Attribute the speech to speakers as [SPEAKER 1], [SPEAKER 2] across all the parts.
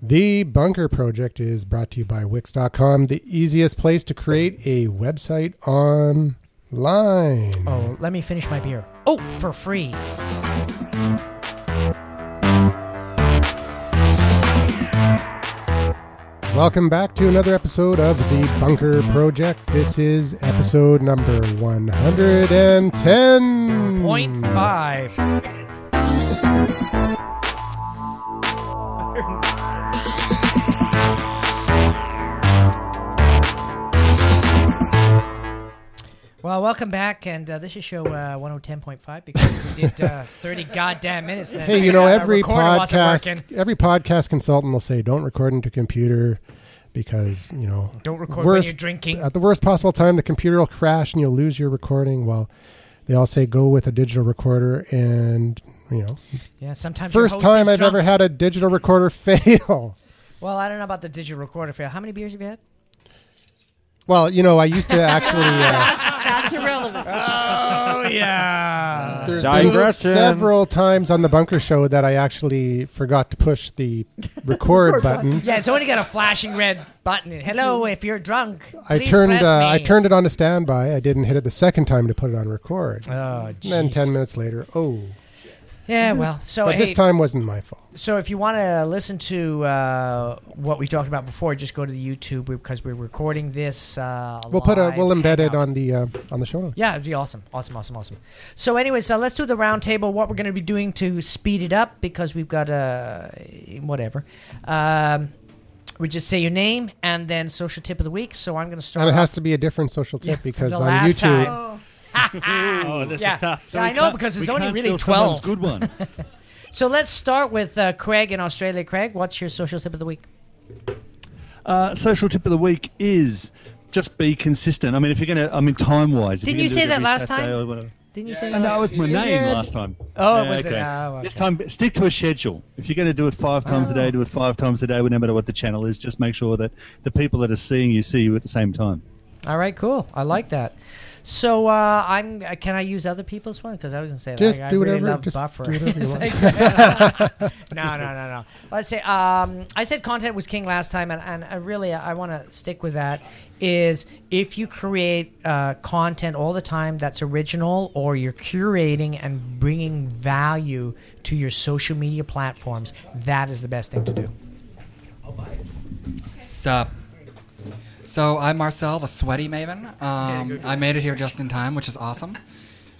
[SPEAKER 1] The Bunker Project is brought to you by Wix.com, the easiest place to create a website online.
[SPEAKER 2] Oh, let me finish my beer. Oh, for free.
[SPEAKER 1] Welcome back to another episode of The Bunker Project. This is episode number 110.
[SPEAKER 2] Point five. Uh, Well, welcome back, and uh, this is show uh, 110.5 because we did uh, 30 goddamn minutes. and
[SPEAKER 1] Hey, you know
[SPEAKER 2] our
[SPEAKER 1] every
[SPEAKER 2] recorder wasn't
[SPEAKER 1] podcast
[SPEAKER 2] working.
[SPEAKER 1] every podcast consultant will say don't record into computer because, you know,
[SPEAKER 2] Don't record when
[SPEAKER 1] worst-
[SPEAKER 2] you're drinking.
[SPEAKER 1] at the worst possible time the computer will crash and you'll lose your recording. Well, they all say go with a digital recorder and, you know,
[SPEAKER 2] yeah, sometimes your
[SPEAKER 1] first
[SPEAKER 2] host
[SPEAKER 1] time
[SPEAKER 2] is
[SPEAKER 1] I've
[SPEAKER 2] drunk.
[SPEAKER 1] ever had a digital recorder fail.
[SPEAKER 2] Well, I don't know about the digital recorder fail. How many beers have you had?
[SPEAKER 1] Well, you know, I used to actually uh,
[SPEAKER 3] That's irrelevant.
[SPEAKER 2] Oh yeah.
[SPEAKER 1] There's been
[SPEAKER 4] Digression.
[SPEAKER 1] several times on the Bunker Show that I actually forgot to push the record button.
[SPEAKER 2] Yeah, it's only got a flashing red button. Hello, if you're drunk,
[SPEAKER 1] I
[SPEAKER 2] please
[SPEAKER 1] turned
[SPEAKER 2] press
[SPEAKER 1] uh, I
[SPEAKER 2] me.
[SPEAKER 1] turned it on to standby. I didn't hit it the second time to put it on record.
[SPEAKER 2] Oh,
[SPEAKER 1] and then
[SPEAKER 2] jeez.
[SPEAKER 1] ten minutes later, oh!
[SPEAKER 2] Yeah, well, so
[SPEAKER 1] But
[SPEAKER 2] hey,
[SPEAKER 1] this time wasn't my fault.
[SPEAKER 2] so if you want to listen to uh, what we talked about before, just go to the YouTube because we're recording this. Uh,
[SPEAKER 1] We'll put a
[SPEAKER 2] live
[SPEAKER 1] we'll embed it
[SPEAKER 2] hangout.
[SPEAKER 1] on the uh, on the show notes.
[SPEAKER 2] Yeah, it'd be awesome, awesome, awesome, awesome. So, anyways, uh, let's do the roundtable. What we're going to be doing to speed it up because we've got uh, whatever. Um, we just say your name and then social tip of the week. So I'm going to start.
[SPEAKER 1] And it
[SPEAKER 2] off-
[SPEAKER 1] has to be a different social
[SPEAKER 2] Yeah,
[SPEAKER 1] tip because
[SPEAKER 2] the
[SPEAKER 1] on
[SPEAKER 2] last
[SPEAKER 1] YouTube,
[SPEAKER 2] time.
[SPEAKER 4] Oh, this
[SPEAKER 2] Mm. Yeah.
[SPEAKER 4] is tough.
[SPEAKER 2] Yeah, I know because there's only really twelve.
[SPEAKER 4] Good one.
[SPEAKER 2] So let's start with uh, Craig in Australia. Craig, what's your social tip of the week?
[SPEAKER 4] uh, social tip of the week is just be consistent. I mean, if you're going to, I mean, time wise.
[SPEAKER 2] Didn't you say that last time? Didn't you say
[SPEAKER 4] And that was my name
[SPEAKER 2] did.
[SPEAKER 4] last time. Yeah,
[SPEAKER 2] Oh, it was.
[SPEAKER 4] okay.
[SPEAKER 2] Oh,
[SPEAKER 4] This
[SPEAKER 2] okay. Oh.
[SPEAKER 4] time, stick to a schedule. If you're going to do it five times a day, do it five times a day, no matter what the channel is. Just make sure that the people that are seeing you see you at the same time.
[SPEAKER 2] All right, cool. I like that. So uh, I'm. uh, Can I use other people's one? Because I was gonna say
[SPEAKER 1] Just
[SPEAKER 2] like,
[SPEAKER 1] do
[SPEAKER 2] I really
[SPEAKER 1] whatever-
[SPEAKER 2] love
[SPEAKER 1] just
[SPEAKER 2] buffer.
[SPEAKER 1] do whatever you
[SPEAKER 2] It's
[SPEAKER 1] want.
[SPEAKER 2] like- no, no, no, no. Let's say um, I said content was king last time, and, and I really uh, I want to stick with that. Is if you create uh, content all the time that's original, or you're curating and bringing value to your social media platforms, that is the best thing to do.
[SPEAKER 5] Sup. So I'm Marcel, the sweaty maven. Um, I made it here just in time, which is awesome.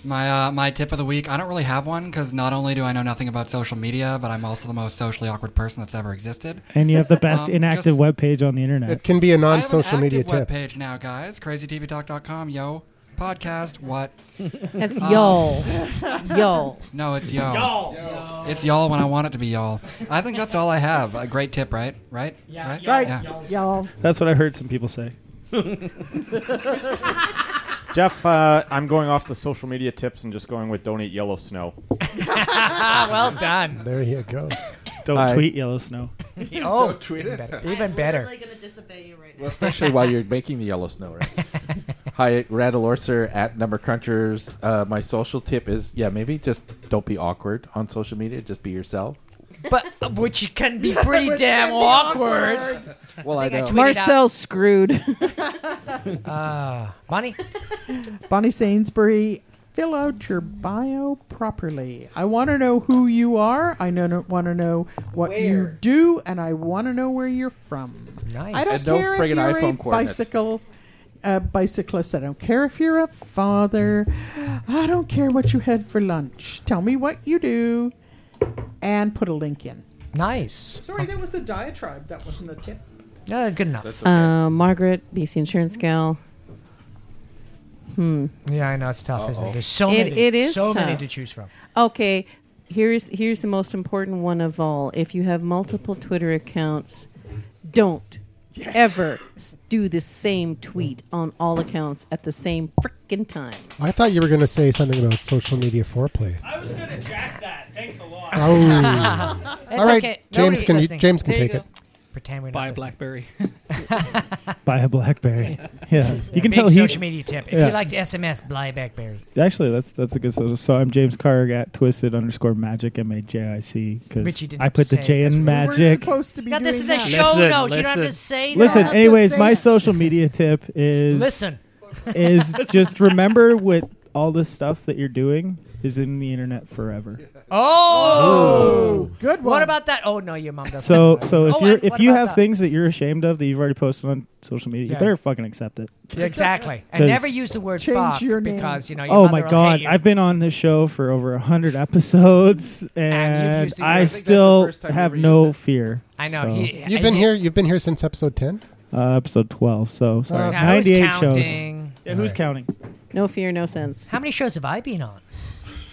[SPEAKER 5] My uh, my tip of the week. I don't really have one because not only do I know nothing about social media, but I'm also the most socially awkward person that's ever existed.
[SPEAKER 6] And you have the best
[SPEAKER 5] Um,
[SPEAKER 6] inactive
[SPEAKER 5] just-
[SPEAKER 6] web page on the internet.
[SPEAKER 1] it can be a
[SPEAKER 5] I have an
[SPEAKER 1] non-social
[SPEAKER 5] active
[SPEAKER 1] media tip.
[SPEAKER 5] webpage now, guys. CrazyTVTalk.com. Yo, podcast. What? Um,
[SPEAKER 3] That's y'all. Y'all.
[SPEAKER 5] No, it's yo. Y'all. It's y'all when I want it to be y'all. I think that's all I have. A great tip, right? Right? Yeah. Right. Yeah.
[SPEAKER 3] Y'all.
[SPEAKER 6] That's what I heard some people say.
[SPEAKER 7] Jeff, uh, I'm going off the social media tips and just going with don't eat yellow snow.
[SPEAKER 2] Ah, well done.
[SPEAKER 1] There you go.
[SPEAKER 6] Don't
[SPEAKER 8] I-
[SPEAKER 6] tweet Yellow Snow.
[SPEAKER 2] Oh, even better. Even better.
[SPEAKER 9] really gonna disobey you right now.
[SPEAKER 8] Well, especially while you're making the yellow snow, right? Hi, Randall Orser at Number Crunchers. Uh, my social tip is yeah, maybe just don't be awkward on social media. Just be yourself.
[SPEAKER 2] but uh, which can be pretty damn awkward.
[SPEAKER 8] Well, I,
[SPEAKER 2] think I
[SPEAKER 8] know.
[SPEAKER 2] tweet- Marcel's
[SPEAKER 3] screwed.
[SPEAKER 2] Money.
[SPEAKER 9] Ah. Bonnie Sainsbury, fill out your bio properly. I want to know who you are. I know, want to know what you
[SPEAKER 3] Where?
[SPEAKER 9] do, and I want to know where you're from.
[SPEAKER 2] Nice.
[SPEAKER 9] I don't
[SPEAKER 8] And no
[SPEAKER 9] care if
[SPEAKER 8] friggin'
[SPEAKER 9] you're a
[SPEAKER 8] iPhone coordinates.
[SPEAKER 9] bicycle, a bicyclist. I don't care if you're a father. I don't care what you had for lunch. Tell me what you do, and put a link in.
[SPEAKER 2] Nice.
[SPEAKER 9] Sorry, that was a diatribe. That wasn't a tip.
[SPEAKER 2] Uh, good enough.
[SPEAKER 3] uh, Margaret, BC Insurance Hmm. Gal.
[SPEAKER 2] yeah, I know it's tough, isn't it? There's so
[SPEAKER 3] It-
[SPEAKER 2] many.
[SPEAKER 3] it is
[SPEAKER 2] so many
[SPEAKER 3] tough.
[SPEAKER 2] to choose from.
[SPEAKER 3] Okay, here's here's the most important one of all. If you have multiple Twitter accounts, don't ever s- do the same tweet on all accounts at the same frickin' time.
[SPEAKER 1] I thought you were going to say something about social media foreplay.
[SPEAKER 10] I was gonna jack that. Thanks a lot.
[SPEAKER 1] Oh, all
[SPEAKER 2] It's
[SPEAKER 1] right,
[SPEAKER 2] okay.
[SPEAKER 1] James
[SPEAKER 2] Nobody's
[SPEAKER 1] can you,
[SPEAKER 2] listening.
[SPEAKER 1] James can
[SPEAKER 3] There you
[SPEAKER 1] take
[SPEAKER 3] go.
[SPEAKER 1] it.
[SPEAKER 2] pretend we're
[SPEAKER 6] Buy a
[SPEAKER 2] not listening.
[SPEAKER 6] BlackBerry. Buy a BlackBerry. Yeah, you can
[SPEAKER 2] Big
[SPEAKER 6] tell he
[SPEAKER 2] social media tip. If
[SPEAKER 6] Yeah.
[SPEAKER 2] you like to SMS, Bly Blackberry.
[SPEAKER 6] actually that's that's a good social. So I'm James Carg at Twisted underscore Magic M A J I C
[SPEAKER 2] Richie
[SPEAKER 6] because
[SPEAKER 2] didn't
[SPEAKER 6] I put the
[SPEAKER 2] have to say
[SPEAKER 6] J
[SPEAKER 2] it, 'cause
[SPEAKER 6] in
[SPEAKER 9] We were
[SPEAKER 6] magic.
[SPEAKER 9] supposed to be
[SPEAKER 2] Now this is
[SPEAKER 9] doing
[SPEAKER 2] the
[SPEAKER 9] that.
[SPEAKER 2] show
[SPEAKER 6] Listen,
[SPEAKER 2] notes. You don't have to
[SPEAKER 6] listen.
[SPEAKER 2] say that.
[SPEAKER 6] Listen,
[SPEAKER 9] have to
[SPEAKER 6] anyways,
[SPEAKER 9] say
[SPEAKER 6] my
[SPEAKER 9] it.
[SPEAKER 6] social media tip is
[SPEAKER 2] Listen.
[SPEAKER 6] is just remember what all this stuff that you're doing is in the internet forever.
[SPEAKER 2] Oh.
[SPEAKER 9] Good one.
[SPEAKER 2] What about that? Oh no, your mom doesn't.
[SPEAKER 6] So so if
[SPEAKER 2] Oh,
[SPEAKER 6] you're
[SPEAKER 2] and
[SPEAKER 6] if
[SPEAKER 2] what
[SPEAKER 6] you
[SPEAKER 2] about
[SPEAKER 6] have
[SPEAKER 2] that?
[SPEAKER 6] things that you're ashamed of that you've already posted on social media,
[SPEAKER 2] Yeah.
[SPEAKER 6] you better fucking accept it.
[SPEAKER 2] Yeah, exactly, and
[SPEAKER 6] 'Cause-
[SPEAKER 2] never use the word
[SPEAKER 9] Change
[SPEAKER 2] fuck
[SPEAKER 9] your name.
[SPEAKER 2] because you know. Your
[SPEAKER 6] Oh
[SPEAKER 2] mother
[SPEAKER 6] my
[SPEAKER 2] will hate
[SPEAKER 6] god,
[SPEAKER 2] you.
[SPEAKER 6] I've been on this show for over hundred episodes, and
[SPEAKER 2] used the word- I
[SPEAKER 6] I
[SPEAKER 2] think
[SPEAKER 8] that's the
[SPEAKER 6] still
[SPEAKER 8] first time you
[SPEAKER 6] have
[SPEAKER 8] ever
[SPEAKER 6] no
[SPEAKER 8] used it.
[SPEAKER 6] fear.
[SPEAKER 2] I know.
[SPEAKER 6] So,
[SPEAKER 2] he,
[SPEAKER 1] You've been here. You've been here since episode ten.
[SPEAKER 6] uh, episode twelve. So sorry,
[SPEAKER 1] Okay.
[SPEAKER 2] Now, who's
[SPEAKER 6] ninety-eight shows.
[SPEAKER 2] counting?
[SPEAKER 6] Yeah, who's counting?
[SPEAKER 3] No fear, no sense.
[SPEAKER 2] How many shows have I been on?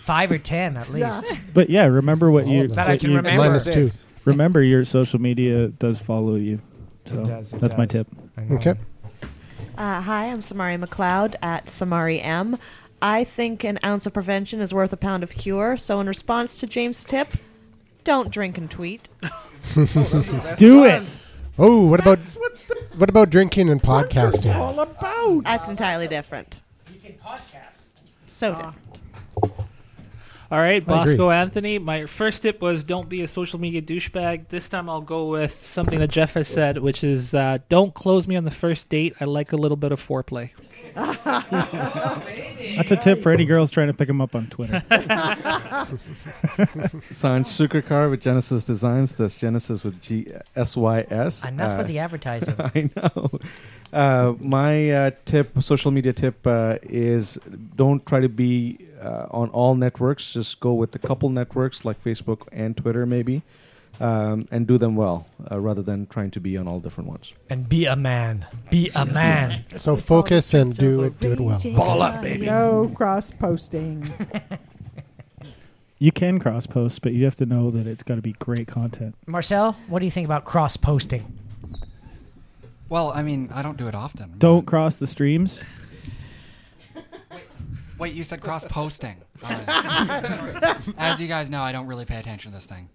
[SPEAKER 2] Five or ten, at least.
[SPEAKER 6] But yeah, remember what
[SPEAKER 1] All
[SPEAKER 6] you
[SPEAKER 1] of them.
[SPEAKER 2] That I
[SPEAKER 6] what
[SPEAKER 2] can
[SPEAKER 6] you-
[SPEAKER 2] remember.
[SPEAKER 1] Minus two.
[SPEAKER 6] Remember, your social media does follow you. So
[SPEAKER 2] does, it
[SPEAKER 6] that's my
[SPEAKER 2] does.
[SPEAKER 6] tip.
[SPEAKER 2] I know.
[SPEAKER 1] Okay.
[SPEAKER 10] Uh, hi, I'm Samari McLeod at Samari M. I think an ounce of prevention is worth a pound of cure. So, in response to James' tip, don't drink and tweet.
[SPEAKER 6] Do it.
[SPEAKER 1] Oh, what about
[SPEAKER 9] That's what the
[SPEAKER 1] what about drinking and
[SPEAKER 9] bunker's
[SPEAKER 1] podcasting?
[SPEAKER 9] all about.
[SPEAKER 10] That's entirely different. So different.
[SPEAKER 11] All right,
[SPEAKER 1] I agree.
[SPEAKER 11] Bosco Anthony. My first tip was don't be a social media douchebag. This time I'll go with something that Jeff has said, which is uh, don't close me on the first date. I like a little bit of foreplay.
[SPEAKER 6] That's a tip for any girls trying to pick him up on Twitter.
[SPEAKER 12] Signed Sukarkar with Genesis Designs. That's Genesis with G S Y S.
[SPEAKER 2] Enough
[SPEAKER 12] Uh,
[SPEAKER 2] with the advertising.
[SPEAKER 12] I know. Uh, my uh, tip, social media tip, uh, is don't try to be uh, on all networks. Just go with a couple networks like Facebook and Twitter, maybe, um, and do them well uh, rather than trying to be on all different ones.
[SPEAKER 2] and be a man. Be a man.
[SPEAKER 1] So focus and do it. Do it well.
[SPEAKER 10] Ball
[SPEAKER 9] Uh,
[SPEAKER 10] up, baby.
[SPEAKER 9] No cross posting.
[SPEAKER 6] you can cross post, but you have to know that it's got to be great content.
[SPEAKER 2] Marcel, what do you think about cross posting?
[SPEAKER 5] Well, I mean, I don't do it
[SPEAKER 2] Mm-hmm.
[SPEAKER 5] often.
[SPEAKER 6] Don't cross the streams.
[SPEAKER 5] Wait, you said cross posting. As you guys know, I don't really pay attention to this thing.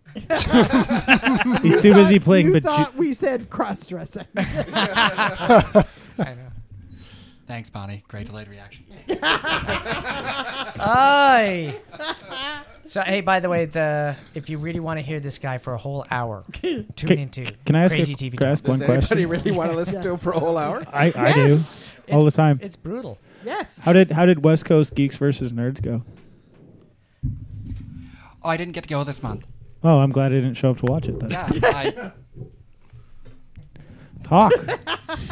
[SPEAKER 6] He's too busy playing.
[SPEAKER 9] You
[SPEAKER 6] But
[SPEAKER 9] thought we said cross dressing.
[SPEAKER 5] Thanks, Bonnie. Great delayed reaction. Oh,
[SPEAKER 2] Aye. So hey, by the way, the if you really want to hear this guy for a whole hour, tune
[SPEAKER 6] Can-
[SPEAKER 2] into
[SPEAKER 6] can I ask,
[SPEAKER 2] Crazy
[SPEAKER 6] a,
[SPEAKER 2] TV.
[SPEAKER 6] can I ask
[SPEAKER 2] Talk.
[SPEAKER 6] one
[SPEAKER 8] Does anybody
[SPEAKER 6] question?
[SPEAKER 8] really want to listen to him for a whole hour?
[SPEAKER 6] I, I
[SPEAKER 9] Yes.
[SPEAKER 6] do all the time.
[SPEAKER 2] It's brutal.
[SPEAKER 9] yes.
[SPEAKER 6] How did how did West Coast Geeks versus Nerds go?
[SPEAKER 5] Oh, I didn't get to go this month.
[SPEAKER 6] Oh, I'm glad I didn't show up to watch it. Then
[SPEAKER 5] Yeah, I,
[SPEAKER 6] talk.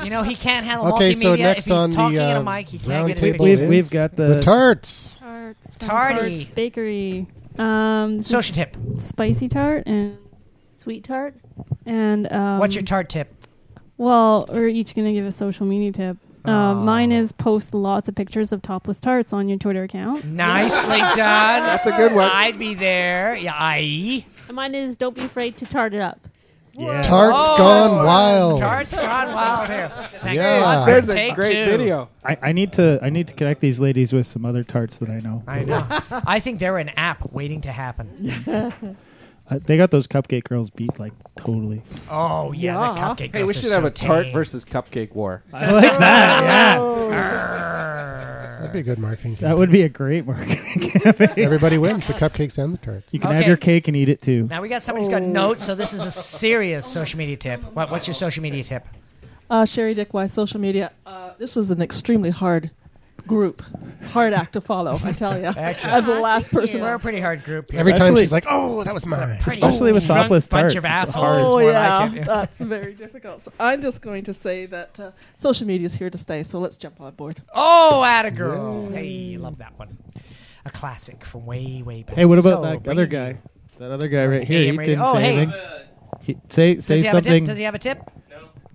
[SPEAKER 2] You know he can't handle
[SPEAKER 1] Okay,
[SPEAKER 2] multimedia.
[SPEAKER 1] so next
[SPEAKER 2] if he's
[SPEAKER 1] on the,
[SPEAKER 2] talking in
[SPEAKER 1] uh,
[SPEAKER 2] a mic, he can't
[SPEAKER 1] round
[SPEAKER 2] get
[SPEAKER 1] table
[SPEAKER 2] his
[SPEAKER 6] we've
[SPEAKER 1] is
[SPEAKER 6] we've got the,
[SPEAKER 1] The tarts.
[SPEAKER 13] Tarts. from
[SPEAKER 2] Tarty.
[SPEAKER 13] Tarts Bakery. Um, this
[SPEAKER 2] Social
[SPEAKER 13] is
[SPEAKER 2] tip.
[SPEAKER 13] Spicy tart and sweet tart. And um,
[SPEAKER 2] What's your tart tip?
[SPEAKER 13] Well, we're each gonna give a social media tip.
[SPEAKER 2] Aw.
[SPEAKER 13] Uh, mine is post lots of pictures of topless tarts on your Twitter account.
[SPEAKER 2] Nicely done. That's
[SPEAKER 8] a good one.
[SPEAKER 2] I'd be there. Yeah, I.
[SPEAKER 13] And mine is don't be afraid to tart it up.
[SPEAKER 6] yeah.
[SPEAKER 1] Tarts
[SPEAKER 2] Oh,
[SPEAKER 1] gone wild.
[SPEAKER 2] Tarts gone wild here. Thank
[SPEAKER 1] Yeah.
[SPEAKER 2] God for
[SPEAKER 1] There's
[SPEAKER 2] take two.
[SPEAKER 6] I, I need to I need to connect these ladies with some other tarts that I know.
[SPEAKER 2] I know. I think they're an app waiting to happen.
[SPEAKER 6] Uh, they got those cupcake girls beat like totally.
[SPEAKER 2] Oh yeah, the
[SPEAKER 9] Yeah.
[SPEAKER 2] cupcake.
[SPEAKER 8] Hey, we
[SPEAKER 2] girls are
[SPEAKER 8] should have
[SPEAKER 2] so
[SPEAKER 8] a tart
[SPEAKER 2] tame.
[SPEAKER 8] versus cupcake war.
[SPEAKER 6] I like that. Yeah,
[SPEAKER 1] That'd be a good marketing.
[SPEAKER 6] that
[SPEAKER 1] Campaign.
[SPEAKER 6] would be a great marketing campaign.
[SPEAKER 1] Everybody wins the cupcakes and the tarts.
[SPEAKER 6] You can have
[SPEAKER 2] Okay.
[SPEAKER 6] your cake and eat it too.
[SPEAKER 2] Now we got somebody who's
[SPEAKER 6] Oh.
[SPEAKER 2] got notes, so this is a serious social media tip. What, what's your social media tip?
[SPEAKER 14] Uh, Sherry Dick Wise, social media. Uh, this is an extremely hard group, hard act to follow, I tell you.
[SPEAKER 2] Excellent.
[SPEAKER 14] As the last person.
[SPEAKER 2] We're a pretty hard group here.
[SPEAKER 1] Every time
[SPEAKER 6] Especially-
[SPEAKER 1] she's like, "Oh, that was mine."
[SPEAKER 2] Pretty
[SPEAKER 6] Especially with
[SPEAKER 2] drunk
[SPEAKER 6] topless tarts,
[SPEAKER 2] bunch of
[SPEAKER 6] it's
[SPEAKER 2] assholes.
[SPEAKER 6] hard.
[SPEAKER 2] is
[SPEAKER 14] Oh,
[SPEAKER 2] more
[SPEAKER 14] yeah.
[SPEAKER 2] like it.
[SPEAKER 14] That's very difficult. So I'm just going to say that uh, social media is here to stay, so let's jump on board.
[SPEAKER 2] Oh, atta girl. Hey, love that one. A classic from way, way back.
[SPEAKER 6] Hey, what about
[SPEAKER 2] So,
[SPEAKER 6] that
[SPEAKER 2] bring-
[SPEAKER 6] other guy? That other guy right
[SPEAKER 2] AM
[SPEAKER 6] here. He
[SPEAKER 2] radio.
[SPEAKER 6] didn't
[SPEAKER 2] Oh,
[SPEAKER 6] say
[SPEAKER 2] hey.
[SPEAKER 6] anything. He, say
[SPEAKER 2] Does
[SPEAKER 6] say
[SPEAKER 2] he have a tip?
[SPEAKER 6] something.
[SPEAKER 2] Does he have a tip?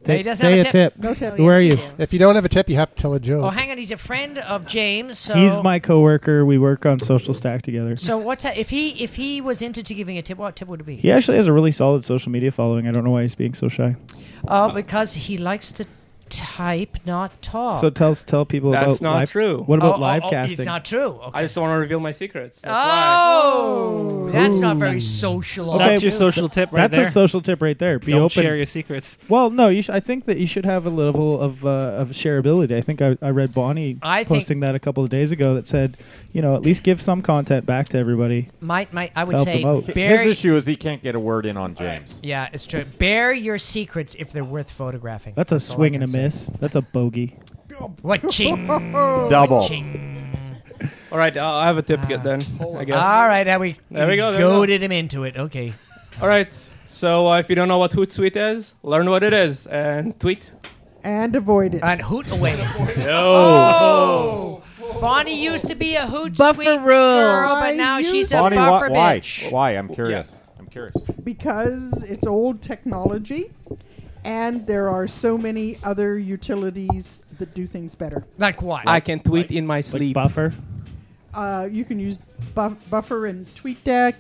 [SPEAKER 6] Ta-
[SPEAKER 2] No, he doesn't
[SPEAKER 6] say
[SPEAKER 2] have a tip.
[SPEAKER 14] No tip.
[SPEAKER 6] Who are you?
[SPEAKER 1] If you don't have a tip, you have to tell a joke.
[SPEAKER 2] Oh, hang on. He's a friend of James. So
[SPEAKER 6] He's my coworker. We work on Social Stack together.
[SPEAKER 2] So what's that? If he if he was into to giving a tip, what tip would it be?
[SPEAKER 6] He actually has a really solid social media following. I don't know why he's being so shy.
[SPEAKER 2] Oh, because he likes to type, not talk.
[SPEAKER 6] So tell tell people about
[SPEAKER 15] That's not
[SPEAKER 6] live-
[SPEAKER 15] true.
[SPEAKER 6] What about
[SPEAKER 2] Oh, oh,
[SPEAKER 6] live
[SPEAKER 2] oh,
[SPEAKER 6] casting?
[SPEAKER 2] It's not true. Okay.
[SPEAKER 15] I just don't want to reveal my secrets. That's
[SPEAKER 2] oh, that's not very social.
[SPEAKER 6] Hmm. Okay,
[SPEAKER 11] That's your social
[SPEAKER 6] th-
[SPEAKER 11] tip right
[SPEAKER 6] that's
[SPEAKER 11] there.
[SPEAKER 6] a social tip right there. Be
[SPEAKER 11] Don't
[SPEAKER 6] open.
[SPEAKER 11] share your secrets.
[SPEAKER 6] Well, no, you sh- I think that you should have a level of uh, of shareability. I think I, I read Bonnie
[SPEAKER 2] I think-
[SPEAKER 6] posting that a couple of days ago that said, you know, at least give some content back to everybody.
[SPEAKER 2] Might- might- I would
[SPEAKER 6] Help
[SPEAKER 2] say
[SPEAKER 6] them out.
[SPEAKER 2] bury-
[SPEAKER 7] His issue is he can't get a word in on James.
[SPEAKER 2] Yeah, it's true. Bear your secrets if they're worth photographing.
[SPEAKER 6] That's a
[SPEAKER 2] all I
[SPEAKER 6] swing
[SPEAKER 2] can
[SPEAKER 6] and a
[SPEAKER 2] say.
[SPEAKER 6] miss. That's a bogey.
[SPEAKER 2] What ching?
[SPEAKER 6] Double.
[SPEAKER 15] All right, I'll I'll have a tip get then. I guess.
[SPEAKER 2] All right, now we
[SPEAKER 15] There we go. There we go.
[SPEAKER 2] goaded him into it. Okay.
[SPEAKER 15] All right. So uh, if you don't know what Hootsuite is, learn what it is and tweet.
[SPEAKER 9] And avoid it.
[SPEAKER 2] And hoot away.
[SPEAKER 6] Oh.
[SPEAKER 2] Oh.
[SPEAKER 15] No.
[SPEAKER 2] Bonnie used to be a hoot
[SPEAKER 9] Buffer
[SPEAKER 2] sweet
[SPEAKER 9] rule.
[SPEAKER 2] girl, but now
[SPEAKER 9] I
[SPEAKER 2] she's a
[SPEAKER 7] Bonnie, why,
[SPEAKER 2] buffer
[SPEAKER 7] why?
[SPEAKER 2] bitch.
[SPEAKER 7] Why? I'm curious. I'm curious.
[SPEAKER 9] because it's old technology and there are so many other utilities that do things better.
[SPEAKER 2] Like what?
[SPEAKER 15] I can tweet in my sleep.
[SPEAKER 6] buffer.
[SPEAKER 9] Uh, you can use buff- Buffer and TweetDeck.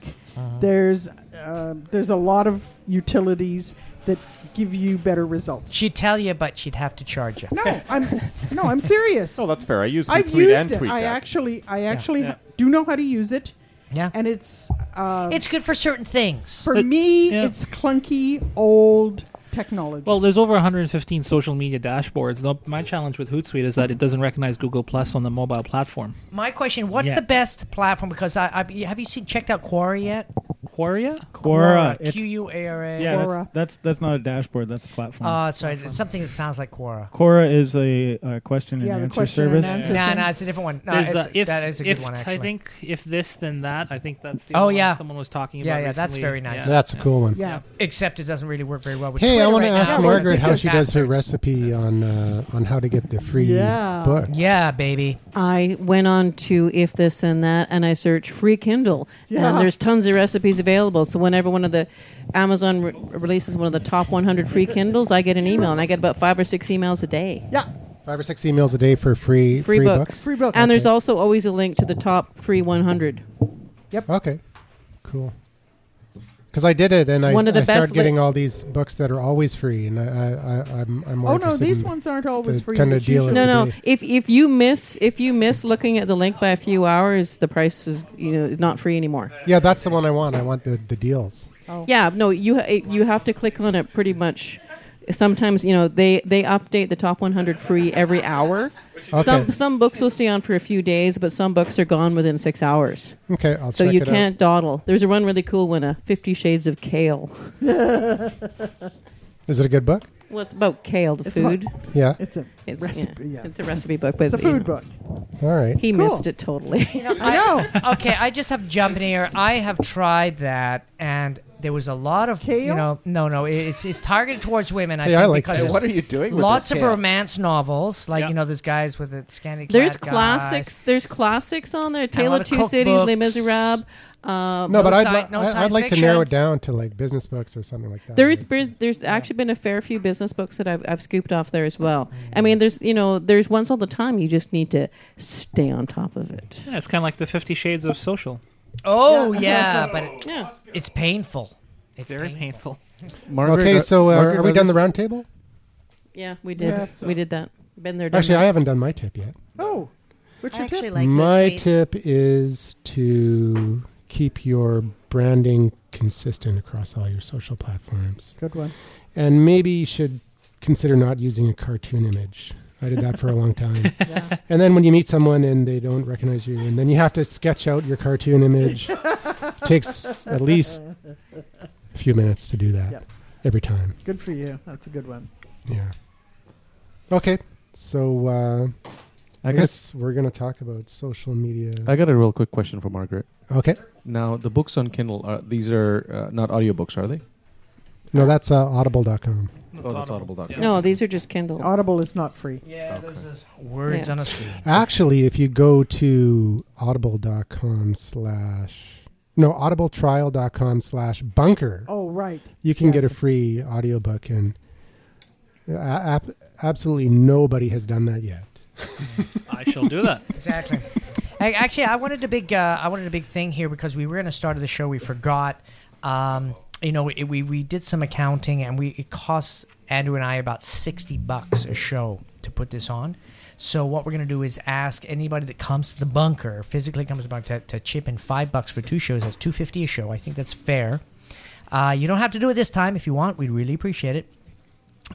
[SPEAKER 9] There's uh, there's a lot of utilities that give you better results.
[SPEAKER 2] She'd tell you, but she'd have to charge you.
[SPEAKER 9] No, I'm no, I'm serious.
[SPEAKER 6] Oh,
[SPEAKER 7] No, that's fair. I use
[SPEAKER 9] I've
[SPEAKER 7] tweet
[SPEAKER 9] used
[SPEAKER 7] and
[SPEAKER 9] it.
[SPEAKER 7] tweet.
[SPEAKER 9] I
[SPEAKER 7] that.
[SPEAKER 9] actually I actually
[SPEAKER 7] Yeah.
[SPEAKER 9] do know how to use it.
[SPEAKER 2] Yeah.
[SPEAKER 9] And it's uh,
[SPEAKER 2] It's good for certain things.
[SPEAKER 9] For
[SPEAKER 11] But-
[SPEAKER 9] me,
[SPEAKER 11] yeah.
[SPEAKER 9] it's clunky old technology.
[SPEAKER 11] Well, there's over 115 social media dashboards. Now, My challenge with Hootsuite is that it doesn't recognize Google Plus on the mobile platform.
[SPEAKER 2] My question: What's
[SPEAKER 11] Yet.
[SPEAKER 2] the best platform? Because I, I have you seen checked out Quora yet?
[SPEAKER 11] Quora?
[SPEAKER 6] Quora. It's-
[SPEAKER 2] Q U A R A.
[SPEAKER 6] Yeah, that's, that's that's not a dashboard. That's a platform.
[SPEAKER 2] Uh, sorry, it's something that sounds like Quora.
[SPEAKER 6] Quora is a, uh question and
[SPEAKER 2] Yeah, the
[SPEAKER 6] answer
[SPEAKER 2] question and
[SPEAKER 6] service.
[SPEAKER 2] answer No, thing. no, it's a different one. No,
[SPEAKER 11] There's,
[SPEAKER 2] it's-
[SPEAKER 11] uh, if,
[SPEAKER 2] that is a good
[SPEAKER 11] if
[SPEAKER 2] one,
[SPEAKER 11] t-
[SPEAKER 2] actually.
[SPEAKER 11] I think if this then that, I think that's the
[SPEAKER 2] Oh,
[SPEAKER 11] one
[SPEAKER 2] yeah.
[SPEAKER 11] someone was talking
[SPEAKER 2] Yeah,
[SPEAKER 11] about.
[SPEAKER 2] yeah, that's
[SPEAKER 11] recently.
[SPEAKER 2] very nice.
[SPEAKER 1] That's a cool one.
[SPEAKER 2] Yeah. Except it doesn't really work very well with
[SPEAKER 1] Hey,
[SPEAKER 2] Twitter
[SPEAKER 1] I want to
[SPEAKER 2] right
[SPEAKER 1] ask
[SPEAKER 2] now.
[SPEAKER 1] Margaret how she does her
[SPEAKER 2] Bastards.
[SPEAKER 1] recipe on uh, on how to get the free
[SPEAKER 3] Yeah.
[SPEAKER 1] book.
[SPEAKER 2] Yeah, baby.
[SPEAKER 3] I went on to if this and that, and I searched free Kindle,
[SPEAKER 2] Yeah.
[SPEAKER 3] and there's tons of recipes available. So whenever one of the Amazon re- releases one of the top 100 free Kindles, I get an email, and I get about five or six emails a day.
[SPEAKER 9] Yeah,
[SPEAKER 1] Five or six emails a day for free
[SPEAKER 3] free, books.
[SPEAKER 1] Free
[SPEAKER 3] And there's also always a link to the top free 100.
[SPEAKER 1] Yep. Okay. Cool. Because I did it, and I,
[SPEAKER 3] One of the
[SPEAKER 1] I started
[SPEAKER 3] best
[SPEAKER 1] getting
[SPEAKER 3] li-
[SPEAKER 1] all these books that are always free, and I, I, I I'm, I'm more
[SPEAKER 9] Oh, no,
[SPEAKER 1] interested
[SPEAKER 9] these
[SPEAKER 1] in
[SPEAKER 9] ones aren't always
[SPEAKER 1] the
[SPEAKER 9] free,
[SPEAKER 1] Kind of
[SPEAKER 9] but you
[SPEAKER 1] deal.
[SPEAKER 9] should-
[SPEAKER 1] it
[SPEAKER 3] No,
[SPEAKER 1] would be.
[SPEAKER 3] no. If if you miss if you miss looking at the link by a few hours, the price is you know not free anymore.
[SPEAKER 1] Yeah, that's the one I want. I want the, the deals.
[SPEAKER 3] Yeah, no, you ha- it- you have to click on it pretty much. Sometimes you know they they update the top 100 free every hour.
[SPEAKER 1] Okay.
[SPEAKER 3] Some some books will stay on for a few days, but some books are gone within six hours.
[SPEAKER 1] Okay, I'll
[SPEAKER 3] so
[SPEAKER 1] check
[SPEAKER 3] you
[SPEAKER 1] it out.
[SPEAKER 3] can't dawdle. There's a one really cool one, a Fifty Shades of Kale.
[SPEAKER 1] Is it a good book?
[SPEAKER 3] Well, it's about kale, the
[SPEAKER 9] It's about-
[SPEAKER 3] food.
[SPEAKER 1] Yeah.
[SPEAKER 9] It's a recipe, yeah.
[SPEAKER 3] It's a recipe book, but
[SPEAKER 9] It's a
[SPEAKER 3] you
[SPEAKER 9] food
[SPEAKER 3] know.
[SPEAKER 9] book.
[SPEAKER 1] All right.
[SPEAKER 3] He
[SPEAKER 2] Cool.
[SPEAKER 3] missed it totally.
[SPEAKER 2] You know, I, okay, I just have jump in here. I have tried that, and there was a lot of you
[SPEAKER 1] Kale?
[SPEAKER 2] know, no, no, it- it's it's targeted towards women. I
[SPEAKER 1] Hey,
[SPEAKER 2] think
[SPEAKER 1] I like
[SPEAKER 2] because
[SPEAKER 1] kale.
[SPEAKER 2] there's
[SPEAKER 1] What are you doing with
[SPEAKER 2] Lots
[SPEAKER 1] this
[SPEAKER 2] of
[SPEAKER 1] kale?
[SPEAKER 2] romance novels, like you know, there's guys with the scanty.
[SPEAKER 3] There's
[SPEAKER 2] clad guys.
[SPEAKER 3] classics. There's classics on there. Tale
[SPEAKER 2] lot
[SPEAKER 3] of
[SPEAKER 2] of
[SPEAKER 3] Two Cities, Les
[SPEAKER 2] cookbooks.
[SPEAKER 3] Miserables. Uh,
[SPEAKER 1] no, but I'd,
[SPEAKER 3] sci-
[SPEAKER 1] li- I- I'd like to
[SPEAKER 3] fiction.
[SPEAKER 1] narrow it down to like business books or something like that.
[SPEAKER 3] There is there- there's actually been a fair few business books that I've I've scooped off there as
[SPEAKER 1] Mm.
[SPEAKER 3] well. I mean, there's you know there's ones all the time. You just need to stay on top of it.
[SPEAKER 11] Yeah, it's kind of like the Fifty Shades of Social.
[SPEAKER 2] Oh
[SPEAKER 11] Yeah.
[SPEAKER 2] yeah, but it, it's painful. It's
[SPEAKER 11] very painful.
[SPEAKER 12] Margaret,
[SPEAKER 1] okay,
[SPEAKER 12] uh,
[SPEAKER 1] so uh,
[SPEAKER 12] Margaret,
[SPEAKER 1] are we
[SPEAKER 12] are
[SPEAKER 1] done the
[SPEAKER 12] this-
[SPEAKER 1] round table?
[SPEAKER 3] Yeah, we did
[SPEAKER 1] Yeah.
[SPEAKER 3] we did that. Been there. done
[SPEAKER 1] Actually,
[SPEAKER 3] that.
[SPEAKER 1] I haven't done my tip yet.
[SPEAKER 9] Oh, what's your tip?
[SPEAKER 1] my tip is to keep your branding consistent across all your social platforms.
[SPEAKER 9] Good one.
[SPEAKER 1] And maybe you should consider not using a cartoon image. I did that for a long time. And then when you meet someone and they don't recognize you, and then you have to sketch out your cartoon image, takes at least a few minutes to do that
[SPEAKER 9] Yep.
[SPEAKER 1] every time.
[SPEAKER 9] Good for you. That's a good one.
[SPEAKER 1] Yeah. Okay. So uh, I,
[SPEAKER 12] I got-
[SPEAKER 1] guess we're going to talk about social media.
[SPEAKER 12] I got a real quick question for Margaret.
[SPEAKER 1] Okay.
[SPEAKER 12] Now, the books on Kindle are these are uh, not audiobooks, are they?
[SPEAKER 1] No, that's uh, audible.com.
[SPEAKER 12] oh, that's audible.com.
[SPEAKER 3] No, these are just Kindle.
[SPEAKER 9] Audible is not free.
[SPEAKER 2] Yeah, those are words on a screen.
[SPEAKER 1] Actually, if you go to audible.com slash, no, audibletrial.com slash bunker,
[SPEAKER 9] Oh, right.
[SPEAKER 1] you can get a free audiobook. And uh, ab- absolutely nobody has done that yet.
[SPEAKER 11] I shall do that.
[SPEAKER 2] exactly. Hey, actually, I wanted a big. Uh, I wanted a big thing here because we were going to start the show. We forgot. Um, you know, it, we we did some accounting, and we it costs Andrew and I about sixty bucks a show to put this on. So what we're gonna do is ask anybody that comes to the bunker, physically comes to the bunker, to, to chip in five bucks for two shows. That's two fifty a show. I think that's fair. Uh, you don't have to do it this time if you want. We'd really appreciate it.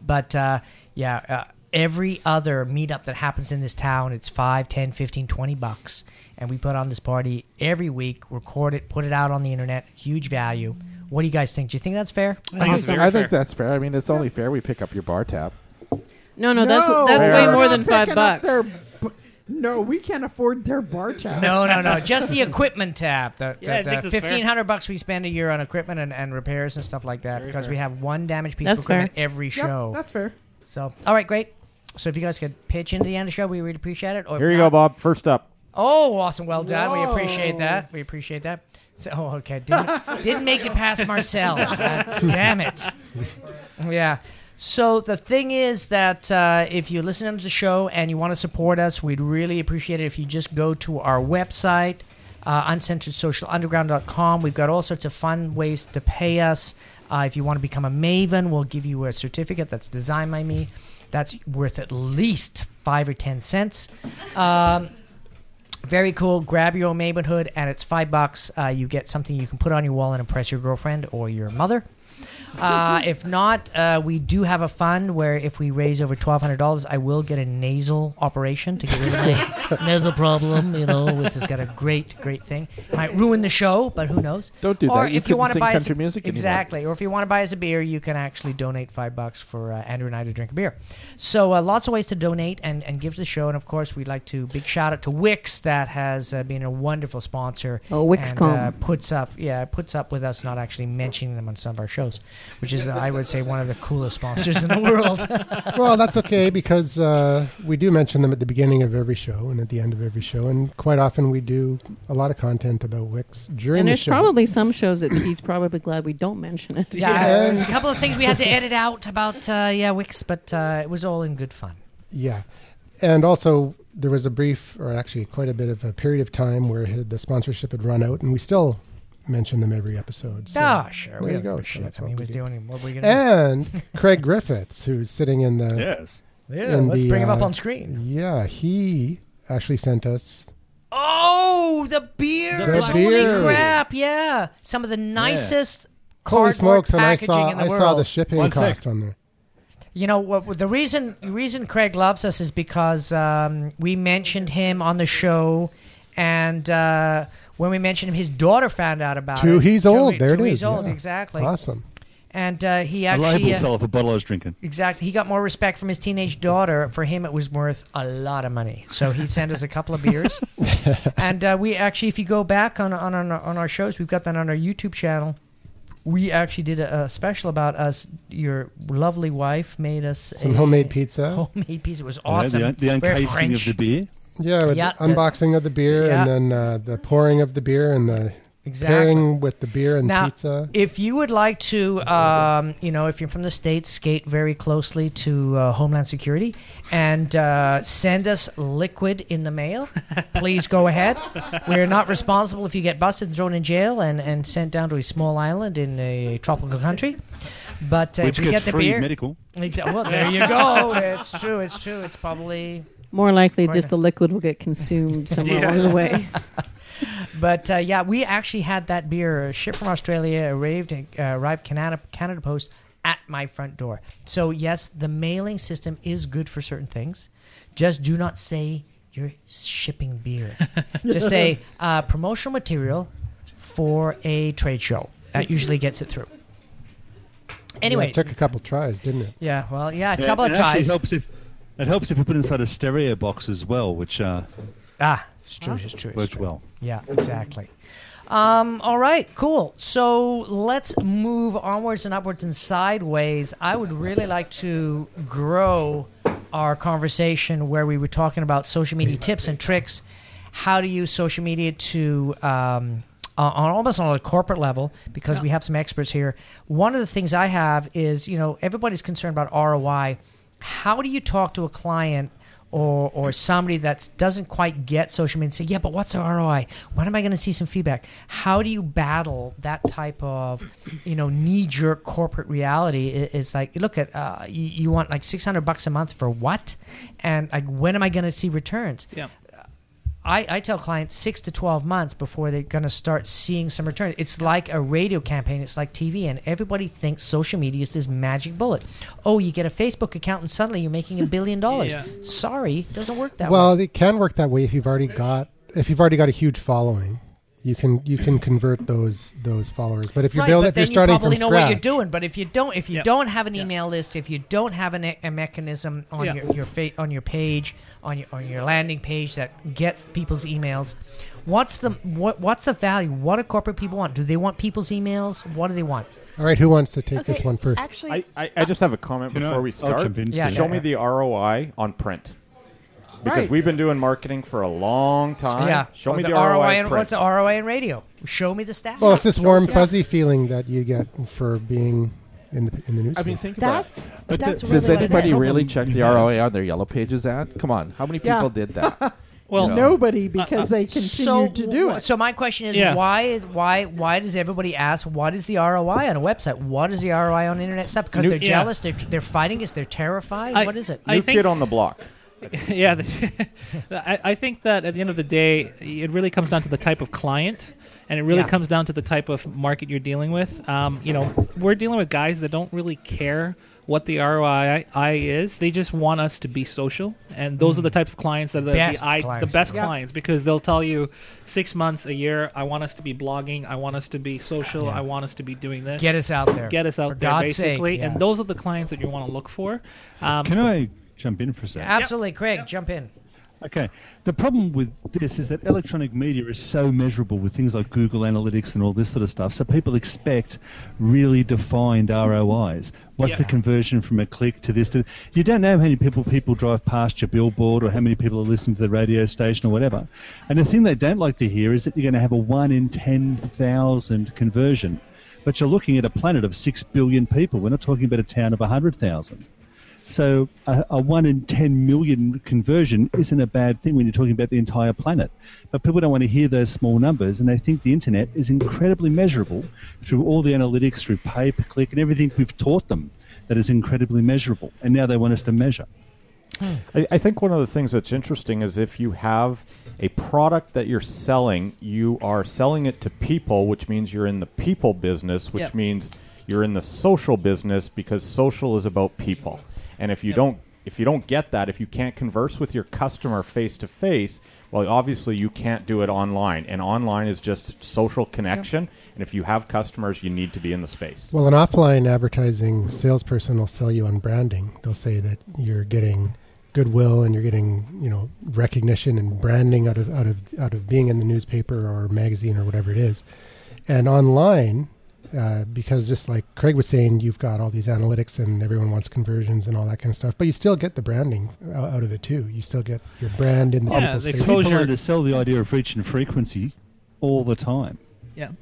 [SPEAKER 2] But uh, yeah, uh, every other meetup that happens in this town, it's 5, 10, 15, 20 bucks. And we put on this party every week, record it, put it out on the internet. Huge value. What do you guys think? Do you think that's fair?
[SPEAKER 8] I, think, I think that's fair. I mean, it's only fair we pick up your bar tab.
[SPEAKER 3] No, no, that's that's
[SPEAKER 8] Yeah.
[SPEAKER 3] way
[SPEAKER 8] We're
[SPEAKER 3] more
[SPEAKER 8] not
[SPEAKER 3] than five
[SPEAKER 9] Picking up
[SPEAKER 3] bucks.
[SPEAKER 9] their b- no, we can't afford their bar tab.
[SPEAKER 2] No, no, no. Just the equipment tab. The,
[SPEAKER 9] Yeah, I
[SPEAKER 2] the,
[SPEAKER 9] think
[SPEAKER 2] the
[SPEAKER 9] that's fair.
[SPEAKER 2] 1500 bucks we spend a year on equipment and, and repairs and stuff like that because
[SPEAKER 9] fair.
[SPEAKER 2] we have one damaged piece
[SPEAKER 9] That's
[SPEAKER 2] of equipment
[SPEAKER 9] fair.
[SPEAKER 2] every
[SPEAKER 9] Yep,
[SPEAKER 2] show.
[SPEAKER 9] that's fair.
[SPEAKER 2] So, all right, great. So if you guys could pitch into the end of the show, we would appreciate it. Or if
[SPEAKER 7] Here you
[SPEAKER 2] not-
[SPEAKER 7] go, Bob. First up.
[SPEAKER 2] Oh, awesome. Well done. We appreciate
[SPEAKER 9] Whoa.
[SPEAKER 2] that. We appreciate that. So, oh, okay. Didn't, didn't make it past Marcel. Uh, damn it. Yeah. So the thing is that uh, if you listen to the show and you want to support us, we'd really appreciate it if you just go to our website, uh, uncensoredsocialunderground.com. We've got all sorts of fun ways to pay us. Uh, if you want to become a maven, we'll give you a certificate that's designed by me. That's worth at least five or ten cents. Um, very cool. Grab your own Maven hood, and it's five bucks. Uh, you get something you can put on your wall and impress your girlfriend or your mother. Uh, if not, uh, we do have a fund where if we raise over twelve hundred dollars, I will get a nasal operation to get rid of my nasal problem. You know, which has got a great, great thing. Might ruin the show, but who knows?
[SPEAKER 8] Don't do
[SPEAKER 2] or
[SPEAKER 8] that. You
[SPEAKER 2] if you
[SPEAKER 8] couldn't
[SPEAKER 2] want to
[SPEAKER 8] sing
[SPEAKER 2] buy us a-
[SPEAKER 8] country music anymore.
[SPEAKER 2] exactly, or if you want to buy us a beer, you can actually donate five bucks for uh, Andrew and I to drink a beer. So uh, lots of ways to donate and and give to the show. And of course, we'd like to big shout out to Wix that has uh, been a wonderful sponsor.
[SPEAKER 3] Oh, Wixcom.
[SPEAKER 2] and, uh, puts up yeah puts up with us not actually mentioning them on some of our shows, which is uh, I would say one of the coolest sponsors in the world.
[SPEAKER 1] well, that's okay because uh, we do mention them at the beginning of every show and at the end of every show, and quite often we do a lot of content about Wix during
[SPEAKER 3] And
[SPEAKER 1] the
[SPEAKER 3] there's
[SPEAKER 1] show.
[SPEAKER 3] probably some shows that he's probably glad we don't mention it.
[SPEAKER 2] Yeah, there's a couple of things we had to edit out about uh, yeah Wix, but uh, it was all in good fun.
[SPEAKER 1] Yeah. And also, there was a brief, or actually quite a bit of a period of time where had- the sponsorship had run out, and we still mention them every episode. So
[SPEAKER 2] Ah, sure, we
[SPEAKER 1] There you
[SPEAKER 2] don't
[SPEAKER 1] go.
[SPEAKER 2] give a
[SPEAKER 1] So
[SPEAKER 2] shit.
[SPEAKER 1] that's
[SPEAKER 2] I
[SPEAKER 1] what we
[SPEAKER 2] mean, it was
[SPEAKER 1] do.
[SPEAKER 2] the only- what were we gonna do?
[SPEAKER 1] And Craig Griffiths, who's sitting in the.
[SPEAKER 2] Yes. Yeah,
[SPEAKER 1] in
[SPEAKER 2] let's
[SPEAKER 1] the,
[SPEAKER 2] bring him up
[SPEAKER 1] uh,
[SPEAKER 2] on screen.
[SPEAKER 1] Yeah, he actually sent us.
[SPEAKER 2] Oh, the beer!
[SPEAKER 1] The
[SPEAKER 2] Holy
[SPEAKER 1] beer.
[SPEAKER 2] crap! Yeah, some of the nicest
[SPEAKER 1] Holy
[SPEAKER 2] cardboard
[SPEAKER 1] smokes, and I
[SPEAKER 2] packaging
[SPEAKER 1] saw,
[SPEAKER 2] in the
[SPEAKER 1] I
[SPEAKER 2] world.
[SPEAKER 1] saw the shipping cost on there.
[SPEAKER 2] You know what? what- The reason the reason Craig loves us is because um, we mentioned him on the show, and uh, when we mentioned him, his daughter found out about
[SPEAKER 1] Two
[SPEAKER 2] it.
[SPEAKER 1] he's
[SPEAKER 2] Two-
[SPEAKER 1] old. There it
[SPEAKER 2] two
[SPEAKER 1] is.
[SPEAKER 2] he's old,
[SPEAKER 1] yeah.
[SPEAKER 2] exactly.
[SPEAKER 1] Awesome.
[SPEAKER 2] And uh, he
[SPEAKER 4] A
[SPEAKER 2] actually
[SPEAKER 4] liable
[SPEAKER 2] uh,
[SPEAKER 4] fella for a bottle I was drinking.
[SPEAKER 2] Exactly. He got more respect from his teenage daughter. For him, it was worth a lot of money. So he sent us a couple of beers. and uh, we actually, if you go back on, on, on, our, on our shows, we've got that on our YouTube channel. We actually did a, a special about us. Your lovely wife made us
[SPEAKER 1] Some
[SPEAKER 2] a-
[SPEAKER 1] homemade pizza.
[SPEAKER 2] Homemade pizza It was
[SPEAKER 4] Yeah,
[SPEAKER 2] awesome.
[SPEAKER 4] the un- the
[SPEAKER 2] We're
[SPEAKER 4] uncasing of
[SPEAKER 2] French.
[SPEAKER 4] the beer.
[SPEAKER 1] Yeah, with
[SPEAKER 2] Yeah,
[SPEAKER 1] the
[SPEAKER 2] the-
[SPEAKER 1] unboxing of the beer
[SPEAKER 2] Yeah.
[SPEAKER 1] and then uh, the pouring of the beer and the
[SPEAKER 2] Exactly.
[SPEAKER 1] pairing with the beer and
[SPEAKER 2] now,
[SPEAKER 1] pizza.
[SPEAKER 2] If you would like to, um, you know, if you're from the States, skate very closely to uh, Homeland Security and uh, send us liquid in the mail, please go ahead. We're not responsible if you get busted and thrown in jail and, and sent down to a small island in a tropical country. But uh,
[SPEAKER 4] Which
[SPEAKER 2] if you
[SPEAKER 4] gets
[SPEAKER 2] get the
[SPEAKER 4] free
[SPEAKER 2] beer.
[SPEAKER 4] medical.
[SPEAKER 2] Exa- well, there you go. It's true. It's true. It's probably.
[SPEAKER 3] More likely,
[SPEAKER 2] Quite
[SPEAKER 3] just
[SPEAKER 2] a-
[SPEAKER 3] the liquid will get consumed somewhere
[SPEAKER 2] Yeah.
[SPEAKER 3] along the way.
[SPEAKER 2] but uh, yeah, we actually had that beer uh, shipped from Australia, arrived uh, arrived Canada Canada Post at my front door. So yes, the mailing system is good for certain things. Just do not say you're shipping beer. Just say uh, promotional material for a trade show. That usually gets it through.
[SPEAKER 1] yeah, it
[SPEAKER 2] Anyways,
[SPEAKER 1] took a couple tries, didn't it?
[SPEAKER 2] yeah, well, yeah, a
[SPEAKER 4] Yeah,
[SPEAKER 2] couple
[SPEAKER 4] it
[SPEAKER 2] of
[SPEAKER 4] actually
[SPEAKER 2] tries.
[SPEAKER 4] Helps if, it helps if you put inside a stereo box as well, which uh,
[SPEAKER 2] Ah, it's true, it's true.
[SPEAKER 4] works well.
[SPEAKER 2] Yeah, exactly. Um, all right, cool. So let's move onwards and upwards and sideways. I would really like to grow our conversation where we were talking about social media tips and tricks, how to use social media to. Um, on on almost on a corporate level, because we have some experts here. One of the things I have is, you know, everybody's concerned about ROI. How do you talk to a client or or somebody that doesn't quite get social media and say, yeah, but what's the ROI? When am I going to see some feedback? How do you battle that type of, you know, knee jerk corporate reality? I- It's like, look at, uh, you, you want like 600 bucks a month for what? And like, when am I going to see returns?
[SPEAKER 11] Yeah.
[SPEAKER 2] I, I tell clients six to 12 months before they're going to start seeing some return. It's like a radio campaign, it's like TV, and everybody thinks social media is this magic bullet. Oh, you get a Facebook account and suddenly you're making a billion dollars.
[SPEAKER 11] Yeah.
[SPEAKER 2] Sorry, it doesn't work that
[SPEAKER 1] well,
[SPEAKER 2] way.
[SPEAKER 1] it can work that way if you've already got if you've already got a huge following. You can you can convert those those followers, but if you're
[SPEAKER 2] Right,
[SPEAKER 1] building if
[SPEAKER 2] but
[SPEAKER 1] you're
[SPEAKER 2] then
[SPEAKER 1] starting
[SPEAKER 2] you probably
[SPEAKER 1] from
[SPEAKER 2] know
[SPEAKER 1] scratch,
[SPEAKER 2] what you're doing. But if you don't, if you don't have an email list, if you don't have an, e- a mechanism on
[SPEAKER 11] Yeah.
[SPEAKER 2] your your fa- on your page on your on your landing page that gets people's emails, what's the what what's the value? What do corporate people want? Do they want people's emails? What do they want?
[SPEAKER 1] All right, who wants to take this one first?
[SPEAKER 10] Actually,
[SPEAKER 7] I, I, I just have a comment
[SPEAKER 1] You know,
[SPEAKER 7] before we
[SPEAKER 1] I'll
[SPEAKER 7] start.
[SPEAKER 1] jump in
[SPEAKER 2] Yeah, too.
[SPEAKER 7] Show
[SPEAKER 2] yeah,
[SPEAKER 7] me
[SPEAKER 2] yeah.
[SPEAKER 7] the ROI on print. Because
[SPEAKER 2] Right.
[SPEAKER 7] we've been doing marketing for a long time.
[SPEAKER 2] yeah.
[SPEAKER 7] Show
[SPEAKER 2] What's
[SPEAKER 7] me the, ROI,
[SPEAKER 2] and
[SPEAKER 7] on print.
[SPEAKER 2] what's the ROI in radio? Show me the stats.
[SPEAKER 1] Well, it's this warm
[SPEAKER 2] Yeah.
[SPEAKER 1] fuzzy feeling that you get for being in the in the news.
[SPEAKER 8] I mean, think
[SPEAKER 10] That's
[SPEAKER 8] about it.
[SPEAKER 10] but that's
[SPEAKER 8] does
[SPEAKER 10] really
[SPEAKER 8] anybody
[SPEAKER 10] what it is.
[SPEAKER 8] really check the ROI on their Yellow Pages ad? Come on, how many
[SPEAKER 10] Yeah.
[SPEAKER 8] people did that?
[SPEAKER 10] Well,
[SPEAKER 8] You know?
[SPEAKER 9] Nobody, because they continued
[SPEAKER 2] uh, So,
[SPEAKER 9] to do it.
[SPEAKER 2] so my question is
[SPEAKER 8] Yeah.
[SPEAKER 2] why is why why does everybody ask what is the ROI on a website? What is the ROI on internet stuff? Because
[SPEAKER 7] New-
[SPEAKER 2] they're
[SPEAKER 7] yeah.
[SPEAKER 2] jealous, they're they're fighting us, they're terrified. what is it?
[SPEAKER 7] New kid on the block.
[SPEAKER 11] yeah, the, I, I think that at the end of the day, it really comes down to the type of client, and it really
[SPEAKER 2] Yeah.
[SPEAKER 11] comes down to the type of market you're dealing with. Um, you know, we're dealing with guys that don't really care what the ROI is; they just want us to be social, and those
[SPEAKER 2] Mm.
[SPEAKER 11] are the type of clients that are the,
[SPEAKER 2] Best
[SPEAKER 11] the, I,
[SPEAKER 2] clients.
[SPEAKER 11] the best
[SPEAKER 2] Yeah.
[SPEAKER 11] clients because they'll tell you six months, a year, I want us to be blogging, I want us to be social, I want us to be doing this.
[SPEAKER 2] Get us out there.
[SPEAKER 11] Get us out
[SPEAKER 2] For
[SPEAKER 11] there,
[SPEAKER 2] God's sake,
[SPEAKER 11] basically.
[SPEAKER 2] yeah.
[SPEAKER 11] And those are the clients that you want to look for. Um,
[SPEAKER 4] Can I jump in for a second?
[SPEAKER 2] Absolutely, Craig, jump in.
[SPEAKER 4] Okay. The problem with this is that electronic media is so measurable with things like Google Analytics and all this sort of stuff. So people expect really defined ROIs. What's the conversion from a click to this? To, you don't know how many people people drive past your billboard or how many people are listening to the radio station or whatever. And the thing they don't like to hear is that you're going to have a one in ten thousand conversion, but you're looking at a planet of six billion people. We're not talking about a town of hundred thousand. So a, a one in ten million conversion isn't a bad thing when you're talking about the entire planet. But people don't want to hear those small numbers, and they think the internet is incredibly measurable through all the analytics, through pay per click, and everything we've taught them that is incredibly measurable. And now they want us to measure.
[SPEAKER 7] I, I think one of the things that's interesting is if you have a product that you're selling, you are selling it to people, which means you're in the people business, which
[SPEAKER 11] Yep.
[SPEAKER 7] means you're in the social business because social is about people. And if you don't if you don't get that, if you can't converse with your customer face to face, well obviously you can't do it online. And online is just social connection. And if you have customers, you need to be in the space.
[SPEAKER 1] Well, an offline advertising salesperson will sell you on branding. They'll say that you're getting goodwill and you're getting you know recognition and branding out of out of out of being in the newspaper or magazine or whatever it is. And online, uh, because just like Craig was saying, you've got all these analytics and everyone wants conversions and all that kind of stuff. But you still get the branding uh, out out of it too. You still get your brand in the people's face.
[SPEAKER 4] People are to sell the idea of reach and frequency all the time.
[SPEAKER 11] Yeah.
[SPEAKER 4] Mm-hmm.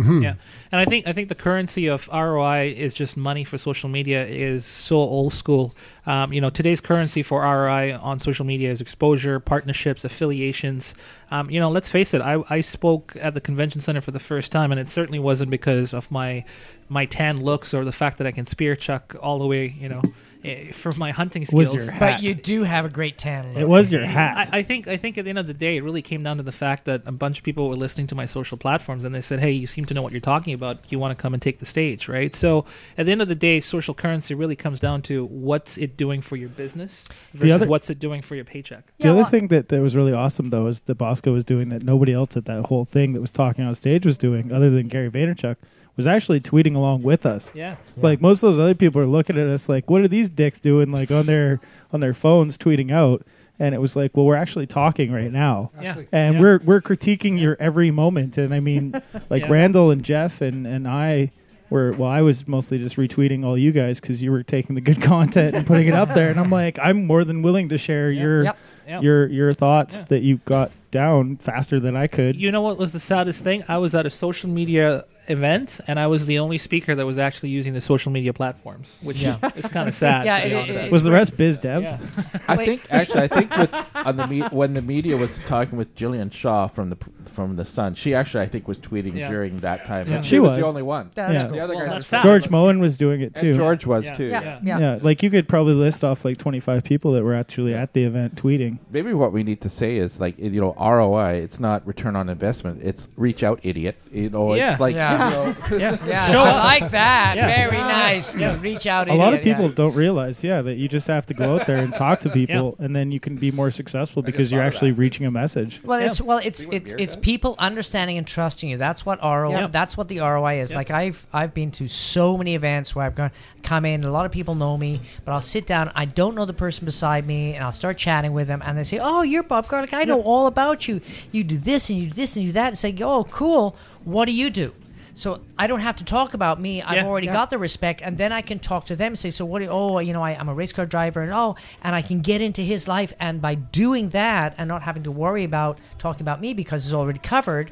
[SPEAKER 1] Mhm.
[SPEAKER 11] Yeah, and I think I think the currency of ROI is just money for social media is so old school. Um, you know, today's currency for ROI on social media is exposure, partnerships, affiliations. Um, you know, let's face it. I, I spoke at the convention center for the first time, and it certainly wasn't because of my my tan looks or the fact that I can spear chuck all the way. You know, eh, for my hunting skills.
[SPEAKER 2] But you do have a great tan. look.
[SPEAKER 11] I, I think I think at the end of the day, it really came down to the fact that a bunch of people were listening to my social platforms and they said, "Hey, you seem to know what you're talking about. You want to come and take the stage, right?" So at the end of the day, social currency really comes down to what's it doing for your business
[SPEAKER 6] The
[SPEAKER 11] versus
[SPEAKER 6] other-
[SPEAKER 11] what's it doing for your paycheck.
[SPEAKER 6] The other thing that, that was really awesome though is that Bosco was doing that nobody else at that whole thing that was talking on stage was doing other than Gary Vaynerchuk was actually tweeting along with us.
[SPEAKER 11] Yeah.
[SPEAKER 6] Like most of those other people are looking at us like, what are these dicks doing like on their on their phones tweeting out? And it was like, well, we're actually talking right now,
[SPEAKER 11] Yeah.
[SPEAKER 6] and we're we're critiquing your every moment. And I mean, like
[SPEAKER 11] Yeah.
[SPEAKER 6] Randall and Jeff and and I were well, I was mostly just retweeting all you guys because you were taking the good content and putting it up there. And I'm like, I'm more than willing to share your
[SPEAKER 11] Yep. Yep.
[SPEAKER 6] your your thoughts that you got down faster than I could.
[SPEAKER 11] You know what was the saddest thing? I was at a social media event and I was the only speaker that was actually using the social media platforms, which
[SPEAKER 6] Yeah.
[SPEAKER 11] it's kind of sad.
[SPEAKER 2] Yeah,
[SPEAKER 11] to be
[SPEAKER 2] it-
[SPEAKER 11] honest.
[SPEAKER 2] it-
[SPEAKER 6] Was the rest biz dev?
[SPEAKER 8] I think actually, I think with, on the me- when the media was talking with Jillian Shaw from the from the Sun, she actually I think was tweeting
[SPEAKER 11] Yeah.
[SPEAKER 8] during that time.
[SPEAKER 6] Yeah.
[SPEAKER 8] And
[SPEAKER 6] She
[SPEAKER 8] she, was.
[SPEAKER 6] was.
[SPEAKER 8] the only one.
[SPEAKER 6] That's Yeah. cool.
[SPEAKER 8] The other
[SPEAKER 6] Well,
[SPEAKER 8] guys
[SPEAKER 6] that's
[SPEAKER 8] were-
[SPEAKER 6] sad. George Moen was doing it too.
[SPEAKER 8] And George was too.
[SPEAKER 2] Yeah.
[SPEAKER 6] Yeah. like you could probably list off like 25 people that were actually at the event tweeting.
[SPEAKER 8] Maybe what we need to say is like you know ROI. It's not return on investment. It's reach out, idiot. You know,
[SPEAKER 2] Yeah.
[SPEAKER 8] it's like
[SPEAKER 2] Yeah.
[SPEAKER 8] You know,
[SPEAKER 11] Yeah.
[SPEAKER 2] Yeah,
[SPEAKER 11] Show
[SPEAKER 2] I
[SPEAKER 11] up.
[SPEAKER 2] like that.
[SPEAKER 11] Yeah.
[SPEAKER 2] Very nice. No, reach out.
[SPEAKER 6] A lot of
[SPEAKER 2] idiot, yeah.
[SPEAKER 6] people don't realize, yeah, that you just have to go out there and talk to people, and then you can be more successful because you're actually reaching a message.
[SPEAKER 2] Well, it's well, it's it's it's people understanding and trusting you. That's what ROI.
[SPEAKER 11] Yeah.
[SPEAKER 2] That's what the ROI is. Like I've I've been to so many events where I've gone come in. A lot of people know me, but I'll sit down. I don't know the person beside me, and I'll start chatting with them, and they say, "Oh, you're Bob Garlic. I know all about you. You do this and you do this and you do that." And say, "Oh, cool. What do you do?" So I don't have to talk about me. I've
[SPEAKER 11] Yeah.
[SPEAKER 2] already
[SPEAKER 11] Yeah.
[SPEAKER 2] got the respect, and then I can talk to them and say, "So what? Do you, oh, you know, I, I'm a race car driver, and oh, and I can get into his life." And by doing that and not having to worry about talking about me because it's already covered,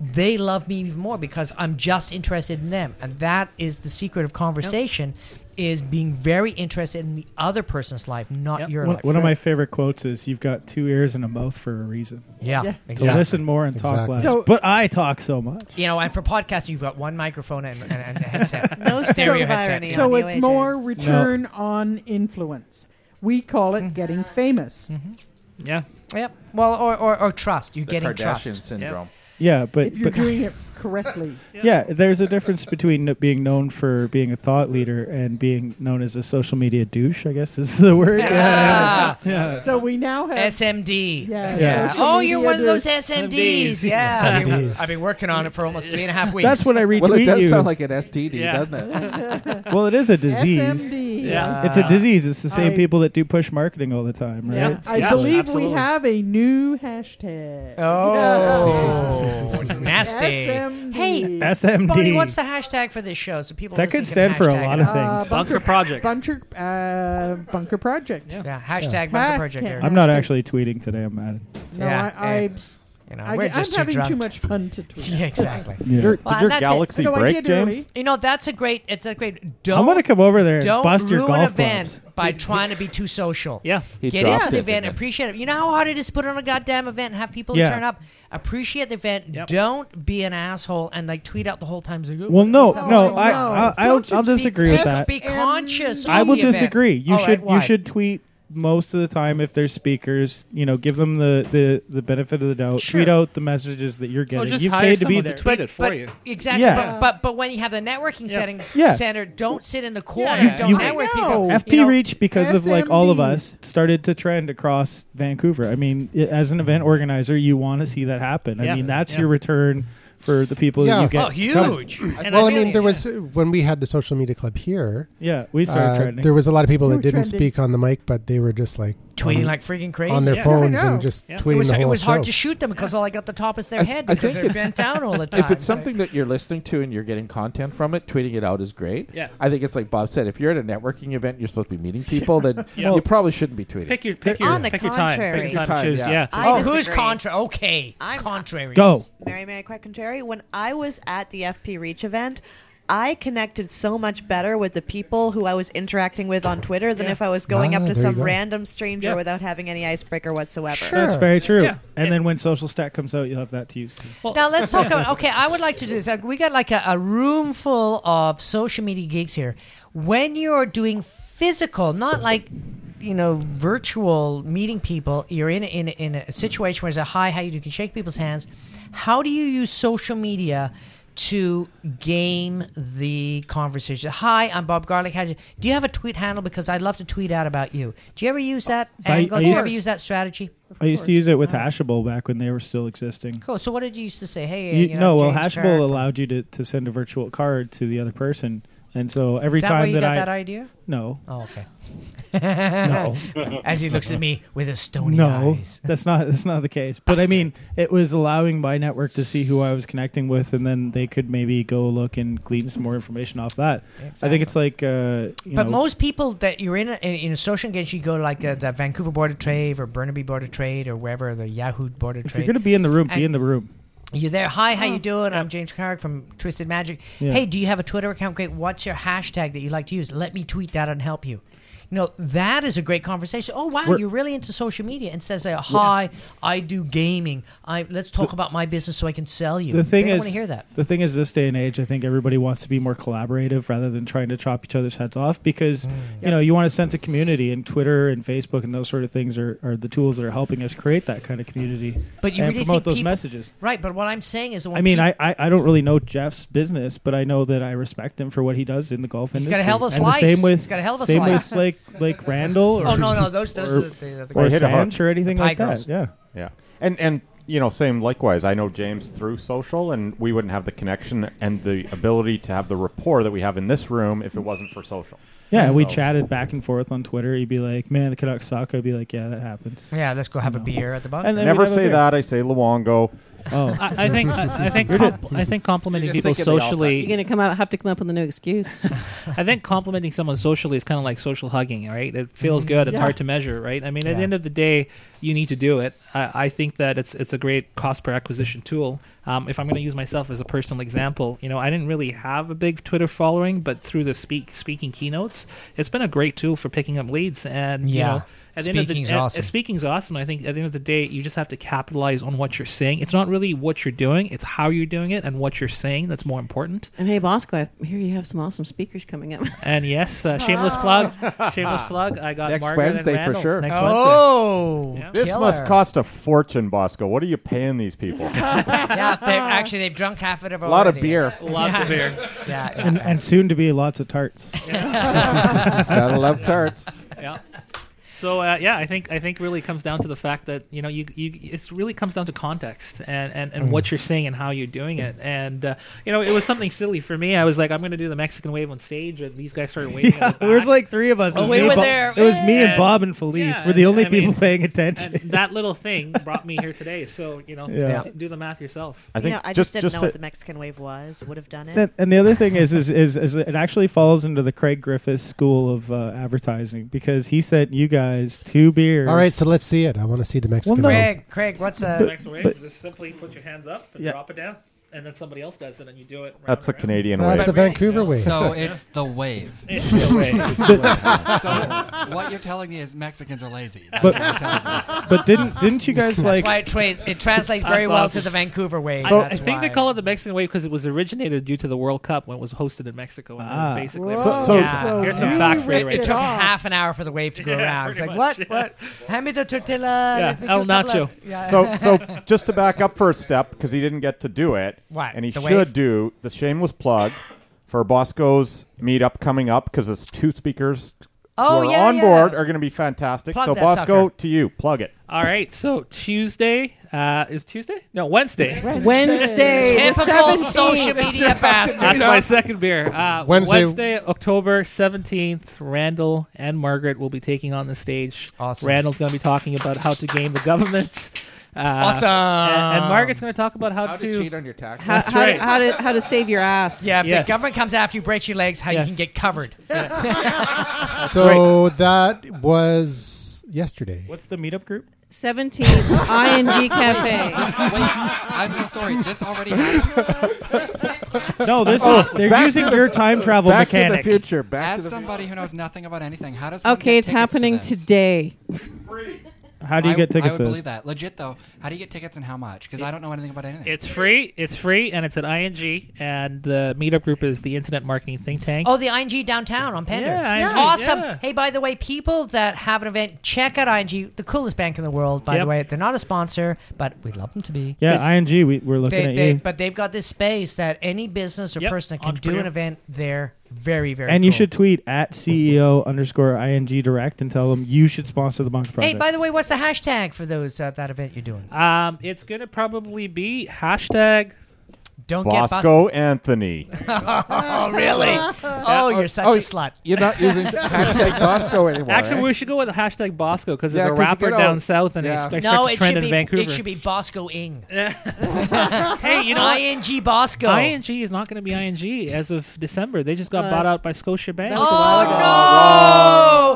[SPEAKER 2] they love me even more because I'm just interested in them, and that is the secret of conversation: is being very interested in the other person's life, not your
[SPEAKER 6] One,
[SPEAKER 2] life.
[SPEAKER 6] one of my favorite quotes is, "You've got two ears and a mouth for a reason."
[SPEAKER 2] Yeah, Yeah.
[SPEAKER 6] To
[SPEAKER 2] exactly.
[SPEAKER 6] listen more and talk
[SPEAKER 2] Exactly.
[SPEAKER 6] less.
[SPEAKER 2] So-
[SPEAKER 6] but I talk so much.
[SPEAKER 2] you know, and for podcasts, you've got one microphone and, and, and a headset,
[SPEAKER 10] No sense
[SPEAKER 2] stereo
[SPEAKER 10] of
[SPEAKER 2] headset.
[SPEAKER 10] irony
[SPEAKER 2] Yeah.
[SPEAKER 10] on
[SPEAKER 9] So
[SPEAKER 10] you,
[SPEAKER 9] it's
[SPEAKER 10] AJ.
[SPEAKER 9] more
[SPEAKER 10] No.
[SPEAKER 9] return on influence. We call it getting famous.
[SPEAKER 11] Yeah.
[SPEAKER 2] Yep. Well, or, or, or trust. You're
[SPEAKER 8] The
[SPEAKER 2] getting
[SPEAKER 8] Kardashian
[SPEAKER 2] trust.
[SPEAKER 8] syndrome.
[SPEAKER 6] Yeah, but
[SPEAKER 9] if you're
[SPEAKER 6] but-
[SPEAKER 9] doing it correctly.
[SPEAKER 6] Yeah, there's a difference between n- being known for being a thought leader and being known as a social media douche. I guess is the word.
[SPEAKER 2] Yeah.
[SPEAKER 6] Yeah.
[SPEAKER 9] So we now have
[SPEAKER 2] SMD.
[SPEAKER 9] Yeah.
[SPEAKER 6] Yeah.
[SPEAKER 9] social
[SPEAKER 2] Oh, you're
[SPEAKER 9] media
[SPEAKER 2] one of those
[SPEAKER 9] does-
[SPEAKER 2] SMDs. Yeah. I've been- I've been working on it for almost three and a half weeks.
[SPEAKER 6] That's what I retweet
[SPEAKER 8] Well, it does
[SPEAKER 6] you.
[SPEAKER 8] sound like an STD, doesn't it?
[SPEAKER 6] well, it is a disease.
[SPEAKER 9] SMD.
[SPEAKER 8] Yeah.
[SPEAKER 6] It's a disease. It's the same
[SPEAKER 9] I-
[SPEAKER 6] people that do push marketing all the time, right?
[SPEAKER 9] Yeah. I
[SPEAKER 6] So-
[SPEAKER 9] believe
[SPEAKER 6] Absolutely.
[SPEAKER 9] we have a new hashtag.
[SPEAKER 2] Oh, nasty.
[SPEAKER 9] SMD.
[SPEAKER 2] Hey,
[SPEAKER 6] SMD.
[SPEAKER 2] Bonnie, what's the hashtag for this show? So people
[SPEAKER 6] That could
[SPEAKER 2] listening
[SPEAKER 6] stand
[SPEAKER 2] can
[SPEAKER 6] for a
[SPEAKER 2] hashtag
[SPEAKER 6] lot
[SPEAKER 2] it.
[SPEAKER 6] of things.
[SPEAKER 11] Bunker Project.
[SPEAKER 9] Uh, Bunker, uh, bunker Project.
[SPEAKER 2] Yeah, hashtag Bunker Project.
[SPEAKER 9] Hashtag.
[SPEAKER 2] Eric.
[SPEAKER 6] I'm not actually tweeting today. I'm mad.
[SPEAKER 9] No,
[SPEAKER 2] Yeah,
[SPEAKER 9] I, I,
[SPEAKER 2] hey, you know,
[SPEAKER 9] I,
[SPEAKER 2] we're
[SPEAKER 9] am
[SPEAKER 2] just too
[SPEAKER 9] having too
[SPEAKER 2] drunk.
[SPEAKER 9] much fun to tweet.
[SPEAKER 2] Yeah, exactly.
[SPEAKER 6] Yeah. Your-
[SPEAKER 2] Well,
[SPEAKER 6] did your
[SPEAKER 2] that's it.
[SPEAKER 6] galaxy No, I break, did James? early.
[SPEAKER 2] You know, that's a great. It's a great. Don't,
[SPEAKER 6] I'm gonna come over there and
[SPEAKER 2] don't
[SPEAKER 6] bust your
[SPEAKER 2] ruin
[SPEAKER 6] golf
[SPEAKER 2] event by trying to be too social. Yeah,
[SPEAKER 6] He
[SPEAKER 2] get
[SPEAKER 6] dropped
[SPEAKER 2] into the
[SPEAKER 6] it,
[SPEAKER 2] event,
[SPEAKER 6] didn't he?
[SPEAKER 2] appreciate it. You know how hard it is to put on a goddamn event and have people
[SPEAKER 6] Yeah.
[SPEAKER 2] turn up. Appreciate the event. Don't be an asshole and like tweet out the whole time. It's like, oh,
[SPEAKER 6] Well, no,
[SPEAKER 2] what was
[SPEAKER 6] no,
[SPEAKER 2] that?
[SPEAKER 6] I, I, I'll, I'll disagree with that.
[SPEAKER 2] Be conscious.
[SPEAKER 6] I
[SPEAKER 2] of
[SPEAKER 6] will
[SPEAKER 2] the event.
[SPEAKER 6] disagree. You
[SPEAKER 2] All right,
[SPEAKER 6] should
[SPEAKER 2] why?
[SPEAKER 6] you should tweet most of the time if there's speakers. You know, give them the the, the benefit of the doubt.
[SPEAKER 2] Sure.
[SPEAKER 6] Tweet out the messages that you're getting.
[SPEAKER 11] just
[SPEAKER 6] You've
[SPEAKER 11] hire
[SPEAKER 6] paid to be
[SPEAKER 11] someone to
[SPEAKER 6] there.
[SPEAKER 11] tweet it for
[SPEAKER 2] But-
[SPEAKER 11] you.
[SPEAKER 2] Exactly.
[SPEAKER 6] Yeah.
[SPEAKER 2] But, but but when you have the networking setting
[SPEAKER 6] Yeah.
[SPEAKER 2] center, don't sit in the corner.
[SPEAKER 6] Yeah.
[SPEAKER 2] Don't
[SPEAKER 6] You-
[SPEAKER 2] network
[SPEAKER 6] I
[SPEAKER 2] people.
[SPEAKER 6] FP
[SPEAKER 2] You know,
[SPEAKER 6] Reach, because of like all of us, started to trend across Vancouver. I mean, i- as an event organizer, you want to see that happen.
[SPEAKER 11] Yeah.
[SPEAKER 6] I mean, that's
[SPEAKER 11] Yeah. Oh,
[SPEAKER 6] your return for the people that you get. to come.
[SPEAKER 11] And
[SPEAKER 1] Uh, well,
[SPEAKER 11] I
[SPEAKER 1] I
[SPEAKER 11] feel
[SPEAKER 1] mean,
[SPEAKER 11] you,
[SPEAKER 1] there was when we had the social media club here. uh,
[SPEAKER 6] Yeah, we started trending.
[SPEAKER 1] There was a lot of people
[SPEAKER 6] We
[SPEAKER 1] that
[SPEAKER 6] were
[SPEAKER 1] didn't
[SPEAKER 6] trending.
[SPEAKER 1] speak on the mic, but they were just like
[SPEAKER 2] tweeting
[SPEAKER 1] on-
[SPEAKER 2] like freaking crazy
[SPEAKER 1] on their
[SPEAKER 2] Yeah.
[SPEAKER 1] phones and just tweeting
[SPEAKER 2] It was,
[SPEAKER 1] the
[SPEAKER 2] it
[SPEAKER 1] whole
[SPEAKER 2] was hard
[SPEAKER 1] show.
[SPEAKER 2] to shoot them because all I got the top is their head
[SPEAKER 8] I
[SPEAKER 2] because
[SPEAKER 8] think
[SPEAKER 2] they're
[SPEAKER 8] it-
[SPEAKER 2] bent down all the time.
[SPEAKER 8] If it's something that you're listening to and you're getting content from it, tweeting it out is great.
[SPEAKER 11] Yeah.
[SPEAKER 8] I think it's like Bob said. If you're at a networking event, you're supposed to be meeting people, then
[SPEAKER 11] Yeah.
[SPEAKER 8] you probably shouldn't be tweeting.
[SPEAKER 11] Pick your pick your
[SPEAKER 10] On the
[SPEAKER 11] pick your time.
[SPEAKER 10] contrary.
[SPEAKER 11] Pick
[SPEAKER 10] Pick your
[SPEAKER 11] your time.
[SPEAKER 8] time,
[SPEAKER 11] Choose.
[SPEAKER 8] yeah.
[SPEAKER 11] Yeah.
[SPEAKER 10] I
[SPEAKER 2] oh, who's
[SPEAKER 10] disagree.
[SPEAKER 2] contra? Okay, contrary.
[SPEAKER 6] Go.
[SPEAKER 10] Mary, Mary, quite contrary. When I was at the FP Reach event, I connected so much better with the people who I was interacting with on Twitter than if I was going
[SPEAKER 6] Ah,
[SPEAKER 10] up to
[SPEAKER 6] there you
[SPEAKER 10] some
[SPEAKER 6] go.
[SPEAKER 10] random stranger
[SPEAKER 11] Yeah.
[SPEAKER 10] without having any icebreaker whatsoever.
[SPEAKER 6] That's very true.
[SPEAKER 11] Yeah.
[SPEAKER 6] And then when Social Stack comes out, you'll have that to use. Too.
[SPEAKER 2] now let's talk about. Okay, I would like to do this. Like, We got like a, a room full of social media geeks here. When you are doing physical, not like you know virtual meeting people, you're in a- in a- in a situation where it's a hi, how you do, you can shake people's hands. How do you use social media? To game the conversation. Hi, I'm Bob Garlic. How do you, do you have a tweet handle? Because I'd love to tweet out about you. Do you ever use that
[SPEAKER 6] I-
[SPEAKER 2] angle?
[SPEAKER 6] I
[SPEAKER 2] do you
[SPEAKER 6] used-
[SPEAKER 2] ever use that strategy?
[SPEAKER 6] I used to use it with Hashable back when they were still existing.
[SPEAKER 2] Cool. So what did you used to say? Hey,
[SPEAKER 6] You-
[SPEAKER 2] you know,
[SPEAKER 6] no, well,
[SPEAKER 2] James
[SPEAKER 6] Hashable
[SPEAKER 2] Turner from-
[SPEAKER 6] allowed you to, to send a virtual card to the other person, And so every
[SPEAKER 2] Is that
[SPEAKER 6] time
[SPEAKER 2] where you
[SPEAKER 6] that
[SPEAKER 2] got
[SPEAKER 6] I
[SPEAKER 2] that idea?
[SPEAKER 6] no,
[SPEAKER 2] Oh, okay.
[SPEAKER 6] no.
[SPEAKER 2] As he looks at me with his stony
[SPEAKER 6] no,
[SPEAKER 2] eyes.
[SPEAKER 6] that's not that's not the case. But I mean, it was allowing my network to see who I was connecting with, and then they could maybe go look and glean some more information off that. I think it's like, uh, you
[SPEAKER 2] But
[SPEAKER 6] know,
[SPEAKER 2] most people that you're in a, in, in a social engagement, you go to like uh the Vancouver Board of Trade or Burnaby Board of Trade or wherever the Yahoo Board of
[SPEAKER 6] if
[SPEAKER 2] Trade.
[SPEAKER 6] you're going to be in the room,
[SPEAKER 2] And
[SPEAKER 6] be in the room.
[SPEAKER 2] You're there. Hi, how you doing? I'm James Carrick from Twisted Magic.
[SPEAKER 6] Ah. Yeah.
[SPEAKER 2] Hey, do you have a Twitter account? Great. What's your hashtag that you like to use? Let me tweet that and help you. You know, that is a great conversation. Oh, wow,
[SPEAKER 6] We're-
[SPEAKER 2] you're really into social media. And says, uh, hi, I do gaming. I Let's talk about my business so I can sell you.
[SPEAKER 6] The thing
[SPEAKER 2] they
[SPEAKER 6] is,
[SPEAKER 2] want to hear that.
[SPEAKER 6] the thing is, this day and age, I think everybody wants to be more collaborative rather than trying to chop each other's heads off because you know you want to sense a community, and Twitter and Facebook and those sort of things are, are the tools that are helping us create that kind of community
[SPEAKER 2] But you
[SPEAKER 6] and
[SPEAKER 2] really
[SPEAKER 6] promote
[SPEAKER 2] think
[SPEAKER 6] those
[SPEAKER 2] people-
[SPEAKER 6] messages.
[SPEAKER 2] Right, but what I'm saying is, when
[SPEAKER 6] I mean,
[SPEAKER 2] peop-
[SPEAKER 6] I, I I don't really know Jeff's business, but I know that I respect him for what he does in the golf
[SPEAKER 2] He's
[SPEAKER 6] industry.
[SPEAKER 2] got a hell of a
[SPEAKER 6] And the
[SPEAKER 2] slice.
[SPEAKER 6] same with
[SPEAKER 2] He's got a hell of a
[SPEAKER 6] same
[SPEAKER 2] slice.
[SPEAKER 6] with like like Randall. Or,
[SPEAKER 2] Oh, no, no, those- those
[SPEAKER 6] or,
[SPEAKER 2] are the- the-
[SPEAKER 6] or
[SPEAKER 7] hit a hook.
[SPEAKER 6] Sanch or anything like that. Yeah.
[SPEAKER 7] yeah. And and you know, same likewise. I know James through social, and we wouldn't have the connection and the ability to have the rapport that we have in this room if it wasn't for social.
[SPEAKER 6] Yeah, we
[SPEAKER 7] So-
[SPEAKER 6] chatted back and forth on Twitter. He'd be like, "Man, the Canucks suck." I'd be like, "Yeah, that happened."
[SPEAKER 2] Yeah, let's go have a
[SPEAKER 6] No.
[SPEAKER 2] beer at the bar.
[SPEAKER 6] And then
[SPEAKER 7] Never
[SPEAKER 6] we'd have a
[SPEAKER 7] say
[SPEAKER 6] beer.
[SPEAKER 7] that. I say Luongo.
[SPEAKER 6] Oh.
[SPEAKER 11] I, I think I, I think
[SPEAKER 6] You're
[SPEAKER 11] comp-
[SPEAKER 6] dead.
[SPEAKER 11] I think complimenting
[SPEAKER 6] You're
[SPEAKER 11] people
[SPEAKER 6] just thinking they all
[SPEAKER 11] socially.
[SPEAKER 3] You're gonna come out have to come up with a new excuse.
[SPEAKER 11] I think complimenting someone socially is kind of like social hugging, right? It
[SPEAKER 2] Mm-hmm.
[SPEAKER 11] feels good. It's
[SPEAKER 3] Yeah.
[SPEAKER 11] hard to measure, right? I mean, at the
[SPEAKER 3] Yeah.
[SPEAKER 11] end of the day, you need to do it. I, I think that it's it's a great cost per acquisition tool. Um, if I'm going to use myself as a personal example, you know, I didn't really have a big Twitter following, but through the speak speaking keynotes, it's been a great tool for picking up leads. And you
[SPEAKER 2] Yeah.
[SPEAKER 11] know, at the end of the
[SPEAKER 2] Speaking's
[SPEAKER 11] at-
[SPEAKER 2] awesome.
[SPEAKER 11] speaking's awesome. I think at the end of the day, you just have to capitalize on what you're saying. It's not really what you're doing; it's how you're doing it and what you're saying that's more important.
[SPEAKER 3] And hey, Bosco, I hear you have some awesome speakers coming up.
[SPEAKER 11] And yes, uh, shameless
[SPEAKER 6] Oh.
[SPEAKER 11] plug, shameless plug. I got
[SPEAKER 8] Next
[SPEAKER 11] Margaret and
[SPEAKER 8] Wednesday for
[SPEAKER 11] Randall
[SPEAKER 8] sure.
[SPEAKER 11] Next
[SPEAKER 2] Oh,
[SPEAKER 11] Wednesday. Yeah.
[SPEAKER 7] This must cost a fortune, Bosco. What are you paying these people?
[SPEAKER 2] yeah, they actually they've drunk half of it.
[SPEAKER 7] A lot of
[SPEAKER 2] already.
[SPEAKER 7] beer.
[SPEAKER 11] Lots of beer.
[SPEAKER 2] Yeah, yeah.
[SPEAKER 6] and, and soon to be lots of tarts.
[SPEAKER 11] Gotta
[SPEAKER 8] love tarts.
[SPEAKER 11] Yeah. So uh, yeah, I think I think really comes down to the fact that you know you you it's really comes down to context and and,
[SPEAKER 6] Mm.
[SPEAKER 11] and what you're saying and how you're doing it and uh, you know it was something silly for me. I was like I'm going to do the Mexican wave on stage and these guys started waving. at the
[SPEAKER 6] There was
[SPEAKER 11] back.
[SPEAKER 6] like three of us. It
[SPEAKER 11] Oh,
[SPEAKER 6] was
[SPEAKER 11] we
[SPEAKER 6] me and
[SPEAKER 11] were
[SPEAKER 6] Bob-
[SPEAKER 11] there.
[SPEAKER 6] It was me and
[SPEAKER 11] And-
[SPEAKER 6] Bob and Felice.
[SPEAKER 11] yeah,
[SPEAKER 6] We're the
[SPEAKER 11] and-
[SPEAKER 6] only
[SPEAKER 11] I
[SPEAKER 6] people
[SPEAKER 11] mean,
[SPEAKER 6] paying attention.
[SPEAKER 11] and that little thing brought me here today. So you know
[SPEAKER 6] Yeah.
[SPEAKER 11] d- do the math yourself.
[SPEAKER 7] I
[SPEAKER 10] you know, I just, didn't know what the Mexican wave was. Would have done it.
[SPEAKER 6] And- and the other thing is, is, is, is it actually falls into the Craig Griffiths school of uh, advertising because he sent you guys two beers.
[SPEAKER 1] All right, so let's see it. I want to see the Mexican.
[SPEAKER 6] no.
[SPEAKER 1] wave.
[SPEAKER 2] Craig, Craig, what's a
[SPEAKER 11] The next wave is just simply put your hands up and
[SPEAKER 6] Yeah.
[SPEAKER 11] drop it down, and then somebody else does it, and you do it. Round
[SPEAKER 7] That's the
[SPEAKER 11] and round.
[SPEAKER 7] Canadian
[SPEAKER 1] That's
[SPEAKER 7] wave.
[SPEAKER 1] the Vancouver wave.
[SPEAKER 5] So it's the wave.
[SPEAKER 11] It's the wave. It's the wave.
[SPEAKER 5] so what you're telling me is Mexicans are lazy. That's
[SPEAKER 6] But
[SPEAKER 5] what you're telling me.
[SPEAKER 6] but didn't didn't you guys
[SPEAKER 2] That's
[SPEAKER 6] like?
[SPEAKER 2] why it, tra- it translates very
[SPEAKER 11] That's
[SPEAKER 2] well
[SPEAKER 11] awesome.
[SPEAKER 2] to the Vancouver wave.
[SPEAKER 11] I- I
[SPEAKER 2] That's
[SPEAKER 11] think
[SPEAKER 2] why.
[SPEAKER 11] they call it the Mexican wave because it was originated due to the World Cup when it was hosted in Mexico. And
[SPEAKER 6] Ah.
[SPEAKER 11] then basically,
[SPEAKER 6] So-
[SPEAKER 2] so-
[SPEAKER 11] yeah.
[SPEAKER 2] so
[SPEAKER 11] here's some
[SPEAKER 2] you
[SPEAKER 11] facts for you
[SPEAKER 2] It,
[SPEAKER 11] right
[SPEAKER 2] took
[SPEAKER 11] there.
[SPEAKER 2] half an hour for the wave to go
[SPEAKER 11] Yeah,
[SPEAKER 2] around. It's
[SPEAKER 11] pretty
[SPEAKER 2] like
[SPEAKER 11] much.
[SPEAKER 2] what? What? Hand me the tortilla.
[SPEAKER 11] Yeah,
[SPEAKER 2] let me
[SPEAKER 11] El
[SPEAKER 2] do a couple
[SPEAKER 11] Nacho.
[SPEAKER 2] of- Yeah.
[SPEAKER 7] so so just to back up for a step because he didn't get to do it
[SPEAKER 2] What,
[SPEAKER 7] and he
[SPEAKER 2] the
[SPEAKER 7] should
[SPEAKER 2] wave?
[SPEAKER 7] do the shameless plug for bosco's meetup coming up because it's two speakers
[SPEAKER 2] Oh,
[SPEAKER 7] who are
[SPEAKER 2] yeah,
[SPEAKER 7] on
[SPEAKER 2] yeah.
[SPEAKER 7] board are going to be fantastic
[SPEAKER 2] Plug
[SPEAKER 7] so
[SPEAKER 2] that
[SPEAKER 7] bosco
[SPEAKER 2] sucker.
[SPEAKER 7] to you plug it
[SPEAKER 11] All right, so Tuesday uh, is Tuesday? No, Wednesday.
[SPEAKER 3] Wednesday, the
[SPEAKER 2] Typical
[SPEAKER 3] 17th.
[SPEAKER 2] social media bastard.
[SPEAKER 11] That's my second beer. Uh,
[SPEAKER 1] Wednesday-
[SPEAKER 11] Wednesday. October 17th, Randall and Margaret will be taking on the stage.
[SPEAKER 2] Awesome.
[SPEAKER 11] Randall's going to be talking about how to game the government. Uh,
[SPEAKER 2] Awesome.
[SPEAKER 11] And, and Margaret's going to talk about how,
[SPEAKER 8] How to cheat on your taxes?
[SPEAKER 3] How,
[SPEAKER 11] That's
[SPEAKER 3] how,
[SPEAKER 11] right.
[SPEAKER 3] to, how to how to save your ass.
[SPEAKER 2] Yeah, if
[SPEAKER 11] Yes.
[SPEAKER 2] the government comes after you, breaks your legs, how you
[SPEAKER 11] Yes.
[SPEAKER 2] can get covered.
[SPEAKER 1] So that was yesterday.
[SPEAKER 6] What's the meetup group?
[SPEAKER 3] Seventeenth, ING Cafe.
[SPEAKER 5] Wait, I'm so sorry. This already Oh. happened.
[SPEAKER 6] No, this
[SPEAKER 3] Oh,
[SPEAKER 6] is they're
[SPEAKER 8] back
[SPEAKER 6] using
[SPEAKER 8] to the-
[SPEAKER 6] your time travel
[SPEAKER 8] Back to the
[SPEAKER 6] mechanic.
[SPEAKER 8] future. Back
[SPEAKER 5] As
[SPEAKER 8] to the
[SPEAKER 5] somebody who knows nothing about anything, how does one
[SPEAKER 3] Okay,
[SPEAKER 5] get
[SPEAKER 3] it's
[SPEAKER 5] tickets to
[SPEAKER 3] happening
[SPEAKER 5] this?
[SPEAKER 3] today.
[SPEAKER 6] How do you
[SPEAKER 5] I-
[SPEAKER 6] get tickets?
[SPEAKER 5] I
[SPEAKER 6] to
[SPEAKER 5] would
[SPEAKER 6] this?
[SPEAKER 5] believe that. Legit though, how do you get tickets and how much? Because I don't know anything about anything.
[SPEAKER 11] It's free. It's free, and it's at ING. And the meetup group is the Internet Marketing Think Tank.
[SPEAKER 2] Oh, the ING downtown on Pender.
[SPEAKER 11] Yeah, ING,
[SPEAKER 2] awesome.
[SPEAKER 11] yeah.
[SPEAKER 2] Hey, by the way, people that have an event, check out ING, the coolest bank in the world. By the
[SPEAKER 11] Yep.
[SPEAKER 2] way, they're not a sponsor, but we'd love them to be.
[SPEAKER 6] Yeah, ing. We, we're looking
[SPEAKER 2] They,
[SPEAKER 6] at
[SPEAKER 2] they,
[SPEAKER 6] you.
[SPEAKER 2] but they've got this space that any business or
[SPEAKER 11] Yep,
[SPEAKER 2] person that can do
[SPEAKER 11] entrepreneur.
[SPEAKER 2] an event there. Very, very.
[SPEAKER 6] and you
[SPEAKER 2] cool.
[SPEAKER 6] should tweet at CEO underscore ing direct and tell them you should sponsor the Monk Project.
[SPEAKER 2] Hey, by the way, what's the uh, hashtag for those at that event you're doing?
[SPEAKER 11] Um, it's going to probably be hashtag
[SPEAKER 2] Don't get
[SPEAKER 7] Bosco Anthony.
[SPEAKER 2] oh, really? Oh, you're such a slut.
[SPEAKER 11] You're not using hashtag
[SPEAKER 8] Bosco anymore,
[SPEAKER 11] Actually,
[SPEAKER 8] right?
[SPEAKER 11] we should go with hashtag Bosco because
[SPEAKER 8] Yeah,
[SPEAKER 11] there's
[SPEAKER 8] 'cause
[SPEAKER 11] a
[SPEAKER 8] you
[SPEAKER 11] rapper
[SPEAKER 8] get all-
[SPEAKER 11] down south and
[SPEAKER 8] Yeah.
[SPEAKER 11] it's it's
[SPEAKER 2] No,
[SPEAKER 11] starting
[SPEAKER 2] it
[SPEAKER 11] to trend
[SPEAKER 2] should,
[SPEAKER 11] in
[SPEAKER 2] be,
[SPEAKER 11] Vancouver.
[SPEAKER 2] it should be Bosco Ing.
[SPEAKER 11] hey, you know what?
[SPEAKER 2] ING Bosco.
[SPEAKER 11] ING is not going to be ING as of December. They just got
[SPEAKER 2] Oh,
[SPEAKER 11] bought
[SPEAKER 2] that's-
[SPEAKER 11] out by Oh, Scotia Bank.
[SPEAKER 2] that was a while ago.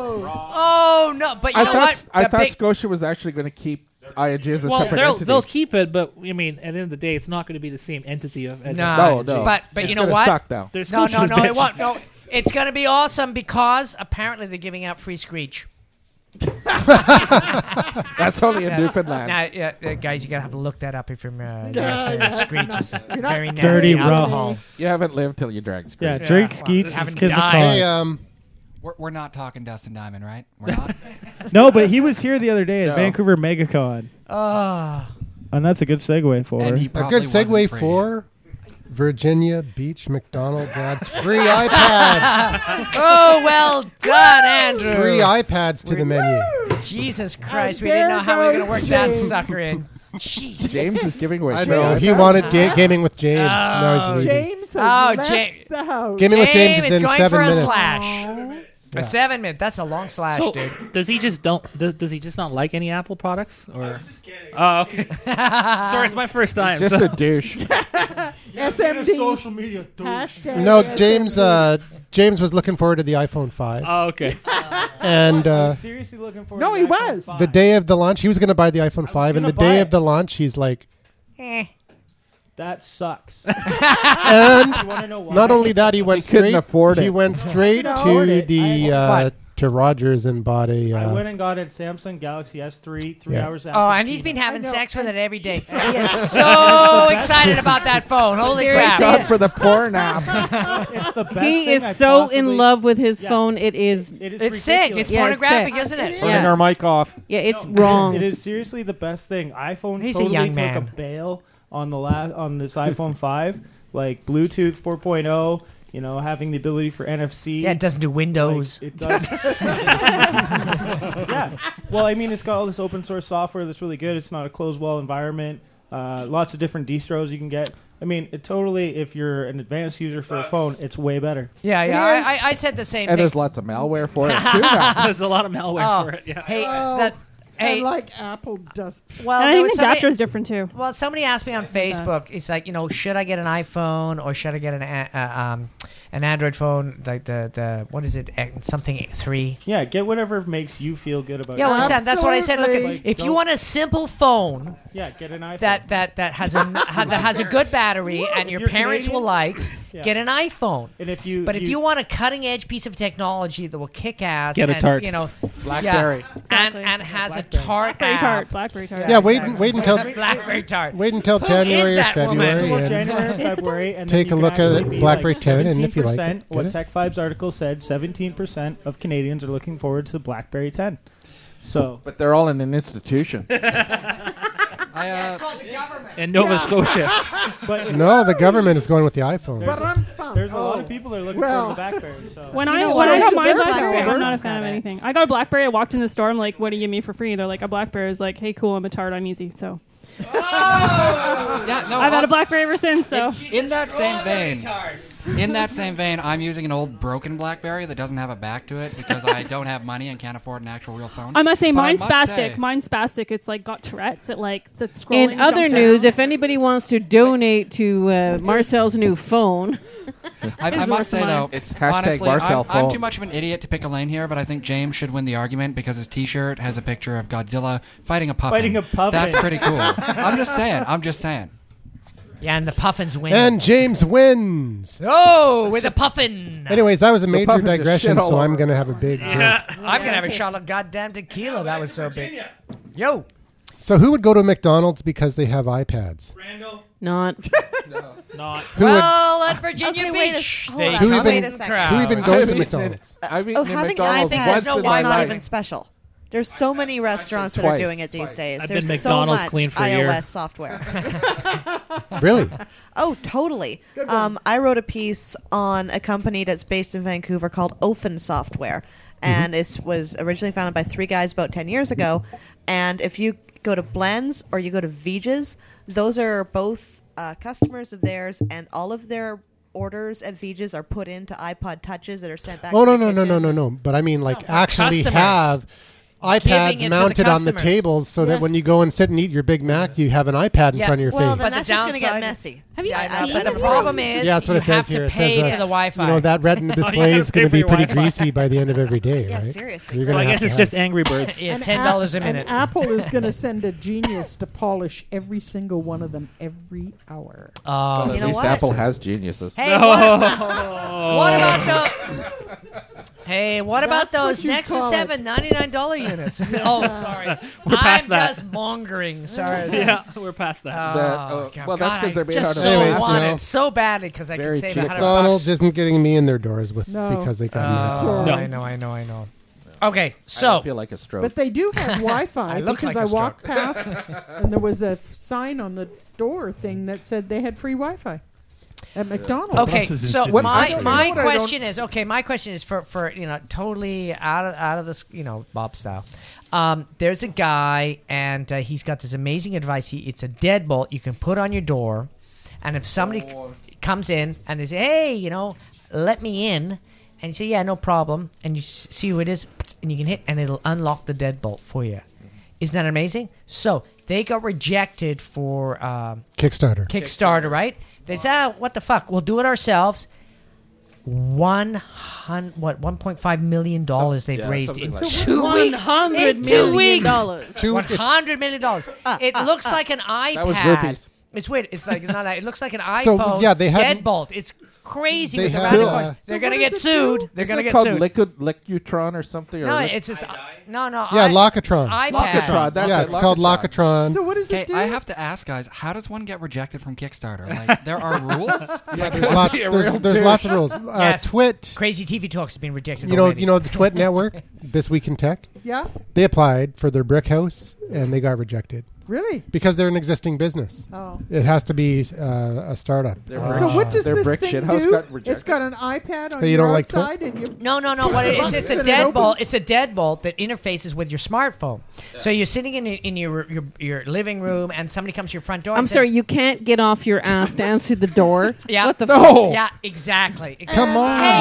[SPEAKER 2] Oh, no! Oh, no. But you
[SPEAKER 8] I
[SPEAKER 2] know
[SPEAKER 8] thought
[SPEAKER 2] what?
[SPEAKER 8] I
[SPEAKER 2] The
[SPEAKER 8] thought
[SPEAKER 2] big-
[SPEAKER 8] Scotia was actually going to keep ING as a
[SPEAKER 11] Well,
[SPEAKER 8] separate
[SPEAKER 11] they'll,
[SPEAKER 8] entity.
[SPEAKER 11] they'll keep it, but I mean, at the end of the day, it's not going to be the same entity of as
[SPEAKER 8] No,
[SPEAKER 11] ING.
[SPEAKER 8] no.
[SPEAKER 2] But but
[SPEAKER 11] It's
[SPEAKER 2] you know
[SPEAKER 11] gonna
[SPEAKER 2] what?
[SPEAKER 11] suck, though. They're
[SPEAKER 2] No, no,
[SPEAKER 11] Scotia's
[SPEAKER 2] no, it
[SPEAKER 11] bitch.
[SPEAKER 2] won't. No, it's gonna be awesome because apparently they're giving out free screech.
[SPEAKER 8] That's only in
[SPEAKER 2] Yeah.
[SPEAKER 8] Newfoundland.
[SPEAKER 2] Now, yeah, uh, guys, you gotta have to look that up if you're
[SPEAKER 8] Yeah,
[SPEAKER 2] uh, yeah,
[SPEAKER 8] yeah.
[SPEAKER 2] screech is a
[SPEAKER 8] You're not-
[SPEAKER 2] very nasty
[SPEAKER 6] Dirty raw.
[SPEAKER 2] alcohol.
[SPEAKER 8] You haven't lived till you drank. Screech.
[SPEAKER 6] Yeah, drink
[SPEAKER 2] well,
[SPEAKER 6] skeet
[SPEAKER 2] haven't
[SPEAKER 6] is kiss a
[SPEAKER 2] died.
[SPEAKER 6] con.
[SPEAKER 2] Hey,
[SPEAKER 1] um,
[SPEAKER 2] um,
[SPEAKER 5] We're, we're not talking Dustin Diamond, right? We're not.
[SPEAKER 6] No, but he was here the other day at
[SPEAKER 5] No.
[SPEAKER 6] Vancouver MegaCon,
[SPEAKER 2] Ah.
[SPEAKER 6] and that's a good segue for.
[SPEAKER 5] And he
[SPEAKER 1] A good segue for Virginia Beach McDonald's adds free iPads.
[SPEAKER 2] oh, well done, Andrew.
[SPEAKER 1] Free iPads to the menu.
[SPEAKER 2] Jesus Christ, we
[SPEAKER 9] dare
[SPEAKER 2] didn't know how we were gonna
[SPEAKER 9] those
[SPEAKER 2] work that
[SPEAKER 9] James.
[SPEAKER 2] sucker in. Jeez.
[SPEAKER 8] James is giving away.
[SPEAKER 1] I
[SPEAKER 8] free
[SPEAKER 1] know. He
[SPEAKER 8] iPads.
[SPEAKER 1] wanted ga- gaming with James. now
[SPEAKER 2] Oh,
[SPEAKER 1] he's leaving.
[SPEAKER 9] James has
[SPEAKER 2] Oh,
[SPEAKER 9] left
[SPEAKER 2] Ja-
[SPEAKER 9] the house.
[SPEAKER 1] Gaming with James
[SPEAKER 2] James
[SPEAKER 1] is in
[SPEAKER 2] going
[SPEAKER 1] seven
[SPEAKER 2] for a
[SPEAKER 1] minutes.
[SPEAKER 2] slash.
[SPEAKER 1] Yeah.
[SPEAKER 2] A seven minute. That's a long slash,
[SPEAKER 11] So,
[SPEAKER 2] dude.
[SPEAKER 11] does he just don't? Does, does he just not like any Apple products? Or just kidding. Oh, okay. Sorry, it's my first time.
[SPEAKER 8] Just
[SPEAKER 11] so-
[SPEAKER 8] a douche.
[SPEAKER 9] SMD.
[SPEAKER 12] Social media.
[SPEAKER 9] Hashtag
[SPEAKER 1] No,
[SPEAKER 9] SMD.
[SPEAKER 1] James. Uh, James was looking forward to the iPhone 5,
[SPEAKER 11] Oh, okay.
[SPEAKER 1] and uh,
[SPEAKER 6] seriously looking for.
[SPEAKER 9] No, he was.
[SPEAKER 1] the day of the launch, he was going to buy the iPhone 5, and
[SPEAKER 6] gonna
[SPEAKER 1] the day
[SPEAKER 6] buy
[SPEAKER 1] of the launch, he's like, Eh.
[SPEAKER 6] That sucks.
[SPEAKER 1] and
[SPEAKER 6] You wanna know why?
[SPEAKER 1] not only that, he went
[SPEAKER 8] couldn't
[SPEAKER 1] straight.
[SPEAKER 8] afford
[SPEAKER 1] He
[SPEAKER 8] it.
[SPEAKER 1] went straight
[SPEAKER 6] Couldn't afford
[SPEAKER 1] to
[SPEAKER 6] it.
[SPEAKER 1] the
[SPEAKER 6] I-
[SPEAKER 1] uh, to Rogers and bought a.
[SPEAKER 6] I
[SPEAKER 1] Uh,
[SPEAKER 6] went and got a Samsung Galaxy S3 three
[SPEAKER 1] Yeah.
[SPEAKER 6] hours after.
[SPEAKER 2] Oh, and he's
[SPEAKER 6] Keynote.
[SPEAKER 2] been having sex with it every day. He is so excited about that phone. Holy
[SPEAKER 3] Seriously.
[SPEAKER 2] crap.
[SPEAKER 8] for the porn app.
[SPEAKER 6] It's the best
[SPEAKER 3] He
[SPEAKER 6] thing
[SPEAKER 3] is
[SPEAKER 6] I
[SPEAKER 3] so in
[SPEAKER 6] possibly-
[SPEAKER 3] love with his
[SPEAKER 6] Yeah.
[SPEAKER 3] phone. It is.
[SPEAKER 6] It is
[SPEAKER 2] It's sick.
[SPEAKER 6] ridiculous.
[SPEAKER 2] It's
[SPEAKER 3] Yeah, it's
[SPEAKER 2] pornographic,
[SPEAKER 3] sick.
[SPEAKER 2] isn't it?
[SPEAKER 3] Turning
[SPEAKER 2] Yeah.
[SPEAKER 3] our
[SPEAKER 7] mic off.
[SPEAKER 3] yeah, it's
[SPEAKER 6] No, it is-
[SPEAKER 3] wrong.
[SPEAKER 6] It is seriously the best thing. iPhone
[SPEAKER 2] He's a
[SPEAKER 6] totally
[SPEAKER 2] young
[SPEAKER 6] took
[SPEAKER 2] man.
[SPEAKER 6] a bail on the last on this iPhone 5, like Bluetooth 4.0. You know, having the ability for NFC.
[SPEAKER 2] Yeah, it doesn't do
[SPEAKER 6] Like,
[SPEAKER 2] Windows.
[SPEAKER 6] it does. yeah. Well, I mean, it's got all this open source software that's really good. It's not a closed wall environment. Uh, lots of different distros you can get. I mean, it totally. If you're an advanced user for a phone, it's way better.
[SPEAKER 2] yeah,
[SPEAKER 9] It
[SPEAKER 2] yeah.
[SPEAKER 9] is.
[SPEAKER 2] I, I, I said the same
[SPEAKER 8] and
[SPEAKER 2] thing.
[SPEAKER 8] there's lots of malware for it too. Now.
[SPEAKER 11] There's a lot of malware
[SPEAKER 2] Oh.
[SPEAKER 11] for it. Yeah.
[SPEAKER 2] Hey,
[SPEAKER 9] Oh,
[SPEAKER 2] that,
[SPEAKER 9] and
[SPEAKER 2] hey.
[SPEAKER 9] like Apple does.
[SPEAKER 2] well,
[SPEAKER 13] and I
[SPEAKER 2] there
[SPEAKER 13] think
[SPEAKER 2] was
[SPEAKER 13] the
[SPEAKER 2] somebody-
[SPEAKER 13] adapter is different too.
[SPEAKER 2] Well, somebody asked me on Facebook. It's like you know, should I get an iPhone or should I get an a- uh, um, an Android phone? Like the the what is it? eh, Something three.
[SPEAKER 6] Yeah, get whatever makes you feel good about
[SPEAKER 2] Yeah,
[SPEAKER 6] it.
[SPEAKER 2] well, exactly. that's what I said. Look,
[SPEAKER 9] Absolutely.
[SPEAKER 2] if you want a simple phone
[SPEAKER 6] yeah, get an iPhone.
[SPEAKER 2] that that that has a ha- that has a good battery and your
[SPEAKER 6] you're
[SPEAKER 2] parents will like,
[SPEAKER 6] Yeah.
[SPEAKER 2] get an iPhone.
[SPEAKER 6] and if you,
[SPEAKER 2] But if you want a cutting edge piece of technology that will kick ass,
[SPEAKER 11] Get a
[SPEAKER 2] and,
[SPEAKER 11] tart.
[SPEAKER 2] you know,
[SPEAKER 8] Blackberry.
[SPEAKER 2] yeah,
[SPEAKER 13] Exactly.
[SPEAKER 2] and and has a tart
[SPEAKER 13] Blackberry
[SPEAKER 2] app.
[SPEAKER 13] tart. Blackberry tart.
[SPEAKER 1] yeah, wait, wait until
[SPEAKER 2] Blackberry tart.
[SPEAKER 1] wait until January or
[SPEAKER 2] that woman?
[SPEAKER 1] February.
[SPEAKER 6] Well,
[SPEAKER 1] and-
[SPEAKER 6] January, and
[SPEAKER 13] It's
[SPEAKER 6] February, and
[SPEAKER 1] Take
[SPEAKER 6] then
[SPEAKER 1] a
[SPEAKER 6] you
[SPEAKER 1] look
[SPEAKER 6] can
[SPEAKER 1] at
[SPEAKER 6] actually be
[SPEAKER 1] BlackBerry
[SPEAKER 6] like
[SPEAKER 1] 10, and if you like it,
[SPEAKER 6] 17%,
[SPEAKER 1] get
[SPEAKER 6] what
[SPEAKER 1] it.
[SPEAKER 6] Tech Five's article said, seventeen percent of Canadians are looking forward to BlackBerry Ten. So
[SPEAKER 8] But they're all in an institution.
[SPEAKER 5] I, uh,
[SPEAKER 11] In Nova Scotia.
[SPEAKER 6] but if-
[SPEAKER 1] No, the government is going with the iPhone.
[SPEAKER 6] there's a lot of people that are looking
[SPEAKER 9] Well.
[SPEAKER 6] forward to BlackBerry. So
[SPEAKER 13] When
[SPEAKER 9] know
[SPEAKER 13] I
[SPEAKER 9] what?
[SPEAKER 13] when I
[SPEAKER 9] Yeah,
[SPEAKER 13] got
[SPEAKER 9] they're
[SPEAKER 13] my BlackBerry,
[SPEAKER 9] Blackberries.
[SPEAKER 13] I'm not a fan of
[SPEAKER 9] Got it.
[SPEAKER 13] anything. I got a BlackBerry. I walked in the store. I'm like, "What do you give me for free?" They're like, "A BlackBerry." I was like, "Hey, cool. I'm a tart. I'm easy." So
[SPEAKER 5] yeah, no,
[SPEAKER 13] I've had a
[SPEAKER 5] uh,
[SPEAKER 13] BlackBerry ever since. So
[SPEAKER 5] in that same vein, in that same vein, I'm using an old broken BlackBerry that doesn't have a back to it because I don't have money and can't afford an actual real phone.
[SPEAKER 13] I must say,
[SPEAKER 5] But
[SPEAKER 13] mine's
[SPEAKER 5] must
[SPEAKER 13] spastic.
[SPEAKER 5] say-
[SPEAKER 13] mine's spastic. It's like got Tourette's. It like the scrolling.
[SPEAKER 3] In other
[SPEAKER 13] jumps
[SPEAKER 3] news,
[SPEAKER 13] around.
[SPEAKER 3] if anybody wants to donate to uh, Marcel's new phone,
[SPEAKER 5] I, I
[SPEAKER 13] It's
[SPEAKER 5] must say
[SPEAKER 13] mine.
[SPEAKER 5] though,
[SPEAKER 8] It's hashtag
[SPEAKER 5] honestly,
[SPEAKER 8] Barcel
[SPEAKER 5] I'm, I'm
[SPEAKER 8] phone.
[SPEAKER 5] too much of an idiot to pick a lane here, but I think James should win the argument because his T-shirt has a picture of Godzilla fighting a puffin.
[SPEAKER 6] Fighting a puffin.
[SPEAKER 5] That's pretty cool. I'm just saying. I'm just saying.
[SPEAKER 2] Yeah, and the puffins win.
[SPEAKER 1] And James wins.
[SPEAKER 2] oh, with a puffin.
[SPEAKER 1] Anyways, that was a major
[SPEAKER 8] puppet just
[SPEAKER 1] digression,
[SPEAKER 8] shit all
[SPEAKER 1] so I'm
[SPEAKER 8] over.
[SPEAKER 1] going to have a big.
[SPEAKER 2] I'm gonna have a shot of goddamn tequila. That was so big. Yo,
[SPEAKER 1] So who would go to McDonald's because they have iPads?
[SPEAKER 3] not.
[SPEAKER 11] Not.
[SPEAKER 1] Who
[SPEAKER 2] well, at Virginia
[SPEAKER 10] Okay, wait a
[SPEAKER 2] Beach,
[SPEAKER 10] s-
[SPEAKER 2] they
[SPEAKER 10] hold
[SPEAKER 1] on. Who
[SPEAKER 2] come
[SPEAKER 1] even-
[SPEAKER 2] in
[SPEAKER 10] who
[SPEAKER 2] crowd.
[SPEAKER 1] would, who even
[SPEAKER 8] I've
[SPEAKER 1] goes to
[SPEAKER 8] eaten at-
[SPEAKER 1] McDonald's?
[SPEAKER 8] I've eaten
[SPEAKER 10] Oh,
[SPEAKER 8] at
[SPEAKER 10] having
[SPEAKER 8] McDonald's
[SPEAKER 10] iPads
[SPEAKER 8] once
[SPEAKER 10] no,
[SPEAKER 8] in
[SPEAKER 10] it's
[SPEAKER 8] my
[SPEAKER 10] not
[SPEAKER 8] life.
[SPEAKER 10] even special. There's so many restaurants that are
[SPEAKER 8] Twice.
[SPEAKER 10] doing it these days.
[SPEAKER 11] I've been
[SPEAKER 10] There's
[SPEAKER 11] McDonald's
[SPEAKER 10] so much
[SPEAKER 11] clean for a
[SPEAKER 10] iOS
[SPEAKER 11] year.
[SPEAKER 10] software.
[SPEAKER 1] Really?
[SPEAKER 10] oh, totally. Um, I wrote a piece on a company that's based in Vancouver called Ofen Software,
[SPEAKER 1] Mm-hmm.
[SPEAKER 10] and this was originally founded by three guys about ten years ago. And if you go to Blends or you go to Viges, Those are both uh, customers of theirs, and all of their orders at Vija's are put into iPod touches that are sent back.
[SPEAKER 1] oh no
[SPEAKER 10] to the
[SPEAKER 1] no no
[SPEAKER 10] kitchen.
[SPEAKER 1] no no no! But I mean, like actually
[SPEAKER 10] Oh, customers.
[SPEAKER 1] have
[SPEAKER 10] Giving it
[SPEAKER 1] iPads
[SPEAKER 10] to the
[SPEAKER 1] mounted on the
[SPEAKER 10] customers.
[SPEAKER 1] tables so that
[SPEAKER 10] Yes.
[SPEAKER 1] when you go and sit and eat your Big Mac, you have an iPad in front of your
[SPEAKER 10] well,
[SPEAKER 1] face.
[SPEAKER 10] then that's just going to get messy.
[SPEAKER 13] Have you
[SPEAKER 10] yeah,
[SPEAKER 13] seen
[SPEAKER 10] but
[SPEAKER 13] it?
[SPEAKER 10] the problem is,
[SPEAKER 1] yeah, that's what
[SPEAKER 10] you
[SPEAKER 1] it says
[SPEAKER 10] have
[SPEAKER 1] here.
[SPEAKER 10] to
[SPEAKER 1] it
[SPEAKER 10] pay
[SPEAKER 1] says, uh,
[SPEAKER 10] for the Wi-Fi.
[SPEAKER 1] You know that retina
[SPEAKER 10] Oh, you
[SPEAKER 1] display
[SPEAKER 10] gotta
[SPEAKER 1] is going
[SPEAKER 10] pay
[SPEAKER 1] to
[SPEAKER 10] for
[SPEAKER 1] be
[SPEAKER 10] your
[SPEAKER 1] pretty
[SPEAKER 10] Wi-Fi.
[SPEAKER 1] greasy by the end of every day,
[SPEAKER 10] Yeah,
[SPEAKER 1] right?
[SPEAKER 10] seriously.
[SPEAKER 1] You're
[SPEAKER 11] So
[SPEAKER 1] gonna
[SPEAKER 11] I
[SPEAKER 1] have
[SPEAKER 11] guess
[SPEAKER 1] to
[SPEAKER 11] it's
[SPEAKER 1] have-
[SPEAKER 11] just Angry Birds.
[SPEAKER 2] Yeah,
[SPEAKER 9] An
[SPEAKER 2] $10 a
[SPEAKER 9] app-
[SPEAKER 2] minute.
[SPEAKER 9] An Apple is going to send a genius to polish every single one of them every hour.
[SPEAKER 8] Well, at least Apple has geniuses.
[SPEAKER 2] Hey, what, what about those? Hey, what about
[SPEAKER 9] That's what
[SPEAKER 2] those
[SPEAKER 9] you
[SPEAKER 2] Nexus
[SPEAKER 9] call it.
[SPEAKER 2] Seven ninety nine dollar units? oh, sorry,
[SPEAKER 11] We're past
[SPEAKER 2] I'm
[SPEAKER 11] that.
[SPEAKER 2] just mongering. Sorry,
[SPEAKER 11] Yeah, we're past that.
[SPEAKER 2] Oh,
[SPEAKER 11] That- oh,
[SPEAKER 2] God,
[SPEAKER 11] well, that's
[SPEAKER 2] God,
[SPEAKER 11] 'cause they're
[SPEAKER 2] I
[SPEAKER 11] made out
[SPEAKER 2] just
[SPEAKER 11] of
[SPEAKER 2] so
[SPEAKER 11] Anyways,
[SPEAKER 2] want
[SPEAKER 1] no.
[SPEAKER 2] it so badly because I could save a hundred
[SPEAKER 1] McDonald's
[SPEAKER 2] bucks.
[SPEAKER 1] isn't getting me in their doors with
[SPEAKER 9] No.
[SPEAKER 1] because they got
[SPEAKER 8] Ah.
[SPEAKER 2] Oh,
[SPEAKER 1] me.
[SPEAKER 2] No. I know, I know, I know. Okay, so
[SPEAKER 8] feel like a stroke.
[SPEAKER 9] But they do have Wi-Fi
[SPEAKER 2] I look
[SPEAKER 9] because
[SPEAKER 2] like
[SPEAKER 9] I
[SPEAKER 2] a
[SPEAKER 9] walked
[SPEAKER 2] stroke.
[SPEAKER 9] past and there was a f- sign on the door thing that said they had free Wi-Fi at McDonald's.
[SPEAKER 2] Okay, so my, my
[SPEAKER 9] I don't-
[SPEAKER 2] question is okay. My question is for, for you know totally out of out of this you know Bob style. Um, there's a guy and uh, he's got this amazing advice. He, it's a deadbolt you can put on your door, and if somebody c- comes in and they say, "Hey, you know, let me in," and you say, "Yeah, no problem," and you s- see who it is, and you can hit, and it'll unlock the deadbolt for you.
[SPEAKER 11] Mm-hmm.
[SPEAKER 2] Isn't that amazing? So they got rejected for. Um,
[SPEAKER 1] Kickstarter.
[SPEAKER 2] Kickstarter, right? They say, ah, what the fuck? We'll do it ourselves. One hundred, what, one point five million dollars they've
[SPEAKER 11] yeah,
[SPEAKER 2] raised
[SPEAKER 11] something
[SPEAKER 2] in
[SPEAKER 11] like that.
[SPEAKER 2] two weeks.
[SPEAKER 3] $100
[SPEAKER 2] In two
[SPEAKER 3] million
[SPEAKER 2] weeks,
[SPEAKER 3] dollars. Two-
[SPEAKER 2] one hundred million dollars.
[SPEAKER 1] Uh,
[SPEAKER 2] It looks like an iPad.
[SPEAKER 1] That was rupees.
[SPEAKER 2] It's weird. It's like not. like- It looks like an iPhone.
[SPEAKER 1] So, yeah, they hadn't-
[SPEAKER 2] deadbolt. It's crazy.
[SPEAKER 1] They
[SPEAKER 2] with the
[SPEAKER 1] had,
[SPEAKER 2] radical-
[SPEAKER 1] uh,
[SPEAKER 2] They're
[SPEAKER 1] So
[SPEAKER 2] gonna
[SPEAKER 1] what
[SPEAKER 2] get
[SPEAKER 1] does it do?
[SPEAKER 2] sued. They're
[SPEAKER 8] Isn't
[SPEAKER 2] gonna
[SPEAKER 8] it
[SPEAKER 2] get
[SPEAKER 8] called
[SPEAKER 2] sued.
[SPEAKER 8] Liquid Lecutron or something? Or
[SPEAKER 2] No,
[SPEAKER 8] lic-
[SPEAKER 2] it's just no, no.
[SPEAKER 1] Yeah,
[SPEAKER 2] I-
[SPEAKER 1] Lockatron.
[SPEAKER 2] iPad.
[SPEAKER 8] Lockatron, that's
[SPEAKER 1] yeah,
[SPEAKER 8] it,
[SPEAKER 1] it's called Lockatron.
[SPEAKER 9] So what does
[SPEAKER 5] it do? I have to ask, guys. How does one get rejected from Kickstarter? Like, there are rules.
[SPEAKER 1] Yeah, there's lots, there's, there's lots of rules. Uh,
[SPEAKER 2] Yes.
[SPEAKER 1] Twit,
[SPEAKER 2] Crazy TV talks has been rejected.
[SPEAKER 1] you know,
[SPEAKER 2] already.
[SPEAKER 1] you know the Twit network. This week in tech.
[SPEAKER 9] Yeah.
[SPEAKER 1] They applied for their brick house and they got rejected.
[SPEAKER 9] Really?
[SPEAKER 1] Because they're an existing business.
[SPEAKER 9] Oh.
[SPEAKER 1] It has to be uh, a startup.
[SPEAKER 8] Their
[SPEAKER 1] Uh,
[SPEAKER 9] So what does
[SPEAKER 8] Their
[SPEAKER 9] this
[SPEAKER 8] brick
[SPEAKER 9] thing
[SPEAKER 8] shithouse
[SPEAKER 9] do?
[SPEAKER 8] got rejected.
[SPEAKER 9] It's got an iPad on
[SPEAKER 1] Hey, you
[SPEAKER 9] your
[SPEAKER 1] don't like Twitter?
[SPEAKER 9] outside and you
[SPEAKER 2] No, no, no. What it is, it's a
[SPEAKER 9] And it
[SPEAKER 2] deadbolt.
[SPEAKER 9] opens.
[SPEAKER 2] It's a deadbolt that interfaces with your smartphone. So you're sitting in in your your, your living room, and somebody comes to your front door.
[SPEAKER 3] I'm
[SPEAKER 2] and said-
[SPEAKER 3] sorry, you can't get off your ass to answer the door.
[SPEAKER 2] Yeah.
[SPEAKER 3] What the
[SPEAKER 2] No.
[SPEAKER 3] fuck?
[SPEAKER 2] Yeah, exactly.
[SPEAKER 3] Come
[SPEAKER 2] Hey,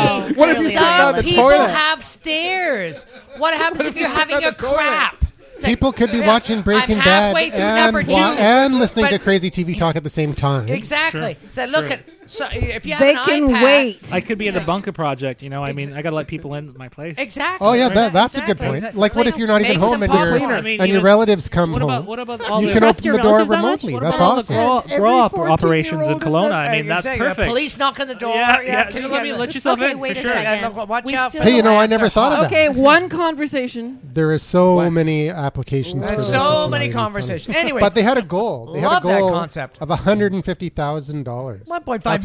[SPEAKER 3] on. What if you're sitting
[SPEAKER 2] some
[SPEAKER 3] on the
[SPEAKER 2] people
[SPEAKER 3] toilet?
[SPEAKER 2] have stairs. What happens
[SPEAKER 3] What
[SPEAKER 2] if
[SPEAKER 3] if
[SPEAKER 2] you're
[SPEAKER 3] you're sitting
[SPEAKER 2] having
[SPEAKER 3] on
[SPEAKER 2] your
[SPEAKER 3] the toilet?
[SPEAKER 2] crap? It's like,
[SPEAKER 1] People could be
[SPEAKER 2] yeah,
[SPEAKER 1] watching Breaking
[SPEAKER 2] I'm
[SPEAKER 1] Bad
[SPEAKER 2] halfway through
[SPEAKER 1] and,
[SPEAKER 2] number two.
[SPEAKER 1] wa- and listening
[SPEAKER 2] But-
[SPEAKER 1] to crazy TV talk at the same time.
[SPEAKER 2] Exactly. So look at so if you have
[SPEAKER 3] They
[SPEAKER 2] an
[SPEAKER 3] can
[SPEAKER 2] iPad,
[SPEAKER 3] wait.
[SPEAKER 11] I could be in the bunker project. You know, I mean, I gotta let people in my place.
[SPEAKER 2] Exactly.
[SPEAKER 1] Oh yeah, that, that's a
[SPEAKER 2] Exactly.
[SPEAKER 1] good point. Like, what if you're not even
[SPEAKER 11] Make some
[SPEAKER 1] home and, your
[SPEAKER 11] popcorn. I mean,
[SPEAKER 1] and
[SPEAKER 11] you
[SPEAKER 1] your
[SPEAKER 11] know,
[SPEAKER 1] relatives come
[SPEAKER 11] what
[SPEAKER 1] home?
[SPEAKER 11] about- what about all
[SPEAKER 1] you
[SPEAKER 11] the-
[SPEAKER 1] can
[SPEAKER 11] Trust
[SPEAKER 1] open
[SPEAKER 11] your
[SPEAKER 1] the door
[SPEAKER 11] relatives that much?
[SPEAKER 1] remotely.
[SPEAKER 11] What
[SPEAKER 1] That's
[SPEAKER 11] about all the
[SPEAKER 1] awesome.
[SPEAKER 11] grow-
[SPEAKER 1] Every
[SPEAKER 11] grow up
[SPEAKER 1] 14-year-old
[SPEAKER 11] operations in Kelowna? I mean, that's
[SPEAKER 2] Exactly.
[SPEAKER 11] perfect.
[SPEAKER 2] Police knock on the door.
[SPEAKER 11] Yeah, yeah,
[SPEAKER 2] can you
[SPEAKER 11] let
[SPEAKER 2] get
[SPEAKER 11] me
[SPEAKER 2] in?
[SPEAKER 11] let yourself Okay, in, wait for a sure. second.
[SPEAKER 2] Yeah, look, Watch
[SPEAKER 11] We
[SPEAKER 2] out.
[SPEAKER 11] still
[SPEAKER 2] for
[SPEAKER 1] Hey, you
[SPEAKER 2] the
[SPEAKER 1] know, I
[SPEAKER 2] lamps
[SPEAKER 1] never
[SPEAKER 2] are
[SPEAKER 1] thought of
[SPEAKER 2] hot.
[SPEAKER 1] that.
[SPEAKER 3] Okay, one conversation.
[SPEAKER 1] There is so many applications. for
[SPEAKER 2] There's
[SPEAKER 1] this.
[SPEAKER 2] so
[SPEAKER 1] It's not
[SPEAKER 2] many
[SPEAKER 1] even funny.
[SPEAKER 2] conversations. Anyways.
[SPEAKER 1] but they had a goal. They
[SPEAKER 2] Love
[SPEAKER 1] had
[SPEAKER 2] that
[SPEAKER 1] a goal
[SPEAKER 2] concept.
[SPEAKER 1] of one hundred and fifty thousand dollars.
[SPEAKER 2] 1.5
[SPEAKER 11] One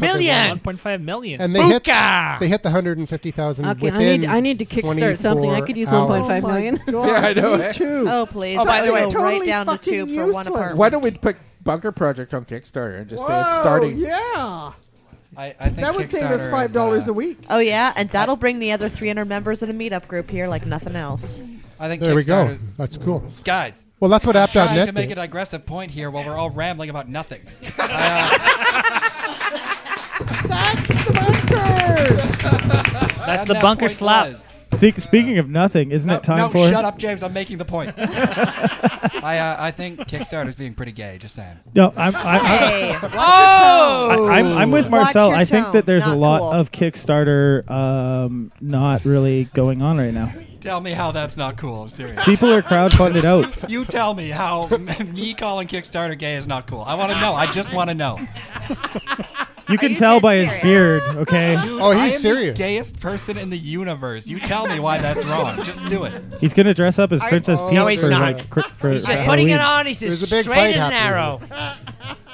[SPEAKER 11] point five million.
[SPEAKER 1] And they hit,
[SPEAKER 2] Buka!
[SPEAKER 1] they hit the hundred and fifty thousand.
[SPEAKER 3] Okay, I need I need to kickstart something. I could use 1.5 million.
[SPEAKER 8] Yeah, I know, eh?
[SPEAKER 10] Oh please!
[SPEAKER 8] Oh, by the way,
[SPEAKER 10] I'll go right
[SPEAKER 8] totally
[SPEAKER 10] down the tube for one apartment.
[SPEAKER 8] Why don't we put Bunker Project on Kickstarter and just say it's
[SPEAKER 9] Whoa,
[SPEAKER 8] starting?
[SPEAKER 9] Yeah.
[SPEAKER 5] I, I think
[SPEAKER 9] That would save us
[SPEAKER 5] Kickstarter
[SPEAKER 9] five
[SPEAKER 5] is,
[SPEAKER 9] dollars
[SPEAKER 5] uh,
[SPEAKER 9] a week.
[SPEAKER 10] Oh yeah, and that'll bring the other 300 members in a meetup group here like nothing else.
[SPEAKER 5] I think
[SPEAKER 1] There we go.
[SPEAKER 5] Kickstarter-
[SPEAKER 1] That's cool.
[SPEAKER 5] Guys.
[SPEAKER 1] Well, that's what
[SPEAKER 5] I'm Trying to
[SPEAKER 1] app.net.
[SPEAKER 5] make a
[SPEAKER 1] did.
[SPEAKER 5] digressive point here while we're all rambling about nothing. Uh, I, uh,
[SPEAKER 11] That's
[SPEAKER 5] And
[SPEAKER 11] the
[SPEAKER 5] that
[SPEAKER 11] bunker
[SPEAKER 5] point
[SPEAKER 11] slap.
[SPEAKER 5] was-
[SPEAKER 6] Seek, speaking of nothing, isn't it time
[SPEAKER 5] no,
[SPEAKER 6] for?
[SPEAKER 5] shut up, James. I'm making the point. I, uh, I think Kickstarter's being pretty gay. Just saying.
[SPEAKER 6] No, I'm. I'm,
[SPEAKER 5] Hey, watch
[SPEAKER 6] I'm
[SPEAKER 5] your tone.
[SPEAKER 6] I, am I'm with
[SPEAKER 5] Watch
[SPEAKER 6] Marcel.
[SPEAKER 5] your
[SPEAKER 6] I think that
[SPEAKER 5] tone.
[SPEAKER 6] there's a
[SPEAKER 5] Not
[SPEAKER 6] lot
[SPEAKER 5] cool.
[SPEAKER 6] of Kickstarter um, not really going on right now.
[SPEAKER 5] Tell me how that's not cool. I'm serious.
[SPEAKER 6] People are crowdfunded out.
[SPEAKER 5] You tell me how me calling Kickstarter gay is not cool. I want to know. I just want to know.
[SPEAKER 6] You can tell by his beard. Okay.
[SPEAKER 5] Dude, I am The gayest person in the universe. You tell me why that's wrong. Just do it.
[SPEAKER 6] He's gonna dress up as
[SPEAKER 5] Are-
[SPEAKER 6] Princess
[SPEAKER 5] No,
[SPEAKER 6] Peach
[SPEAKER 5] he's
[SPEAKER 6] for
[SPEAKER 5] not.
[SPEAKER 6] like cr- for
[SPEAKER 2] He's just
[SPEAKER 6] for
[SPEAKER 2] putting it
[SPEAKER 6] Halloween.
[SPEAKER 2] on. He says
[SPEAKER 5] There's a big
[SPEAKER 2] straight
[SPEAKER 5] fight
[SPEAKER 2] as an arrow.
[SPEAKER 5] happening.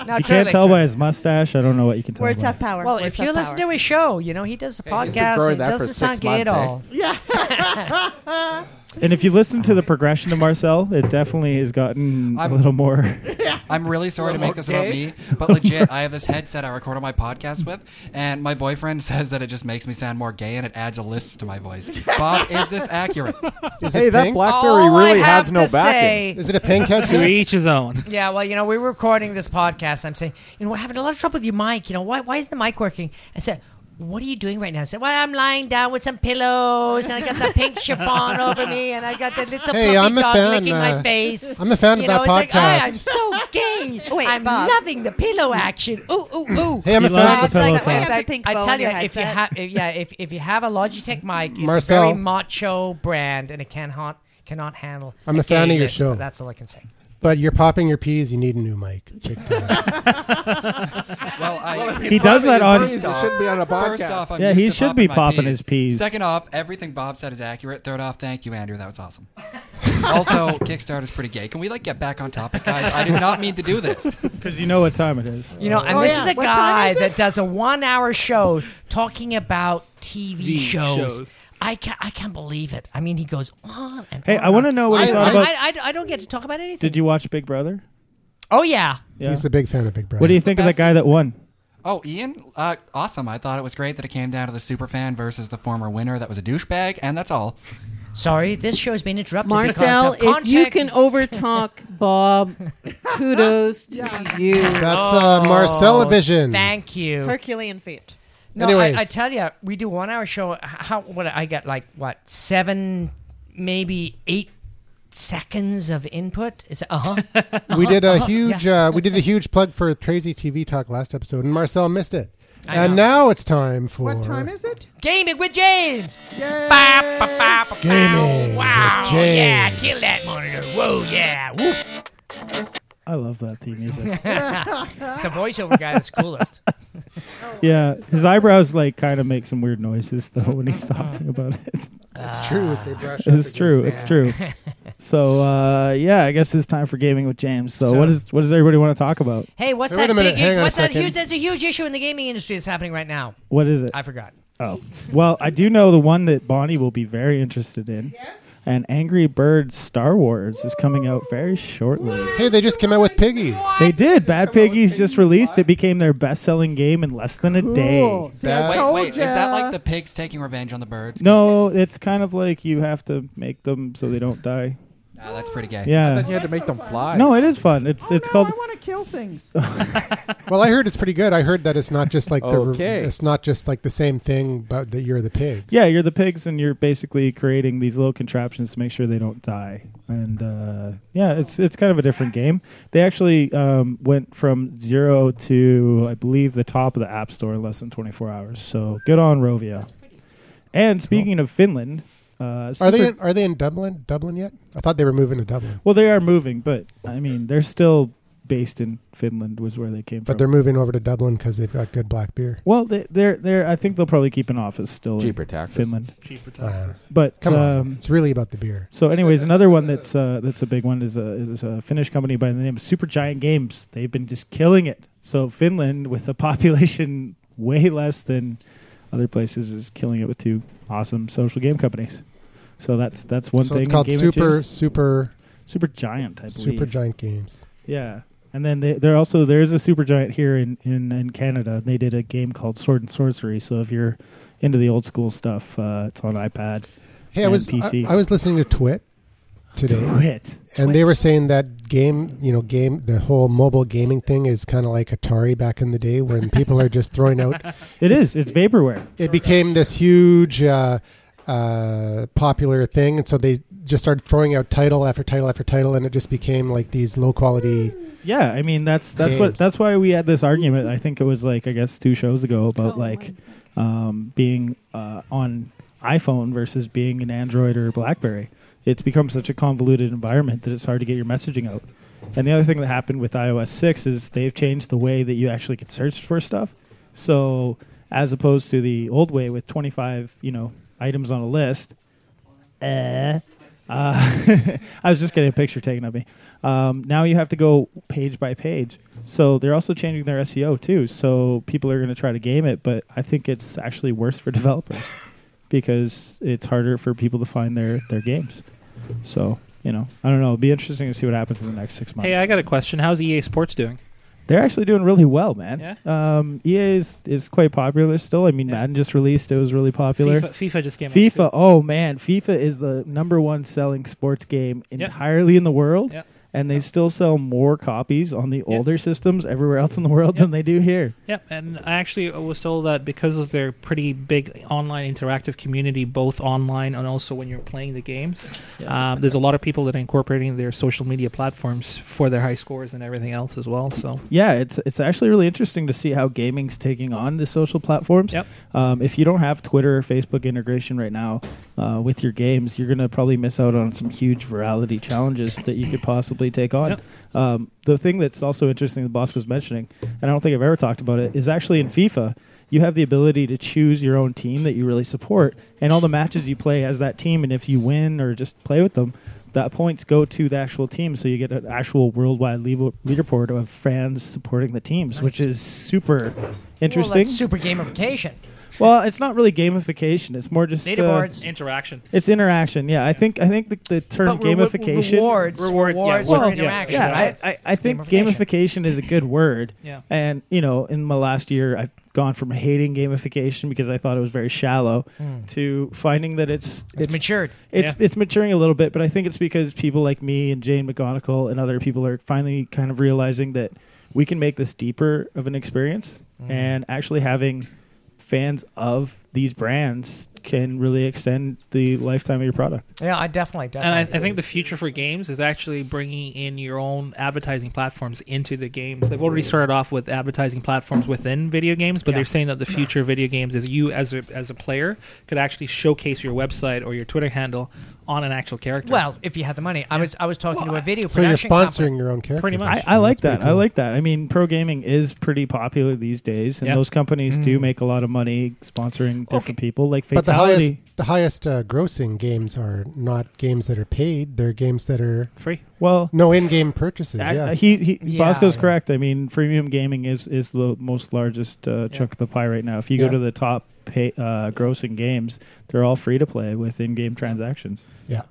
[SPEAKER 2] No,
[SPEAKER 6] you
[SPEAKER 2] truly,
[SPEAKER 6] can't tell by his mustache. I don't know what you can tell.
[SPEAKER 10] Words
[SPEAKER 6] by.
[SPEAKER 10] have power.
[SPEAKER 2] uh, Well,
[SPEAKER 10] Words
[SPEAKER 2] if you
[SPEAKER 10] have
[SPEAKER 2] listen
[SPEAKER 10] power.
[SPEAKER 2] to his show, you know he does a
[SPEAKER 10] he's been
[SPEAKER 2] podcast.
[SPEAKER 6] growing
[SPEAKER 2] It
[SPEAKER 6] that
[SPEAKER 9] eh?
[SPEAKER 6] for
[SPEAKER 2] doesn't
[SPEAKER 6] six
[SPEAKER 2] sound gay at
[SPEAKER 6] months, eh?
[SPEAKER 2] all.
[SPEAKER 9] Yeah.
[SPEAKER 6] And if you listen to the progression of Marcel, it definitely has gotten a little more.
[SPEAKER 5] I'm really sorry to make this about
[SPEAKER 6] Okay.
[SPEAKER 5] me, but legit, I have this headset I record all my podcast with, and my boyfriend says that it just makes me sound more gay and it adds a lisp to my voice. Bob, is this accurate?
[SPEAKER 7] Hey, that BlackBerry
[SPEAKER 2] All I
[SPEAKER 7] really
[SPEAKER 2] have
[SPEAKER 7] has no
[SPEAKER 2] to
[SPEAKER 7] backing.
[SPEAKER 2] say-
[SPEAKER 1] Is it a pink
[SPEAKER 11] headset? To each his own.
[SPEAKER 2] Yeah, well, you know, we were recording this podcast. I'm saying, you know, we're having a lot of trouble with your mic. You know, why, why is the mic working? I said, what are you doing right now? I said, well, I'm lying down with some pillows, and I got the pink chiffon over me, and I got the little
[SPEAKER 1] Hey,
[SPEAKER 2] puppy
[SPEAKER 1] I'm a
[SPEAKER 2] dog
[SPEAKER 1] fan,
[SPEAKER 2] licking my
[SPEAKER 1] uh,
[SPEAKER 2] face.
[SPEAKER 1] I'm a fan of
[SPEAKER 2] You
[SPEAKER 1] that
[SPEAKER 2] know, it's Like, "Ay,
[SPEAKER 1] podcast."
[SPEAKER 2] I'm so gay. I'm loving the pillow action. Ooh, ooh, ooh.
[SPEAKER 1] Hey, I'm a He fan of loves the the pillow pillow
[SPEAKER 2] I,
[SPEAKER 1] talk.
[SPEAKER 10] talk. pink bow
[SPEAKER 2] tell
[SPEAKER 10] on
[SPEAKER 2] you,
[SPEAKER 10] your
[SPEAKER 2] if you have,
[SPEAKER 10] headset.
[SPEAKER 2] yeah, if, if you have a Logitech mic, it's
[SPEAKER 1] Marcel.
[SPEAKER 2] a very macho brand, and it can haunt, cannot handle.
[SPEAKER 1] I'm a
[SPEAKER 2] gay
[SPEAKER 1] fan of your
[SPEAKER 2] lisp, but
[SPEAKER 1] show.
[SPEAKER 2] That's all I can say.
[SPEAKER 1] But you're popping your peas. You need a new mic. Big time.
[SPEAKER 5] Well, Oh, I,
[SPEAKER 1] He does that on-
[SPEAKER 5] First
[SPEAKER 1] It
[SPEAKER 5] off-
[SPEAKER 1] shouldn't be on a
[SPEAKER 5] First
[SPEAKER 1] podcast.
[SPEAKER 5] off, I'm
[SPEAKER 6] Yeah,
[SPEAKER 5] used
[SPEAKER 6] he
[SPEAKER 5] to
[SPEAKER 6] should
[SPEAKER 5] popping
[SPEAKER 6] be
[SPEAKER 5] my
[SPEAKER 6] popping his peas.
[SPEAKER 5] Second off, everything Bob said is accurate. Third off, thank you, Andrew. That was awesome. also, Kickstarter's pretty gay. Can we like get back on topic, guys? I did not mean to do this.
[SPEAKER 6] Because you know what time it is.
[SPEAKER 2] You know, and
[SPEAKER 5] Oh,
[SPEAKER 2] this
[SPEAKER 5] yeah.
[SPEAKER 2] is a
[SPEAKER 5] What time
[SPEAKER 2] guy
[SPEAKER 5] is it?
[SPEAKER 2] that does a one-hour show talking about TV
[SPEAKER 6] The
[SPEAKER 2] shows.
[SPEAKER 6] shows.
[SPEAKER 2] I can't, I can't believe it. I mean, he goes on and
[SPEAKER 6] Hey,
[SPEAKER 2] on
[SPEAKER 6] I wanna
[SPEAKER 2] and
[SPEAKER 6] know what
[SPEAKER 2] on.
[SPEAKER 6] he
[SPEAKER 2] I-
[SPEAKER 6] thought
[SPEAKER 2] I-
[SPEAKER 6] about-
[SPEAKER 2] I, I, I don't get to talk about anything.
[SPEAKER 6] Did you watch Big Brother?
[SPEAKER 2] Oh yeah.
[SPEAKER 1] He's a big fan of Big Brother.
[SPEAKER 6] What do you think of that guy that won?
[SPEAKER 5] Oh, Ian, uh, awesome! I thought it was great that it came down to the super fan versus the former winner that was a douchebag, and that's all.
[SPEAKER 2] Sorry, this show has been interrupted.
[SPEAKER 3] Marcel,
[SPEAKER 2] because of
[SPEAKER 3] if you
[SPEAKER 2] contract-
[SPEAKER 3] can overtalk Bob, kudos to you.
[SPEAKER 1] That's uh, Marcellavision.
[SPEAKER 2] Thank you.
[SPEAKER 10] Herculean feat.
[SPEAKER 2] No,
[SPEAKER 1] Anyways.
[SPEAKER 2] I, I tell you, we do one hour show. h- How what I got like what seven, maybe eight seconds of input? Is uh huh.
[SPEAKER 1] we did
[SPEAKER 2] uh-huh.
[SPEAKER 1] a huge uh, we did a huge plug for Crazy TV Talk last episode, and Marcel missed it.
[SPEAKER 2] I
[SPEAKER 1] and now it's time for
[SPEAKER 2] What
[SPEAKER 9] time is it?
[SPEAKER 2] Gaming with James. Ba, ba, ba, ba,
[SPEAKER 1] Gaming with
[SPEAKER 2] Wow.
[SPEAKER 1] James.
[SPEAKER 2] Oh, Yeah. Kill that monitor. Whoa. Yeah. Whoop.
[SPEAKER 6] I love that theme music.
[SPEAKER 2] it's the voiceover guy that's coolest.
[SPEAKER 6] yeah, his eyebrows like kind of make some weird noises though when he's
[SPEAKER 2] Uh-huh.
[SPEAKER 6] talking about it.
[SPEAKER 2] Uh,
[SPEAKER 1] It's true if they brush up
[SPEAKER 6] It's
[SPEAKER 1] against
[SPEAKER 6] true.
[SPEAKER 1] it.
[SPEAKER 6] It's true. So uh, yeah, I guess it's time for gaming with James. So, what is what does everybody want to talk about?
[SPEAKER 2] Hey, what's
[SPEAKER 1] Hey, wait
[SPEAKER 2] that
[SPEAKER 1] a minute,
[SPEAKER 2] big?
[SPEAKER 1] hang on a
[SPEAKER 2] what's that
[SPEAKER 1] second.
[SPEAKER 2] huge? That's a huge issue in the gaming industry that's happening right now.
[SPEAKER 6] What is it?
[SPEAKER 2] I forgot.
[SPEAKER 6] Oh, well, I do know the one that Bonnie will be very interested in. Yes. And Angry Birds Star Wars is coming out very shortly.
[SPEAKER 1] Hey, they just came out with Piggies.
[SPEAKER 6] They did. Bad Piggies just released. It became their best-selling game in less than a day.
[SPEAKER 5] wait, wait, is that like the pigs taking revenge on the birds?
[SPEAKER 6] No, it's kind of like you have to make them so they don't die.
[SPEAKER 5] Ah, that's pretty gay.
[SPEAKER 6] Yeah.
[SPEAKER 8] I thought you had to make them fly.
[SPEAKER 6] No, it is fun. It's it's called
[SPEAKER 9] Oh, I want to kill things.
[SPEAKER 1] Well, I heard it's pretty good. I heard that it's not just like the
[SPEAKER 8] Okay.
[SPEAKER 1] it's not just like the same thing, but that you're the pig.
[SPEAKER 6] Yeah, you're the pigs, and you're basically creating these little contraptions to make sure they don't die. And uh, yeah, it's it's kind of a different game. They actually um, went from zero to I believe the top of the App Store in less than 24 hours. So good on Rovio. And speaking of Finland, uh,
[SPEAKER 1] Are they
[SPEAKER 6] Super-
[SPEAKER 1] in, are they in Dublin Dublin yet? I thought they were moving to Dublin,
[SPEAKER 6] well, they are moving, but I mean, they're still based in Finland, was where they came
[SPEAKER 1] but
[SPEAKER 6] from.
[SPEAKER 1] they're moving over to Dublin because they've got good black beer.
[SPEAKER 6] Well, they, they're they're. I think they'll probably keep an office still.
[SPEAKER 8] Cheaper
[SPEAKER 6] in
[SPEAKER 8] taxes.
[SPEAKER 6] Finland.
[SPEAKER 11] Cheaper
[SPEAKER 1] taxes.
[SPEAKER 6] But
[SPEAKER 1] Uh, Come on,
[SPEAKER 6] um,
[SPEAKER 1] it's really about the beer.
[SPEAKER 6] So, anyways, another one that's uh, that's a big one is a is a Finnish company by the name of Super Giant Games. They've been just killing it. So Finland, with a population way less than other places, is killing it with two awesome social game companies. So that's that's one
[SPEAKER 1] so
[SPEAKER 6] thing.
[SPEAKER 1] it's called
[SPEAKER 6] in gaming
[SPEAKER 1] Super
[SPEAKER 6] changes.
[SPEAKER 1] Super
[SPEAKER 6] Super Giant, I believe.
[SPEAKER 1] Super Giant Games.
[SPEAKER 6] Yeah. And then they, they're also there is a super giant here in, in, in Canada. They did a game called Sword and Sorcery. So if you're into the old school stuff, uh, it's on iPad.
[SPEAKER 1] Hey, I
[SPEAKER 6] and
[SPEAKER 1] was
[SPEAKER 6] PC.
[SPEAKER 1] I, I was listening to Twit today,
[SPEAKER 6] Twit.
[SPEAKER 1] and they were saying that game, you know, game, the whole mobile gaming thing is kind of like Atari back in the day, when people are just throwing out.
[SPEAKER 6] It is. It's vaporware.
[SPEAKER 1] It became this huge. Uh, uh, popular thing, and so they just started throwing out title after title after title, and it just became like these low quality.
[SPEAKER 6] Yeah, I mean that's that's what
[SPEAKER 1] Games.
[SPEAKER 6] that's why we had this argument. I think it was like I guess two shows ago about like um, being uh, on iPhone versus being an Android or a BlackBerry. It's become such a convoluted environment that it's hard to get your messaging out. And the other thing that happened with iOS six is they've changed the way that you actually can search for stuff. So as opposed to the old way with twenty five, you know, items on a list, uh, uh, I was just getting a picture taken of me. Um, now you have to go page by page. So they're also changing their SEO too. So people are going to try to game it, but I think it's actually worse for developers because it's harder for people to find their, their games. So you know, I don't know. It'll be interesting to see what happens in the next six months.
[SPEAKER 11] Hey, I got a question. How's EA Sports doing?
[SPEAKER 6] They're actually doing really well, man. Um, EA is, is quite popular still. I mean, Madden just released; it was really popular.
[SPEAKER 11] FIFA- FIFA just came out,
[SPEAKER 6] FIFA, oh man, FIFA is the number one selling sports game
[SPEAKER 11] Yep.
[SPEAKER 6] entirely in the world,
[SPEAKER 11] Yep.
[SPEAKER 6] and they still sell more copies on the older systems everywhere else in the world than they do here.
[SPEAKER 11] Yep, and I actually was told that because of their pretty big online interactive community, both online and also when you're playing the games, um, there's a lot of people that are incorporating their social media platforms for their high scores and everything else as well. So
[SPEAKER 6] yeah, it's it's actually really interesting to see how gaming's taking on the social platforms.
[SPEAKER 11] Yep.
[SPEAKER 6] Um, if you don't have Twitter or Facebook integration right now uh, with your games, you're going to probably miss out on some huge virality challenges that you could possibly take on. Um, the thing that's also interesting that Boss was mentioning, and I don't think I've ever talked about it, is actually in FIFA. You have the ability to choose your own team that you really support, and all the matches you play as that team. And if you win or just play with them, that points go to the actual team, so you get an actual worldwide leader- leaderboard of fans supporting the teams, which is super interesting.
[SPEAKER 2] Well, that's super gamification.
[SPEAKER 6] Well, it's not really gamification; it's more just uh,
[SPEAKER 2] Leaderboards.
[SPEAKER 11] Interaction.
[SPEAKER 6] It's interaction. Yeah, I think I think the, the term
[SPEAKER 2] But re- re-
[SPEAKER 6] gamification
[SPEAKER 2] rewards- Rewards, yeah, rewards for
[SPEAKER 6] Well,
[SPEAKER 2] interaction,
[SPEAKER 6] Yeah,
[SPEAKER 2] right?
[SPEAKER 6] I, I, I
[SPEAKER 2] It's
[SPEAKER 6] think gamification. is a good word.
[SPEAKER 11] Yeah.
[SPEAKER 6] and you know, in the last year, I've gone from hating gamification because I thought it was very shallow
[SPEAKER 2] Mm.
[SPEAKER 6] to finding that it's
[SPEAKER 2] It's matured.
[SPEAKER 6] It's
[SPEAKER 2] Yeah.
[SPEAKER 6] it's maturing a little bit, but I think it's because people like me and Jane McGonigal and other people are finally kind of realizing that we can make this deeper of an experience
[SPEAKER 2] Mm-hmm.
[SPEAKER 11] Mm.
[SPEAKER 6] and actually having fans of these brands can really extend the lifetime of your product.
[SPEAKER 2] Yeah, I definitely, definitely.
[SPEAKER 11] And I, I think the future for games is actually bringing in your own advertising platforms into the games. They've already started off with advertising platforms within video games, but
[SPEAKER 15] Yeah.
[SPEAKER 11] they're saying that the future of video games is you as a as a player could actually showcase your website or your Twitter handle on an actual character.
[SPEAKER 2] Well, if you had the money, I was I was talking to a video
[SPEAKER 1] So you're
[SPEAKER 2] production company.
[SPEAKER 1] sponsoring your own character.
[SPEAKER 11] Pretty much.
[SPEAKER 6] I, I like
[SPEAKER 1] That's pretty
[SPEAKER 6] that. I
[SPEAKER 1] cool.
[SPEAKER 6] like that. I mean, pro gaming is pretty popular these days, and
[SPEAKER 1] Yeah.
[SPEAKER 6] those companies do
[SPEAKER 2] Mm-hmm.
[SPEAKER 1] Mm.
[SPEAKER 6] make a lot of money sponsoring different people, like
[SPEAKER 1] But the
[SPEAKER 6] Fatality.
[SPEAKER 1] highest, the highest uh, grossing games are not games that are paid. They're games that are
[SPEAKER 11] free.
[SPEAKER 6] Well,
[SPEAKER 1] no in-game purchases.
[SPEAKER 6] I-
[SPEAKER 1] yeah,
[SPEAKER 6] I- he, he
[SPEAKER 1] Yeah,
[SPEAKER 6] Bosco's
[SPEAKER 1] yeah.
[SPEAKER 6] correct. I mean, freemium gaming is is the most largest uh, chunk of the pie right now. If you
[SPEAKER 1] Yeah.
[SPEAKER 6] go to the top pay, uh, grossing games, they're all free to play with in-game transactions.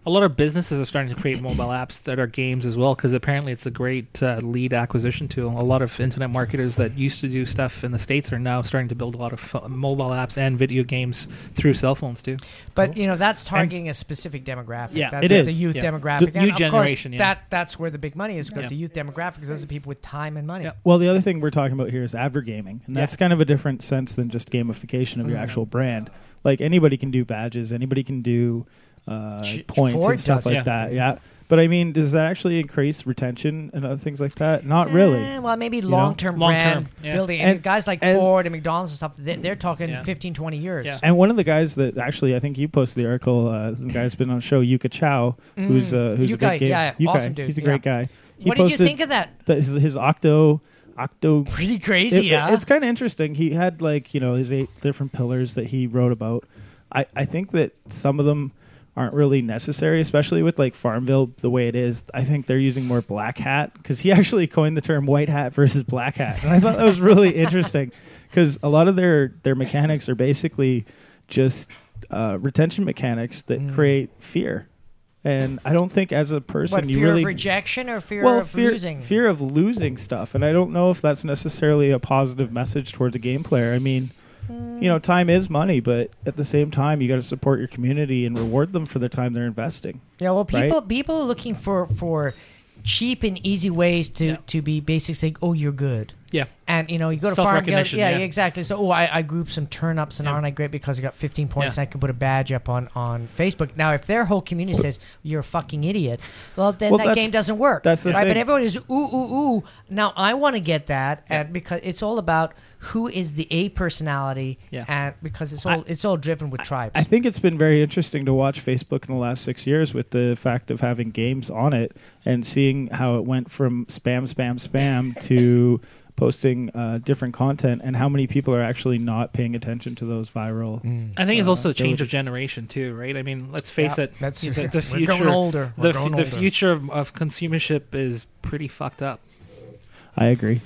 [SPEAKER 11] A lot of businesses are starting to create mobile apps that are games as well, because apparently it's a great uh, lead acquisition tool. A lot of internet marketers that used to do stuff in the states are now starting to build a lot of pho- mobile apps and video games through cell phones too.
[SPEAKER 2] But you know that's targeting a specific demographic.
[SPEAKER 11] Yeah,
[SPEAKER 2] that,
[SPEAKER 11] it
[SPEAKER 2] that's
[SPEAKER 11] is.
[SPEAKER 2] a youth
[SPEAKER 11] Yeah.
[SPEAKER 2] demographic.
[SPEAKER 11] The
[SPEAKER 2] and
[SPEAKER 11] new
[SPEAKER 2] of
[SPEAKER 11] generation,
[SPEAKER 2] Course,
[SPEAKER 11] yeah.
[SPEAKER 2] That that's where the big money is because
[SPEAKER 11] Yeah.
[SPEAKER 2] the youth demographic is those are people with time and money.
[SPEAKER 6] Well, the other thing we're talking about here is advergaming, and that's
[SPEAKER 2] Yeah.
[SPEAKER 6] kind of a different sense than just gamification of your
[SPEAKER 2] Mhm.
[SPEAKER 6] actual brand. Like anybody can do badges, anybody can do uh,
[SPEAKER 11] Ch-
[SPEAKER 6] points
[SPEAKER 11] Ford
[SPEAKER 6] and stuff
[SPEAKER 11] does
[SPEAKER 6] like
[SPEAKER 11] it.
[SPEAKER 6] that. Yeah, but I mean, does that actually increase retention and other things like that? Not really.
[SPEAKER 2] Eh, well, maybe
[SPEAKER 6] You know?
[SPEAKER 2] long term brand building. And,
[SPEAKER 6] And-
[SPEAKER 2] guys like
[SPEAKER 6] and-
[SPEAKER 2] Ford and McDonald's and stuff, they, they're talking
[SPEAKER 11] Yeah.
[SPEAKER 2] 15, 20 years.
[SPEAKER 6] And one of the guys that actually, I think you posted the article. Uh, the guy that's been on the show, Yuka Chow, who's uh, who's a
[SPEAKER 2] Mm. Yuka,
[SPEAKER 6] big game,
[SPEAKER 2] yeah,
[SPEAKER 6] Yuka,
[SPEAKER 2] awesome dude,
[SPEAKER 6] He's a
[SPEAKER 2] yeah.
[SPEAKER 6] great guy.
[SPEAKER 2] What did you think of that?
[SPEAKER 6] his, his octo, octo,
[SPEAKER 2] pretty crazy, yeah?
[SPEAKER 6] It's kind of interesting. He had like you know his eight different pillars that he wrote about. I I think that some of them aren't really necessary, especially with like Farmville the way it is. I think they're using more black hat because he actually coined the term white hat versus black hat, and I thought that was really interesting because a lot of their their mechanics are basically just uh, retention mechanics that create fear. And I don't think as a person
[SPEAKER 2] Mm. What,
[SPEAKER 6] you
[SPEAKER 2] fear
[SPEAKER 6] really
[SPEAKER 2] of rejection or fear
[SPEAKER 6] well,
[SPEAKER 2] of
[SPEAKER 6] fear,
[SPEAKER 2] losing?
[SPEAKER 6] fear of losing stuff, and I don't know if that's necessarily a positive message towards a game player. I mean,
[SPEAKER 2] Hmm.
[SPEAKER 6] you know, time is money, but at the same time, you got to support your community and reward them for the time they're investing.
[SPEAKER 2] Yeah, well,
[SPEAKER 6] right?
[SPEAKER 2] people people are looking for for cheap and easy ways to to be basically saying, "Oh, you're good."
[SPEAKER 11] Yeah.
[SPEAKER 2] and you know, you go to farm. Yeah,
[SPEAKER 11] Self-recognition,
[SPEAKER 2] yeah,
[SPEAKER 11] yeah.
[SPEAKER 2] exactly. So, oh, I, I grouped some turnips, and aren't I great because I got 15 points?
[SPEAKER 11] Yeah.
[SPEAKER 2] and I can put a badge up on on Facebook. Now, if their whole community says you're a fucking idiot, well, then
[SPEAKER 6] Well,
[SPEAKER 2] that
[SPEAKER 6] that's-
[SPEAKER 2] game doesn't work.
[SPEAKER 6] that's the
[SPEAKER 2] right. But
[SPEAKER 6] thing.
[SPEAKER 2] everyone is ooh ooh ooh. Now, I want to get that, and because it's all about who is the A personality,
[SPEAKER 11] Yeah.
[SPEAKER 2] and because it's all it's all driven with tribes.
[SPEAKER 6] I think it's been very interesting to watch Facebook in the last six years with the fact of having games on it and seeing how it went from spam, spam, spam to posting uh, different content and how many people are actually not paying attention to those viral.
[SPEAKER 11] I think it's
[SPEAKER 6] uh,
[SPEAKER 11] also a change
[SPEAKER 6] abilities.
[SPEAKER 11] of generation too, right? I mean, let's face
[SPEAKER 2] Yeah,
[SPEAKER 11] it.
[SPEAKER 2] that's-
[SPEAKER 11] the,
[SPEAKER 2] we're
[SPEAKER 11] the
[SPEAKER 2] going
[SPEAKER 11] future,
[SPEAKER 2] older. We're
[SPEAKER 11] The,
[SPEAKER 2] going
[SPEAKER 11] the
[SPEAKER 2] older.
[SPEAKER 11] future of, of consumership is pretty fucked up.
[SPEAKER 6] I agree.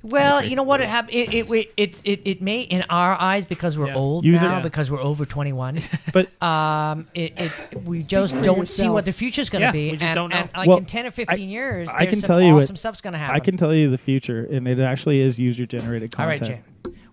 [SPEAKER 2] Well, you know what? It, hap- it, it, it, it, it, it may, in our eyes, because we're old
[SPEAKER 6] User-
[SPEAKER 2] now,
[SPEAKER 6] yeah.
[SPEAKER 2] because we're over 21,
[SPEAKER 6] but
[SPEAKER 2] um, it, it, we just
[SPEAKER 6] for
[SPEAKER 2] don't see
[SPEAKER 6] yourself.
[SPEAKER 2] what the future's going to
[SPEAKER 6] Yeah,
[SPEAKER 2] be.
[SPEAKER 6] we just
[SPEAKER 2] and,
[SPEAKER 6] don't know.
[SPEAKER 2] and, like
[SPEAKER 6] Well,
[SPEAKER 2] in 10 or 15 years, there's
[SPEAKER 6] I can
[SPEAKER 2] some
[SPEAKER 6] tell you
[SPEAKER 2] awesome
[SPEAKER 6] what-
[SPEAKER 2] stuff's going to happen.
[SPEAKER 6] I can tell you the future, and it actually is user generated
[SPEAKER 2] All right,
[SPEAKER 6] content.
[SPEAKER 2] Jay.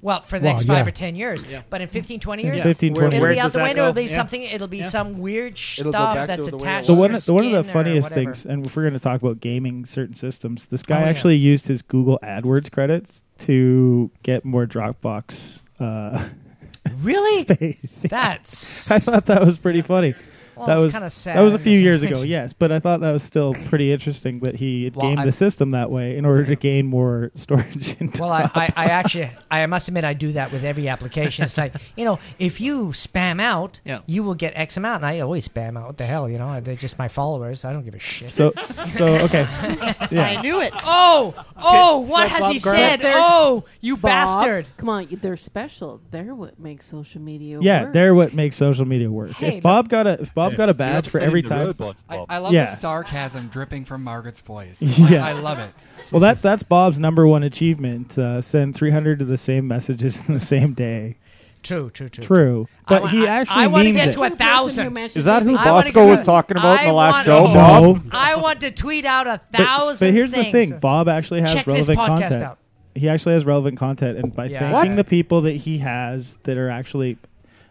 [SPEAKER 2] Well, for the
[SPEAKER 6] Well,
[SPEAKER 2] next five
[SPEAKER 6] yeah.
[SPEAKER 2] or ten years, but in 15, 20 years,
[SPEAKER 6] Yeah. 15,
[SPEAKER 2] it'll
[SPEAKER 6] 20
[SPEAKER 2] be
[SPEAKER 6] years.
[SPEAKER 2] out the
[SPEAKER 6] Where does that
[SPEAKER 2] window. It'll
[SPEAKER 6] go?
[SPEAKER 2] be
[SPEAKER 6] Yeah.
[SPEAKER 2] something. It'll be some weird
[SPEAKER 8] It'll go
[SPEAKER 2] stuff
[SPEAKER 8] back
[SPEAKER 2] that's
[SPEAKER 8] to the way it
[SPEAKER 2] attached.
[SPEAKER 6] the
[SPEAKER 2] to
[SPEAKER 6] one,
[SPEAKER 2] your
[SPEAKER 6] the one of the
[SPEAKER 2] skin or
[SPEAKER 6] funniest
[SPEAKER 2] whatever.
[SPEAKER 6] things, and if we're going to talk about gaming certain systems, this
[SPEAKER 2] Oh,
[SPEAKER 6] guy
[SPEAKER 2] yeah.
[SPEAKER 6] actually used his Google AdWords credits to get more Dropbox. Uh,
[SPEAKER 2] Really?
[SPEAKER 6] Space.
[SPEAKER 2] That's.
[SPEAKER 6] I thought that was pretty funny.
[SPEAKER 2] Well,
[SPEAKER 6] that
[SPEAKER 2] it's
[SPEAKER 6] was
[SPEAKER 2] kinda
[SPEAKER 6] that was a
[SPEAKER 2] sad.
[SPEAKER 6] few years ago, yes, but I thought that was still pretty interesting. That he had
[SPEAKER 2] Well,
[SPEAKER 6] gamed
[SPEAKER 2] I-
[SPEAKER 6] the system that way in order to gain more storage. Into
[SPEAKER 2] Well, I, I, I actually, I must admit, I do that with every application. It's like, you know, if you spam out, you will get X amount. And I always spam out. What the hell, you know? They're just my followers. I don't give a shit.
[SPEAKER 6] So- so, okay. Yeah.
[SPEAKER 10] I knew it.
[SPEAKER 2] Oh, oh,
[SPEAKER 3] Okay,
[SPEAKER 2] what
[SPEAKER 3] so
[SPEAKER 2] has
[SPEAKER 3] Bob
[SPEAKER 2] he
[SPEAKER 3] Gurley-
[SPEAKER 2] said?
[SPEAKER 3] But there's-
[SPEAKER 2] Oh, you
[SPEAKER 3] Bob,
[SPEAKER 2] bastard.
[SPEAKER 3] Come on, you- they're special. They're what makes social media.
[SPEAKER 6] yeah,
[SPEAKER 3] work.
[SPEAKER 6] they're what makes social media work.
[SPEAKER 3] Hey,
[SPEAKER 6] if Bob got a if Bob got a badge for every time,
[SPEAKER 5] I, I love
[SPEAKER 6] yeah.
[SPEAKER 5] the sarcasm dripping from Margaret's voice.
[SPEAKER 6] Yeah.
[SPEAKER 5] I, I love it.
[SPEAKER 6] Well, that that's Bob's number one achievement: uh, send 300 of the same messages in the same day.
[SPEAKER 2] True, true, true.
[SPEAKER 6] True, but
[SPEAKER 2] I,
[SPEAKER 6] he
[SPEAKER 2] I-
[SPEAKER 6] actually
[SPEAKER 2] I want to
[SPEAKER 6] means
[SPEAKER 2] get
[SPEAKER 6] it.
[SPEAKER 2] to a thousand.
[SPEAKER 7] Is that who
[SPEAKER 2] I wanna
[SPEAKER 7] Bosco
[SPEAKER 2] get
[SPEAKER 7] was
[SPEAKER 2] to-
[SPEAKER 7] talking about in
[SPEAKER 2] I
[SPEAKER 7] the last
[SPEAKER 2] want-
[SPEAKER 7] show?
[SPEAKER 6] No.
[SPEAKER 2] I want to tweet out a
[SPEAKER 6] But-
[SPEAKER 2] thousand.
[SPEAKER 6] But here's the
[SPEAKER 2] things.
[SPEAKER 6] thing: Bob actually has
[SPEAKER 2] Check this
[SPEAKER 6] relevant
[SPEAKER 2] podcast
[SPEAKER 6] content.
[SPEAKER 2] out.
[SPEAKER 6] He actually has relevant content, and by
[SPEAKER 2] Yeah.
[SPEAKER 6] thanking
[SPEAKER 2] What?
[SPEAKER 6] the people that he has that are actually,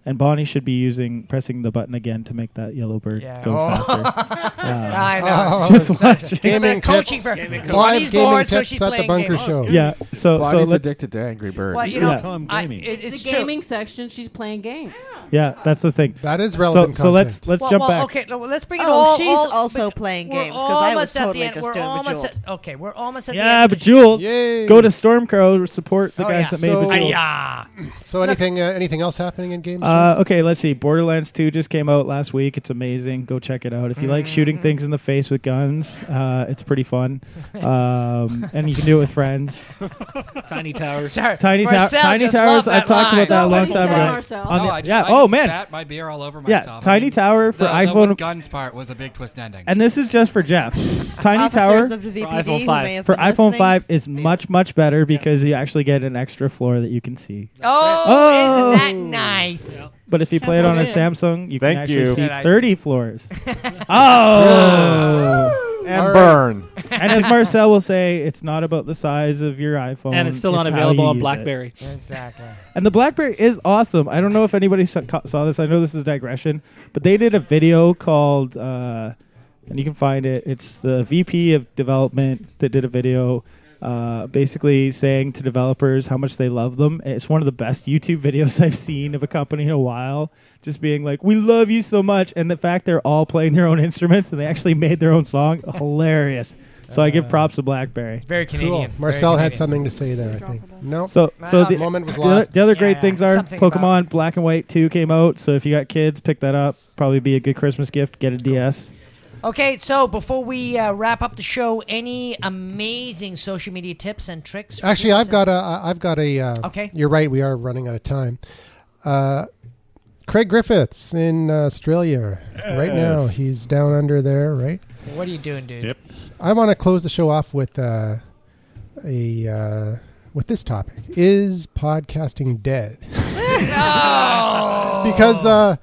[SPEAKER 6] and Bonnie should be using pressing the button again to make that yellow bird
[SPEAKER 2] Yeah.
[SPEAKER 6] go
[SPEAKER 2] Oh.
[SPEAKER 6] faster. Um,
[SPEAKER 2] I
[SPEAKER 1] Oh,
[SPEAKER 2] know.
[SPEAKER 6] Just
[SPEAKER 2] So-
[SPEAKER 6] watch it.
[SPEAKER 2] Gaming Coaching tips. for- Gaming when coach. he's bored, so she's playing games. Oh,
[SPEAKER 6] Yeah. So so
[SPEAKER 8] Bonnie's
[SPEAKER 6] let's
[SPEAKER 8] addicted to Angry Birds.
[SPEAKER 3] Well, you know,
[SPEAKER 2] I- it-
[SPEAKER 3] it's,
[SPEAKER 2] it's
[SPEAKER 3] the
[SPEAKER 2] true.
[SPEAKER 3] gaming section. She's playing games.
[SPEAKER 6] Yeah, that's the thing.
[SPEAKER 1] That is
[SPEAKER 6] So-
[SPEAKER 1] relevant
[SPEAKER 6] So, let's
[SPEAKER 1] content.
[SPEAKER 6] let's
[SPEAKER 2] Well,
[SPEAKER 6] jump
[SPEAKER 2] well,
[SPEAKER 6] back.
[SPEAKER 2] Okay, no, well, let's bring it
[SPEAKER 10] Oh,
[SPEAKER 2] all.
[SPEAKER 10] she's
[SPEAKER 2] all-
[SPEAKER 10] also
[SPEAKER 2] but
[SPEAKER 10] playing
[SPEAKER 2] we're
[SPEAKER 10] games, 'cause I was
[SPEAKER 2] almost at the
[SPEAKER 10] totally
[SPEAKER 2] end.
[SPEAKER 10] just
[SPEAKER 2] We're
[SPEAKER 10] doing Bejeweled.
[SPEAKER 2] almost at- okay, we're almost at
[SPEAKER 6] Yeah,
[SPEAKER 2] the end.
[SPEAKER 6] Bejeweled.
[SPEAKER 1] Yay.
[SPEAKER 6] Go to Stormcrow. Support the
[SPEAKER 2] Oh,
[SPEAKER 6] guys
[SPEAKER 2] yeah.
[SPEAKER 6] that made
[SPEAKER 1] So-
[SPEAKER 6] Bejeweled.
[SPEAKER 1] So anything, uh, anything else happening in games?
[SPEAKER 6] Uh, okay, let's see. Borderlands 2 just came out last week. It's amazing. Go check it out. If you like
[SPEAKER 2] Mm-hmm.
[SPEAKER 6] shooting things in the face with guns, uh, it's pretty fun. Um, and you can do it with friends.
[SPEAKER 11] Tiny towers.
[SPEAKER 2] Sorry,
[SPEAKER 6] Tiny, tow-
[SPEAKER 11] Marcel
[SPEAKER 6] tiny
[SPEAKER 11] just
[SPEAKER 6] Towers.
[SPEAKER 11] loved
[SPEAKER 6] I
[SPEAKER 11] that
[SPEAKER 6] talked
[SPEAKER 11] line.
[SPEAKER 6] about that a long
[SPEAKER 11] Nobody
[SPEAKER 6] time
[SPEAKER 11] said
[SPEAKER 6] ago.
[SPEAKER 11] Marcel.
[SPEAKER 6] On
[SPEAKER 5] No,
[SPEAKER 6] the-
[SPEAKER 5] I ju-
[SPEAKER 6] yeah.
[SPEAKER 5] I
[SPEAKER 6] oh
[SPEAKER 5] just
[SPEAKER 6] man.
[SPEAKER 5] spat my beer all over
[SPEAKER 6] Yeah.
[SPEAKER 5] myself. I
[SPEAKER 6] Tiny
[SPEAKER 5] mean,
[SPEAKER 6] Tower for
[SPEAKER 5] the, The
[SPEAKER 6] iPhone.
[SPEAKER 5] with guns part was a big twist ending.
[SPEAKER 6] and this is just for Jeff. Tiny Tower
[SPEAKER 10] Officers of the VPD who may have
[SPEAKER 6] for
[SPEAKER 10] been
[SPEAKER 6] iPhone
[SPEAKER 10] listening.
[SPEAKER 6] 5 is much much better because you actually get an extra floor that you can see.
[SPEAKER 2] Oh,
[SPEAKER 6] Oh.
[SPEAKER 2] isn't that nice?
[SPEAKER 6] But if you play it on a Samsung, you
[SPEAKER 7] Thank
[SPEAKER 6] can actually
[SPEAKER 7] you.
[SPEAKER 6] see
[SPEAKER 7] Said I-
[SPEAKER 6] 30 floors. oh!
[SPEAKER 7] And All right. burn.
[SPEAKER 6] And as Marcel will say, it's not about the size of your iPhone.
[SPEAKER 11] And it's still not
[SPEAKER 6] how
[SPEAKER 11] available
[SPEAKER 6] you
[SPEAKER 11] on
[SPEAKER 6] use it.
[SPEAKER 11] BlackBerry.
[SPEAKER 2] Exactly.
[SPEAKER 6] And the BlackBerry is awesome. I don't know if anybody saw, ca- saw this. I know this is a digression, but they did a video called, uh, and you can find it. It's the VP of development that did a video. Uh, basically saying to developers how much they love them. It's one of the best YouTube videos I've seen of a company in a while. Just being like, "We love you so much," and the fact they're all playing their own instruments and they actually made their own song, hilarious. So I give props to BlackBerry.
[SPEAKER 2] Uh, Very Canadian.
[SPEAKER 1] Cool. Marcel
[SPEAKER 2] Very
[SPEAKER 1] had
[SPEAKER 2] Canadian.
[SPEAKER 1] something to say there. I think. No.
[SPEAKER 6] So, so the,
[SPEAKER 1] moment was
[SPEAKER 6] the other-
[SPEAKER 1] lost.
[SPEAKER 6] the other great
[SPEAKER 2] yeah.
[SPEAKER 6] things are
[SPEAKER 2] Something
[SPEAKER 6] Pokemon Black and White Two came out. So if you got kids, pick that up. Probably be a good Christmas gift. Get a DS.
[SPEAKER 2] Okay, so before we uh, wrap up the show, any amazing social media tips and tricks? for
[SPEAKER 1] Actually,
[SPEAKER 2] people
[SPEAKER 1] I've got a. I- I've got a. Uh,
[SPEAKER 2] Okay.
[SPEAKER 1] You're right. We are running out of time. Uh, Craig Griffiths in Australia right now.
[SPEAKER 6] Yes.
[SPEAKER 1] He's down under there, right?
[SPEAKER 2] to- What are you doing, dude? Yep.
[SPEAKER 1] I want to close the show off with uh, a uh, with this topic: Is podcasting dead? because uh,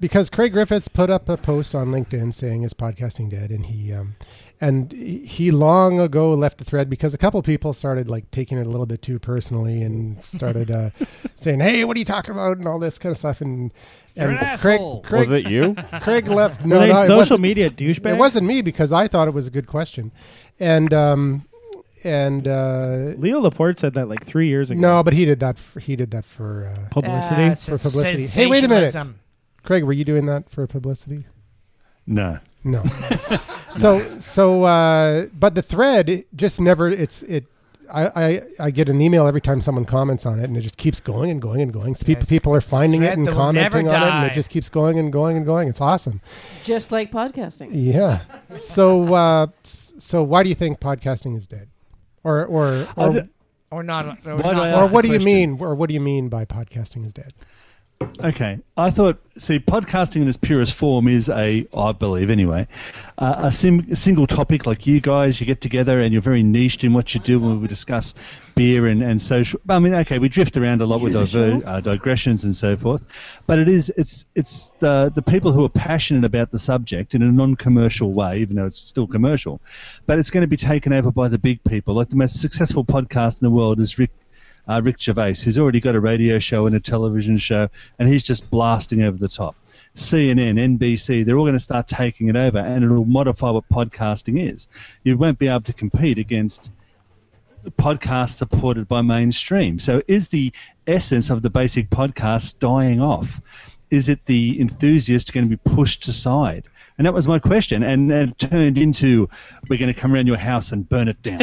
[SPEAKER 1] because Craig Griffiths put up a post on LinkedIn saying is podcasting dead, and he um, and he- he long ago left the thread because a couple people started like taking it a little bit too personally and started uh, saying, "Hey, what are you talking about?" and all this kind of stuff. And
[SPEAKER 7] You're
[SPEAKER 1] and
[SPEAKER 7] an
[SPEAKER 1] Craig,
[SPEAKER 7] asshole.
[SPEAKER 1] Craig,
[SPEAKER 7] Was it you?
[SPEAKER 1] Craig left.
[SPEAKER 6] Were
[SPEAKER 1] No,
[SPEAKER 6] they
[SPEAKER 1] no, it
[SPEAKER 6] social
[SPEAKER 1] wasn't-
[SPEAKER 6] media douchebags?
[SPEAKER 1] It wasn't me because I thought it was a good question, and um, and uh,
[SPEAKER 6] Leo Laporte said that like three years ago.
[SPEAKER 1] no, but he did that. For, he did that for uh,
[SPEAKER 6] Publicity? Uh,
[SPEAKER 1] for publicity. Hey, wait a minute,
[SPEAKER 2] sensationalism.
[SPEAKER 1] Craig, were you doing that for publicity?
[SPEAKER 4] No.
[SPEAKER 1] No. so so, uh, but the thread just never. It's it. I, I, I get an email every time someone comments on it, and it just keeps going and going and going. So people,
[SPEAKER 2] Yes.
[SPEAKER 1] people are finding it
[SPEAKER 2] Thread
[SPEAKER 1] and
[SPEAKER 2] that will never
[SPEAKER 1] commenting on it, and
[SPEAKER 2] die.
[SPEAKER 1] it just keeps going and going and going. It's awesome.
[SPEAKER 3] Just like podcasting.
[SPEAKER 1] Yeah. So uh, s- so why do you think podcasting is dead? Or or or,
[SPEAKER 2] Or not? Or,
[SPEAKER 1] or
[SPEAKER 2] not
[SPEAKER 1] what do you mean? Or what do you mean by podcasting is dead?
[SPEAKER 4] Okay, I thought. See, podcasting in its purest form is a, I believe anyway, uh, a, sim- a single topic. Like you guys, you get together and you're very niched in what you do. When we discuss beer and and social, I mean, okay, we drift around a lot with
[SPEAKER 12] Yeah,
[SPEAKER 4] diver-
[SPEAKER 12] sure.
[SPEAKER 4] uh, digressions and so forth. But it is it's it's the the people who are passionate about the subject in a non-commercial way, even though it's still commercial. But it's going to be taken over by the big people. Like the most successful podcast in the world is Rick uh, Rick Gervais, who's already got a radio show and a television show, and he's just blasting over the top. CNN, NBC, they're all going to start taking it over, and it'll modify what podcasting is. You won't be able to compete against podcasts supported by mainstream. So, is the essence of the basic podcast dying off? Is it the enthusiast going to be pushed aside? And that was my question. And then it turned into, we're going to come around your house and burn it down.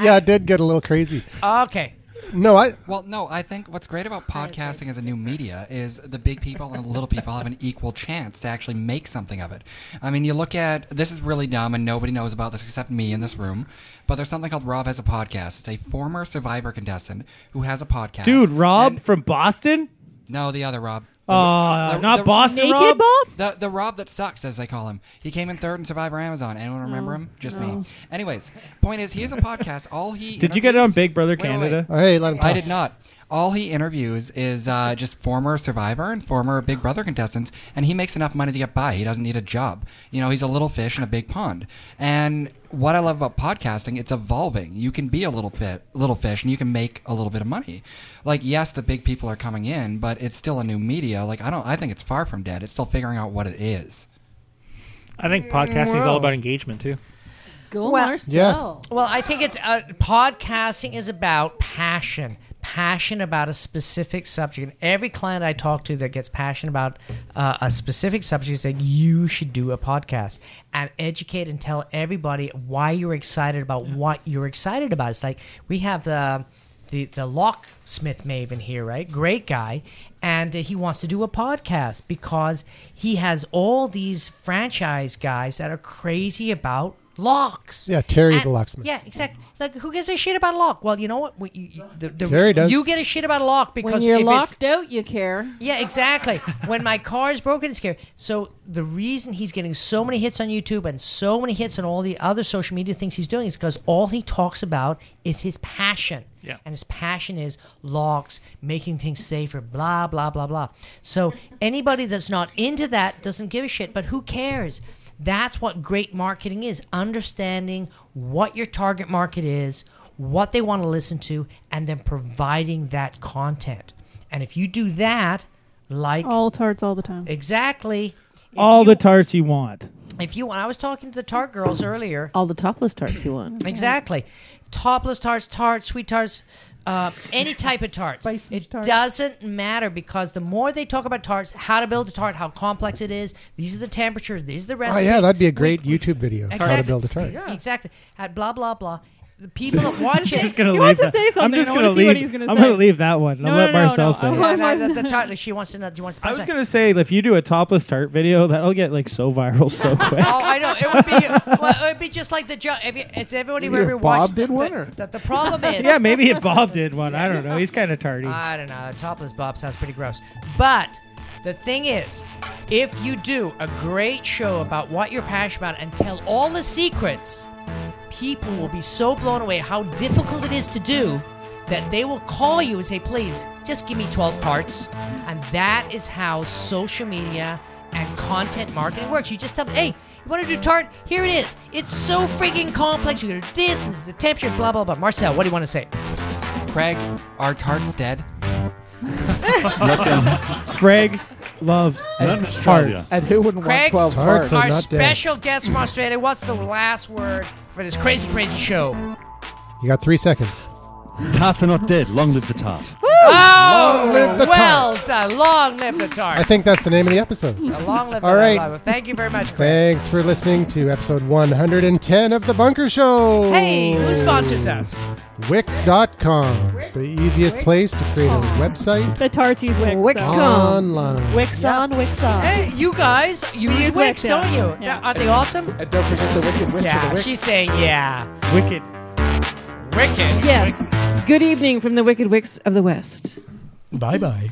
[SPEAKER 1] yeah, it did get a little crazy.
[SPEAKER 2] Okay.
[SPEAKER 1] No, I.
[SPEAKER 5] Well, no, I think what's great about podcasting as a new media is the big people and the little people have an equal chance to actually make something of it. I mean, you look at this is really dumb and nobody knows about this except me in this room, but there's something called Rob has a podcast. It's a former Survivor contestant who has a podcast.
[SPEAKER 6] Dude, Rob from Boston?
[SPEAKER 5] No, the other Rob.
[SPEAKER 6] Uh, not Boston Naked Rob? Bob?
[SPEAKER 5] The, the Rob that sucks, as they call him. He came in third in Survivor Amazon. Anyone remember
[SPEAKER 6] Oh,
[SPEAKER 5] him? Just
[SPEAKER 6] no.
[SPEAKER 5] me. Anyways, point is, he has a podcast. All he
[SPEAKER 6] Did you get it on Big Brother
[SPEAKER 5] Wait, wait,
[SPEAKER 6] Canada?
[SPEAKER 5] wait. I did not. All he interviews is uh, just former Survivor and former Big Brother contestants, and he makes enough money to get by. He doesn't need a job. You know, he's a little fish in a big pond. And what I love about podcasting, it's evolving. You can be a little bit, little fish, and you can make a little bit of money. Like, yes, the big people are coming in, but it's still a new media. Like, I don't, I think it's far from dead. It's still figuring out what it is.
[SPEAKER 11] I think podcasting is all about engagement too.
[SPEAKER 3] Go
[SPEAKER 2] well,
[SPEAKER 3] Marcel.
[SPEAKER 2] Well, I think it's uh, podcasting is about passion, passion about a specific subject. And every client I talk to that gets passionate about uh, a specific subject is saying you should do a podcast and educate and tell everybody why you're excited about what you're excited about. It's like we have the the the locksmith maven here, right? Great guy, and uh, he wants to do a podcast because he has all these franchise guys that are crazy about locks.
[SPEAKER 1] Yeah, Terry
[SPEAKER 2] And-
[SPEAKER 1] the locksmith.
[SPEAKER 2] Yeah, exactly. Like, who gives a shit about a lock? Well, you know what? We, you, you- the, the,
[SPEAKER 1] Terry does.
[SPEAKER 2] You get a shit about a lock because
[SPEAKER 3] when you're
[SPEAKER 2] if it's-
[SPEAKER 3] locked out, you care.
[SPEAKER 2] yeah, exactly. when my car is broken, it's scary. So the reason he's getting so many hits on YouTube and so many hits on all the other social media things he's doing is because all he talks about is his passion.
[SPEAKER 11] Yeah.
[SPEAKER 2] And his passion is locks, making things safer, blah, blah, blah, blah. So anybody that's not into that doesn't give a shit, but who cares? That's what great marketing is understanding what your target market is, what they want to listen to, and then providing that content. And if you do that, like
[SPEAKER 13] all tarts all the time.
[SPEAKER 2] Exactly.
[SPEAKER 6] All the tarts you want.
[SPEAKER 2] If you want, I was talking to the tart girls earlier.
[SPEAKER 3] All the topless tarts you want.
[SPEAKER 2] Exactly. Topless tarts, tarts, sweet tarts, uh, any type of tarts. it doesn't matter because the more they talk about tarts, how to build a tart, how complex it is, these are the temperatures, these are the
[SPEAKER 1] Oh
[SPEAKER 2] recipes.
[SPEAKER 1] yeah, that'd be a great YouTube video. How to
[SPEAKER 2] Exactly.
[SPEAKER 1] build a tart.
[SPEAKER 2] Exactly. Had blah blah blah. The people that watch it.
[SPEAKER 6] Just gonna leave that. I'm just gonna leave. I'm gonna leave that one. I'll let Marcel say. it.
[SPEAKER 2] Yeah, no, the, the tart, she wants to know. She wants to
[SPEAKER 6] I was gonna say if you do a topless tart video, that'll get like so viral so quick.
[SPEAKER 2] Oh, I know. It would be. Well, it would be just like the joke. Have you, has everybody
[SPEAKER 6] Either
[SPEAKER 2] ever
[SPEAKER 6] Bob
[SPEAKER 2] watched?
[SPEAKER 6] did
[SPEAKER 2] the,
[SPEAKER 6] one
[SPEAKER 2] the-
[SPEAKER 6] or-
[SPEAKER 2] the, the problem is.
[SPEAKER 6] yeah, maybe if Bob did one. I don't know. He's kind of tardy.
[SPEAKER 2] I don't know. Topless Bob sounds pretty gross. But the thing is, if you do a great show about what you're passionate about and tell all the secrets, people will be so blown away how difficult it is to do that they will call you and say, please, just give me 12 parts. And that is how social media and content marketing works. You just tell them, hey, you want to do tart? Here it is. It's so freaking complex. You gotta do this, and this is the temperature, blah, blah, blah. Marcel, what do you want to say?
[SPEAKER 5] Craig, are tarts dead?
[SPEAKER 6] um, Craig loves tarts.
[SPEAKER 5] And
[SPEAKER 9] who wouldn't
[SPEAKER 2] Craig,
[SPEAKER 9] want 12 parts?
[SPEAKER 2] our special guest from Australia, what's the last word for this crazy, crazy show?
[SPEAKER 1] You got three seconds.
[SPEAKER 4] Tarts are not dead. Long live the tart.
[SPEAKER 2] Oh,
[SPEAKER 1] Long live the
[SPEAKER 2] well done. Long live the tart.
[SPEAKER 1] I think that's the name of the episode.
[SPEAKER 2] A long live
[SPEAKER 1] All
[SPEAKER 2] the
[SPEAKER 1] right.
[SPEAKER 2] Lava. Thank you very much, Craig.
[SPEAKER 1] Thanks for listening to episode 110 of The Bunker Show.
[SPEAKER 2] Hey, who sponsors us?
[SPEAKER 1] Wix.com, the easiest place to create a website
[SPEAKER 13] The tarts use Wix.
[SPEAKER 1] Wix
[SPEAKER 13] so.
[SPEAKER 1] com. Online.
[SPEAKER 10] Wix on, Wix off.
[SPEAKER 2] Hey, you guys, you
[SPEAKER 13] We
[SPEAKER 2] use
[SPEAKER 13] use
[SPEAKER 2] Wix,
[SPEAKER 13] Wix, yeah.
[SPEAKER 2] don't you?
[SPEAKER 13] Yeah.
[SPEAKER 2] Aren't they awesome?
[SPEAKER 8] And don't forget the wicked witch
[SPEAKER 2] yeah,
[SPEAKER 8] of the Wix.
[SPEAKER 2] she's saying yeah.
[SPEAKER 6] Wicked.
[SPEAKER 2] Wicked.
[SPEAKER 3] Yes. Good evening from the Wicked Wicks of the West.
[SPEAKER 15] Bye bye.